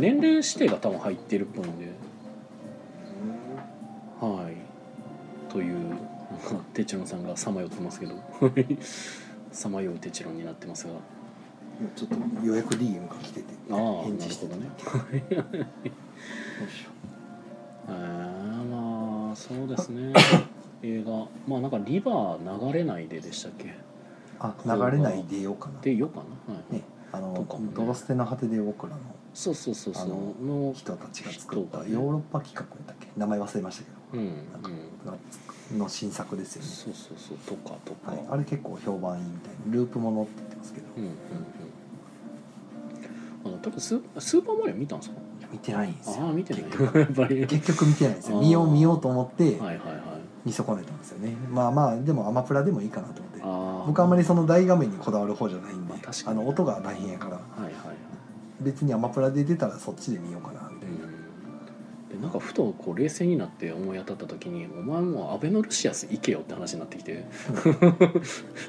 [SPEAKER 1] 年齢指定が多分入ってるっぽいんではいというなんかテチロンさんがさまよってますけど さまようテチロンになってますが
[SPEAKER 2] いやちょっと予約 DM が来てて
[SPEAKER 1] ああ
[SPEAKER 2] 返事してた
[SPEAKER 1] な
[SPEAKER 2] ね
[SPEAKER 1] るえー、まあそうです ね映画まあなんか「リバー流れないで」でしたっけ
[SPEAKER 2] あ流れないでようかな
[SPEAKER 1] でよかな、はい
[SPEAKER 2] ねあの、
[SPEAKER 1] とかもね
[SPEAKER 2] ドロステの果てで僕らの
[SPEAKER 1] そうそうそうそ
[SPEAKER 2] あ
[SPEAKER 1] う
[SPEAKER 2] の
[SPEAKER 1] の
[SPEAKER 2] 人たちが作っ
[SPEAKER 1] 人
[SPEAKER 2] た
[SPEAKER 1] が
[SPEAKER 2] ヨ
[SPEAKER 1] ね
[SPEAKER 2] ーロッパ企画だっけ名前忘れましたけ
[SPEAKER 1] うん、うん、
[SPEAKER 2] どがつの新作ですよね、
[SPEAKER 1] そうそうそうとかとか、
[SPEAKER 2] はい、あれ結構評判いいみたいなループものって言ってますけど、
[SPEAKER 1] うんうんうんあの多分スースーパーマリオ見たんですか
[SPEAKER 2] 見てないんですよ
[SPEAKER 1] ああ見てない
[SPEAKER 2] 結局
[SPEAKER 1] やっぱり
[SPEAKER 2] 結局見てないんです
[SPEAKER 1] あ
[SPEAKER 2] よ
[SPEAKER 1] ー
[SPEAKER 2] 見よう見ようと思って
[SPEAKER 1] はいはいはい
[SPEAKER 2] 見損ねたんですよね、まあまあでもアマプラでもいいかなと思って
[SPEAKER 1] ああ
[SPEAKER 2] 僕あんまりその大画面にこだわる方じゃないんで、
[SPEAKER 1] まあ確か
[SPEAKER 2] あ
[SPEAKER 1] に
[SPEAKER 2] の音が大変やから
[SPEAKER 1] はいはいはい
[SPEAKER 2] 別にアマプラで出たらそっちで見ようかなみた
[SPEAKER 1] う
[SPEAKER 2] いな、
[SPEAKER 1] んでなんかふとこう冷静になって思い当たった時に「お前もうアベノルシアス行けよ」って話になってきて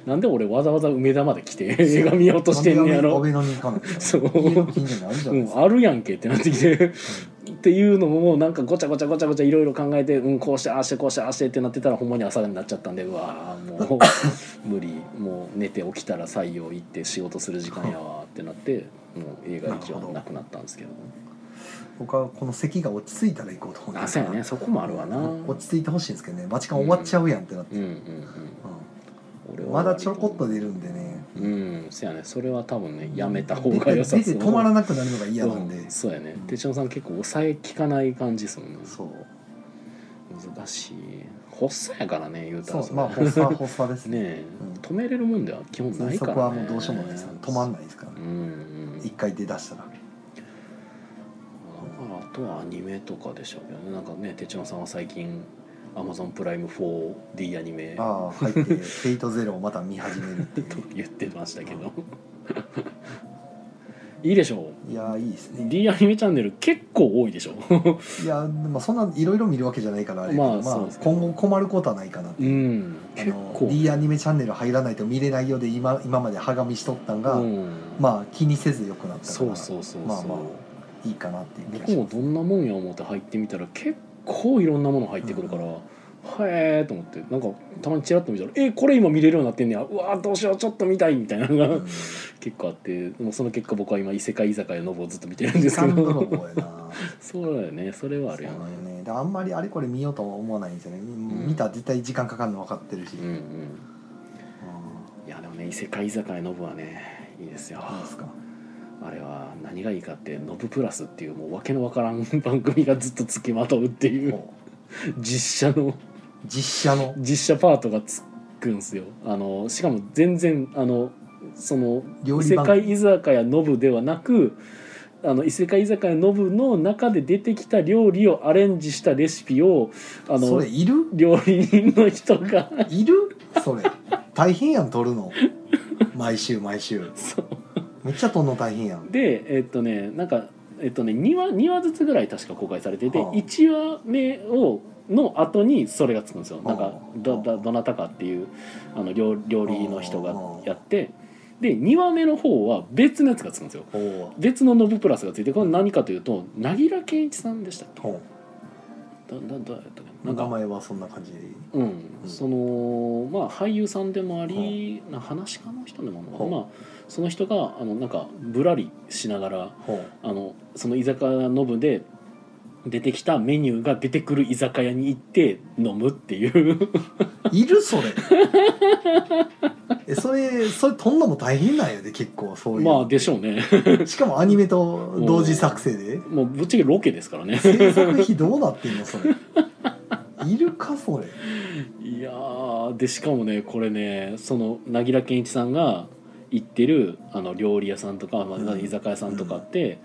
[SPEAKER 1] なんで俺わざわざ梅田まで来て映画見ようとしてんねや
[SPEAKER 2] な
[SPEAKER 1] ろ
[SPEAKER 2] でアベノに行かないんです
[SPEAKER 1] そう
[SPEAKER 2] か家の近所にあるじゃ
[SPEAKER 1] う
[SPEAKER 2] ないです
[SPEAKER 1] ん、
[SPEAKER 2] か、
[SPEAKER 1] あるやんけってなってきてっていうのももうなんかごちゃごちゃごちゃごちゃいろいろ考えて、うん、こうしてああしてこうしてああしてってなってたらほんまに朝になっちゃったんでうわーも う無理もう寝て起きたら採用行って仕事する時間やわーってなってもう映画行きはなくなったんですけど
[SPEAKER 2] 僕はこの席が落ち着いたら行こうと思って
[SPEAKER 1] あそうやねそこもあるわな
[SPEAKER 2] 落ち着いてほしいんですけどねバチカン終わっちゃうやんってなって、
[SPEAKER 1] うんう
[SPEAKER 2] うん
[SPEAKER 1] んうん俺
[SPEAKER 2] うん
[SPEAKER 1] は
[SPEAKER 2] まだちょろこっと出るんでね
[SPEAKER 1] うんそうやねそれは多分ねやめた方が良さ
[SPEAKER 2] 出
[SPEAKER 1] そ
[SPEAKER 2] て
[SPEAKER 1] う
[SPEAKER 2] 出て止まらなくなるのが嫌なんで、
[SPEAKER 1] うんそうやね手帳さん結構抑えきかない感じですもんね
[SPEAKER 2] そう
[SPEAKER 1] 難しい発作やからね言うた
[SPEAKER 2] そ
[SPEAKER 1] ら
[SPEAKER 2] う
[SPEAKER 1] れ
[SPEAKER 2] まあ発作発作です
[SPEAKER 1] ね
[SPEAKER 2] ね
[SPEAKER 1] え、
[SPEAKER 2] うん
[SPEAKER 1] 止めれるもんでは基本 な
[SPEAKER 2] 喘
[SPEAKER 1] いから、ね、
[SPEAKER 2] 息はもうどうしようもないですから止まんないですから
[SPEAKER 1] う
[SPEAKER 2] ね
[SPEAKER 1] んうん
[SPEAKER 2] 一回出だしたら
[SPEAKER 1] だからあとはアニメとかでしょうけどねなんかね手帳さんは最近アマゾンプライム 4D アニメ
[SPEAKER 2] ああ入って「フェイトゼロをまた見始めるっていう
[SPEAKER 1] と言ってましたけど いいでしょ
[SPEAKER 2] いやーいいです
[SPEAKER 1] う
[SPEAKER 2] ね
[SPEAKER 1] D アニメチャンネル結構多いでしょ
[SPEAKER 2] いやーまあそんないろいろ見るわけじゃないからあれやけ
[SPEAKER 1] ま
[SPEAKER 2] ど
[SPEAKER 1] あそう
[SPEAKER 2] ま
[SPEAKER 1] です
[SPEAKER 2] あ、
[SPEAKER 1] ね
[SPEAKER 2] 今後困ることはないかなって
[SPEAKER 1] うん
[SPEAKER 2] あ
[SPEAKER 1] 結
[SPEAKER 2] の
[SPEAKER 1] 構
[SPEAKER 2] D アニメチャンネル入らないと見れないようで今今まではがみしとったんが、
[SPEAKER 1] うん、
[SPEAKER 2] まあ気にせず良くなったか
[SPEAKER 1] そ
[SPEAKER 2] ら
[SPEAKER 1] うそうそうそう、
[SPEAKER 2] まあまあいいかなっていう気が
[SPEAKER 1] 僕
[SPEAKER 2] し
[SPEAKER 1] も
[SPEAKER 2] ます
[SPEAKER 1] どんなもんや思って入ってみたら結構いろんなもの入ってくるから、へえと思ってなんかたまにチラッと見たら「えこれ今見れるようになってんねやうわーどうしようちょっと見たい」みたいなのが、
[SPEAKER 2] うん
[SPEAKER 1] 結構あってもうその結果僕は今異世界居酒屋のぼをずっと見てるん
[SPEAKER 2] 時
[SPEAKER 1] ですけ
[SPEAKER 2] 間泥
[SPEAKER 1] ど
[SPEAKER 2] 棒やな
[SPEAKER 1] そうだよねそれはあるよ
[SPEAKER 2] そう
[SPEAKER 1] ね
[SPEAKER 2] なんよねであんまりあれこれ見ようとは思わないんですよね、
[SPEAKER 1] ん
[SPEAKER 2] 見たら絶対時間かかるの分かってるし、
[SPEAKER 1] うんうんいやでもね異世界居酒屋ノブはねいいですよ
[SPEAKER 2] うんいいですか
[SPEAKER 1] あれは何がいいかって「ノブプラス」っていうもう訳のわからん番組がずっとつきまとうっていう
[SPEAKER 2] もう
[SPEAKER 1] 実写の
[SPEAKER 2] 実写の
[SPEAKER 1] 実写パートがつくんすよあのしかも全然あのその
[SPEAKER 2] 料
[SPEAKER 1] 異
[SPEAKER 2] 理
[SPEAKER 1] 世
[SPEAKER 2] 番
[SPEAKER 1] 界
[SPEAKER 2] 組
[SPEAKER 1] 居酒屋ノブではなくあの異世界居酒屋ノブの中で出てきた料理をアレンジしたレシピをあ
[SPEAKER 2] そ
[SPEAKER 1] の
[SPEAKER 2] れいる
[SPEAKER 1] 料理人の人が
[SPEAKER 2] いるそれ大変やん撮るの毎週毎週
[SPEAKER 1] そう
[SPEAKER 2] めっちゃ撮るの大変やん
[SPEAKER 1] でえっとねなんかえっとね2話 ,2 話ずつぐらい確か公開されてて、
[SPEAKER 2] はあ
[SPEAKER 1] 1話目をの後にそれがつくんですよ、
[SPEAKER 2] はあ
[SPEAKER 1] なんかどどどなたかっていうあの料料理の人がやって、で2話目の方は別のやつがつくんですよ
[SPEAKER 2] おお
[SPEAKER 1] 別のノブプラスがついてこれ何かというと凪良健一さんでしたっけ
[SPEAKER 2] ほ
[SPEAKER 1] だだだやったっけ
[SPEAKER 2] う
[SPEAKER 1] なん
[SPEAKER 2] 名
[SPEAKER 1] か
[SPEAKER 2] 前はそんな感じで
[SPEAKER 1] うん、
[SPEAKER 2] うん
[SPEAKER 1] そのまあ俳優さんでもあり、な話し家の人でもあるのかな、
[SPEAKER 2] はあ
[SPEAKER 1] まあ、その人があのなんかぶらりしながら
[SPEAKER 2] ほう
[SPEAKER 1] あのその居酒屋の部で出てきたメニューが出てくる居酒屋に行って飲むっていう
[SPEAKER 2] いるそれえそれそれ撮んのも大変なんやで結構そういう
[SPEAKER 1] まあでしょうね
[SPEAKER 2] しかもアニメと同時作成で
[SPEAKER 1] もうぶっちゃけロケですからね
[SPEAKER 2] 制作費どうなってんのそ れいるかそれ
[SPEAKER 1] いやーでしかもねこれねその凪良健一さんが行ってるあの料理屋さんとか、ま
[SPEAKER 2] う
[SPEAKER 1] あ、
[SPEAKER 2] ん
[SPEAKER 1] 居酒屋さんとかって、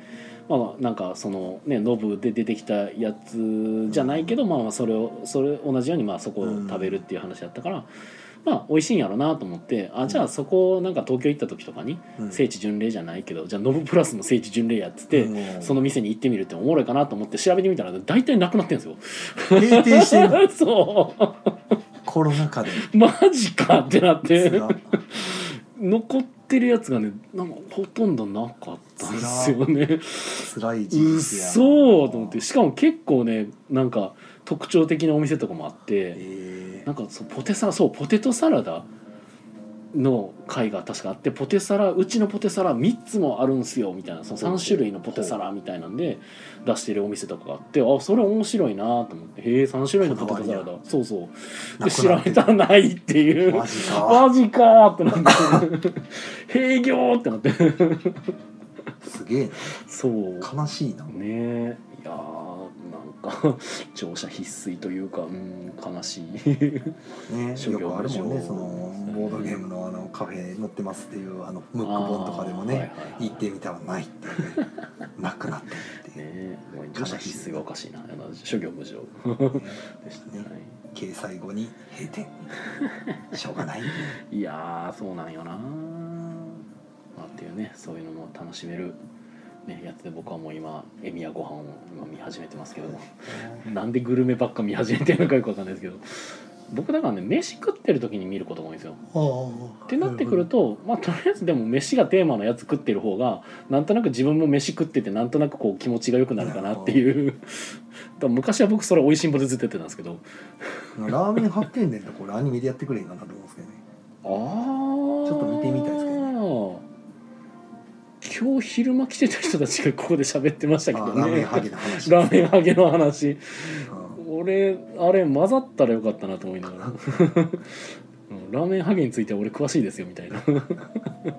[SPEAKER 1] まあなんかそのねノブで出てきたやつじゃないけど、まあまあそれをそれ同じようにまあそこを食べるっていう話だったから、まあ美味しいんやろうなと思ってあじゃあそこなんか東京行った時とかに
[SPEAKER 2] うん
[SPEAKER 1] 聖地巡礼じゃないけどじゃあノブプラスの聖地巡礼やっつって、
[SPEAKER 2] うん
[SPEAKER 1] その店に行ってみるっておもろいかなと思って調べてみたら大体なくなってん ですよ。
[SPEAKER 2] 閉店してん の
[SPEAKER 1] そ
[SPEAKER 2] コロナ禍 で
[SPEAKER 1] うマジかってなっ
[SPEAKER 2] つ
[SPEAKER 1] て
[SPEAKER 2] ら
[SPEAKER 1] 残ってるやつがねなんかほとんどなかったんですよね。
[SPEAKER 2] つらいう
[SPEAKER 1] っ
[SPEAKER 2] 時期やな
[SPEAKER 1] そーと思ってしかも結構ねなんか特徴的なお店とかもあって
[SPEAKER 2] え
[SPEAKER 1] なんかそうポテサラそうポテトサラダの回が確かあってポテサラうちのポテサラ3つもあるんすよみたいなその3種類のポテサラみたいなんで出してるお店とかがあってあそれ面白いなと思ってへえ3種類のポテトサラ
[SPEAKER 2] こだ
[SPEAKER 1] ダそうそう
[SPEAKER 2] ー
[SPEAKER 1] で
[SPEAKER 2] なくな
[SPEAKER 1] 調
[SPEAKER 2] っ
[SPEAKER 1] べ
[SPEAKER 2] て
[SPEAKER 1] たらないっていう
[SPEAKER 2] マジか
[SPEAKER 1] マジかーってなって営業ってなって
[SPEAKER 2] すげえ
[SPEAKER 1] そう
[SPEAKER 2] な悲しいな
[SPEAKER 1] ねえいやーなんか 乗車必須というかうん悲しい
[SPEAKER 2] ね、
[SPEAKER 1] 諸
[SPEAKER 2] よ
[SPEAKER 1] 行
[SPEAKER 2] くあるもん
[SPEAKER 1] 無
[SPEAKER 2] ね
[SPEAKER 1] 常
[SPEAKER 2] そのボードゲームのあのカフェ載ってますっていうあのムック本とかでも
[SPEAKER 1] あーはい
[SPEAKER 2] ね
[SPEAKER 1] はいはい
[SPEAKER 2] 行ってみたらないっていうねなくなってるっていう、
[SPEAKER 1] ねえもう乗車必須がおかしいなあの諸行無常 でしたね、
[SPEAKER 2] ね
[SPEAKER 1] はい
[SPEAKER 2] 掲載後に閉店しょう がない
[SPEAKER 1] いやーそうなんよなー、まあ、っていうねそういうのも楽しめる、ね、やつで僕はもう今エミやご飯を今見始めてますけ どなんでグルメばっか見始めてるのかよくわかんないですけど僕だからね飯食ってる時に見ることが多いんですよ。
[SPEAKER 2] っ
[SPEAKER 1] ってなってくると、まあ、とりあえずでも飯がテーマのやつ食ってる方がなんとなく自分も飯食っててなんとなくこう気持ちが良くなるかなっていう だから昔は僕それ美味しんぼでずっとやってたんですけど
[SPEAKER 2] ラーメン発見伝とこれアニメでやってくれんかなと思うんですけどね
[SPEAKER 1] ああ
[SPEAKER 2] ちょっと見てみたいですけど
[SPEAKER 1] 今日昼間来てた人たちがここで喋ってましたけ
[SPEAKER 2] あ
[SPEAKER 1] ど
[SPEAKER 2] ー
[SPEAKER 1] ね
[SPEAKER 2] ラーメンハゲの話
[SPEAKER 1] ラーメンハゲの話
[SPEAKER 2] うん
[SPEAKER 1] 俺あれ混ざったらよかったなと思いな がらうんラーメンハゲについては俺詳しいですよみたいなラーメ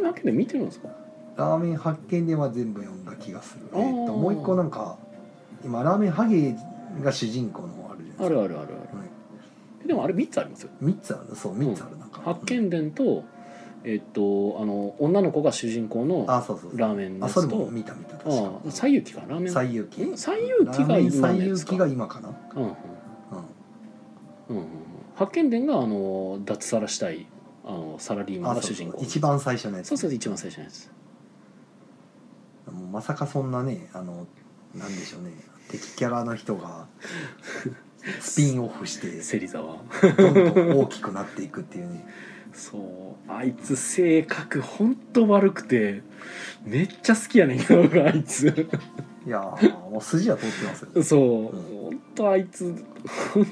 [SPEAKER 1] ンハゲで見てるんですか
[SPEAKER 2] ラーメン発見伝は全部読んだ気がするえ
[SPEAKER 1] あー
[SPEAKER 2] ーっともう一個なんか今ラーメンハゲが主人公のあるじゃ
[SPEAKER 1] あるあ
[SPEAKER 2] ないです
[SPEAKER 1] るあるあ
[SPEAKER 2] か、はい、
[SPEAKER 1] るでもあれ3つありますよ
[SPEAKER 2] 3つあるそう3つあるなんか、
[SPEAKER 1] 発見伝とえっとあの女の子が主人公の
[SPEAKER 2] あそうそうそう
[SPEAKER 1] ラーメンの
[SPEAKER 2] あ
[SPEAKER 1] や
[SPEAKER 2] それ
[SPEAKER 1] つ
[SPEAKER 2] も
[SPEAKER 1] と
[SPEAKER 2] 見た見た確
[SPEAKER 1] ああ
[SPEAKER 2] か
[SPEAKER 1] 西遊記かラーメン
[SPEAKER 2] 西遊記
[SPEAKER 1] ん西遊
[SPEAKER 2] ラ
[SPEAKER 1] 記
[SPEAKER 2] ー
[SPEAKER 1] が
[SPEAKER 2] メン
[SPEAKER 1] 今の
[SPEAKER 2] 西
[SPEAKER 1] や
[SPEAKER 2] 遊
[SPEAKER 1] つか
[SPEAKER 2] 記が今かな、
[SPEAKER 1] うんうん
[SPEAKER 2] う
[SPEAKER 1] うんうんうん発見伝があの脱サラしたいあのサラリー
[SPEAKER 2] ん、
[SPEAKER 1] マン
[SPEAKER 2] あ
[SPEAKER 1] が
[SPEAKER 2] そ
[SPEAKER 1] 主
[SPEAKER 2] うそ
[SPEAKER 1] 人
[SPEAKER 2] う
[SPEAKER 1] 公
[SPEAKER 2] 一番最初のやつ
[SPEAKER 1] そうそう一番最初のやつ
[SPEAKER 2] もうまさかそんなねあのなんでしょうね敵キャラの人がスピンオフして
[SPEAKER 1] 芹沢
[SPEAKER 2] どんどん大きくなっていくっていうね
[SPEAKER 1] そうあいつ性格ほんと悪くてめっちゃ好きやねんけど僕あいつ
[SPEAKER 2] いやーもう筋は通ってますよ
[SPEAKER 1] そう、
[SPEAKER 2] うん
[SPEAKER 1] ほんとあいつ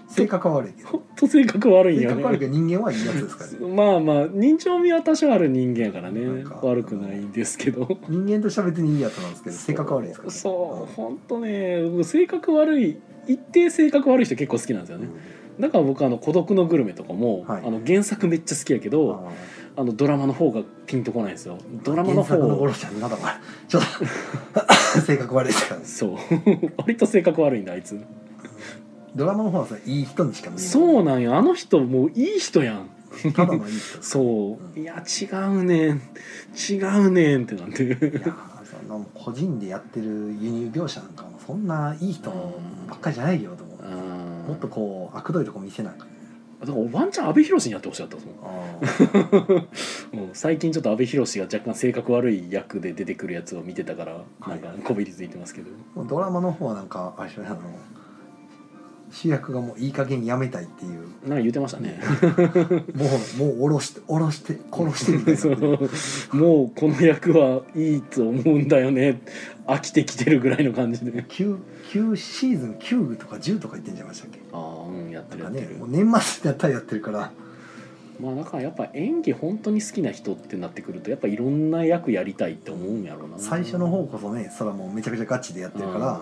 [SPEAKER 2] 性格は悪いけ
[SPEAKER 1] ほ
[SPEAKER 2] ど
[SPEAKER 1] んと性格悪いん
[SPEAKER 2] 性
[SPEAKER 1] よ
[SPEAKER 2] 格悪い
[SPEAKER 1] ね
[SPEAKER 2] けど人間はいいやつですからね
[SPEAKER 1] まあまあ人情味は多少ある人間やから
[SPEAKER 2] なん
[SPEAKER 1] ね
[SPEAKER 2] か
[SPEAKER 1] 悪くないんですけど
[SPEAKER 2] 人間としては別にいいやつなんですけど性格悪いですから、ね、
[SPEAKER 1] そう本当ね僕性格悪い一定性格悪い人結構好きなんですよ
[SPEAKER 2] うん
[SPEAKER 1] ね、だから僕あの「孤独のグルメ」とかも、
[SPEAKER 2] はい
[SPEAKER 1] あの原作めっちゃ好きやけ
[SPEAKER 2] うん
[SPEAKER 1] ど
[SPEAKER 2] あ
[SPEAKER 1] あのドラマの方がピンとこないんですよドラマの方
[SPEAKER 2] 原作の頃じゃまだまだちょっと 性格悪いですからね
[SPEAKER 1] そう 割と性格悪いんだあいつ
[SPEAKER 2] ドラマの方はさいい人にしか見えない
[SPEAKER 1] そうなんよあの人もういい人やん
[SPEAKER 2] ただのいい人
[SPEAKER 1] そううんいや違うねん違うねんってなん
[SPEAKER 2] い
[SPEAKER 1] て
[SPEAKER 2] やーそんなもう個人でやってる輸入業者なんかもそんないい人ばっかりじゃないよと思う、
[SPEAKER 1] あー
[SPEAKER 2] もっとこう悪どいとこ見せなんか
[SPEAKER 1] だからワンチャン阿部寛にやってほしかったと思う
[SPEAKER 2] あ
[SPEAKER 1] もう最近ちょっと阿部寛が若干性格悪い役で出てくるやつを見てたからなんかこびりついてますけど、
[SPEAKER 2] ドラマの方はなんかあれでしょあの主役がもういい加減やめたいっていう
[SPEAKER 1] なんか言ってました ね
[SPEAKER 2] もうもう下ろして下ろして殺してみたい な
[SPEAKER 1] そうもうこの役はいいと思うんだよね飽きてきてるぐらいの感じで
[SPEAKER 2] 9 9シーズン9とか10とか言ってんじゃいましたっけ
[SPEAKER 1] ああうんやってる
[SPEAKER 2] な
[SPEAKER 1] や
[SPEAKER 2] ん
[SPEAKER 1] っ
[SPEAKER 2] か
[SPEAKER 1] て
[SPEAKER 2] ね
[SPEAKER 1] る
[SPEAKER 2] もう年末になったらやってるから
[SPEAKER 1] まあだからやっぱ演技本当に好きな人ってなってくるとやっぱいろんな役やりたいって思うんやろうな
[SPEAKER 2] 最初の方こそねそれはもうめちゃくちゃガチでやってるから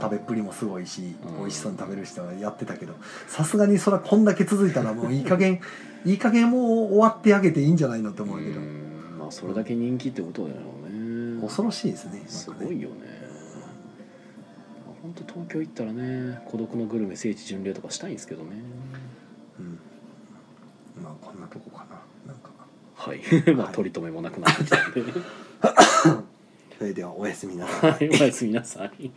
[SPEAKER 2] 食べっぷりもすごいし
[SPEAKER 1] うん
[SPEAKER 2] 美味しそうに食べる人はやってたけどさすがにそれはこんだけ続い たらもういい加減いい加減もう終わってあげていいんじゃないのと思うけど
[SPEAKER 1] うんまあそれだけ人気ってことだよね
[SPEAKER 2] 恐ろしいですね
[SPEAKER 1] す
[SPEAKER 2] なんか
[SPEAKER 1] ご
[SPEAKER 2] ね
[SPEAKER 1] いよね本当東京行ったらね孤独のグルメ聖地巡礼とかしたいんですけどね
[SPEAKER 2] うんまあこんなとこかななんか
[SPEAKER 1] はい まあ取り留めもなくなってきたんで
[SPEAKER 2] それではおやすみなさい
[SPEAKER 1] はいおやすみなさい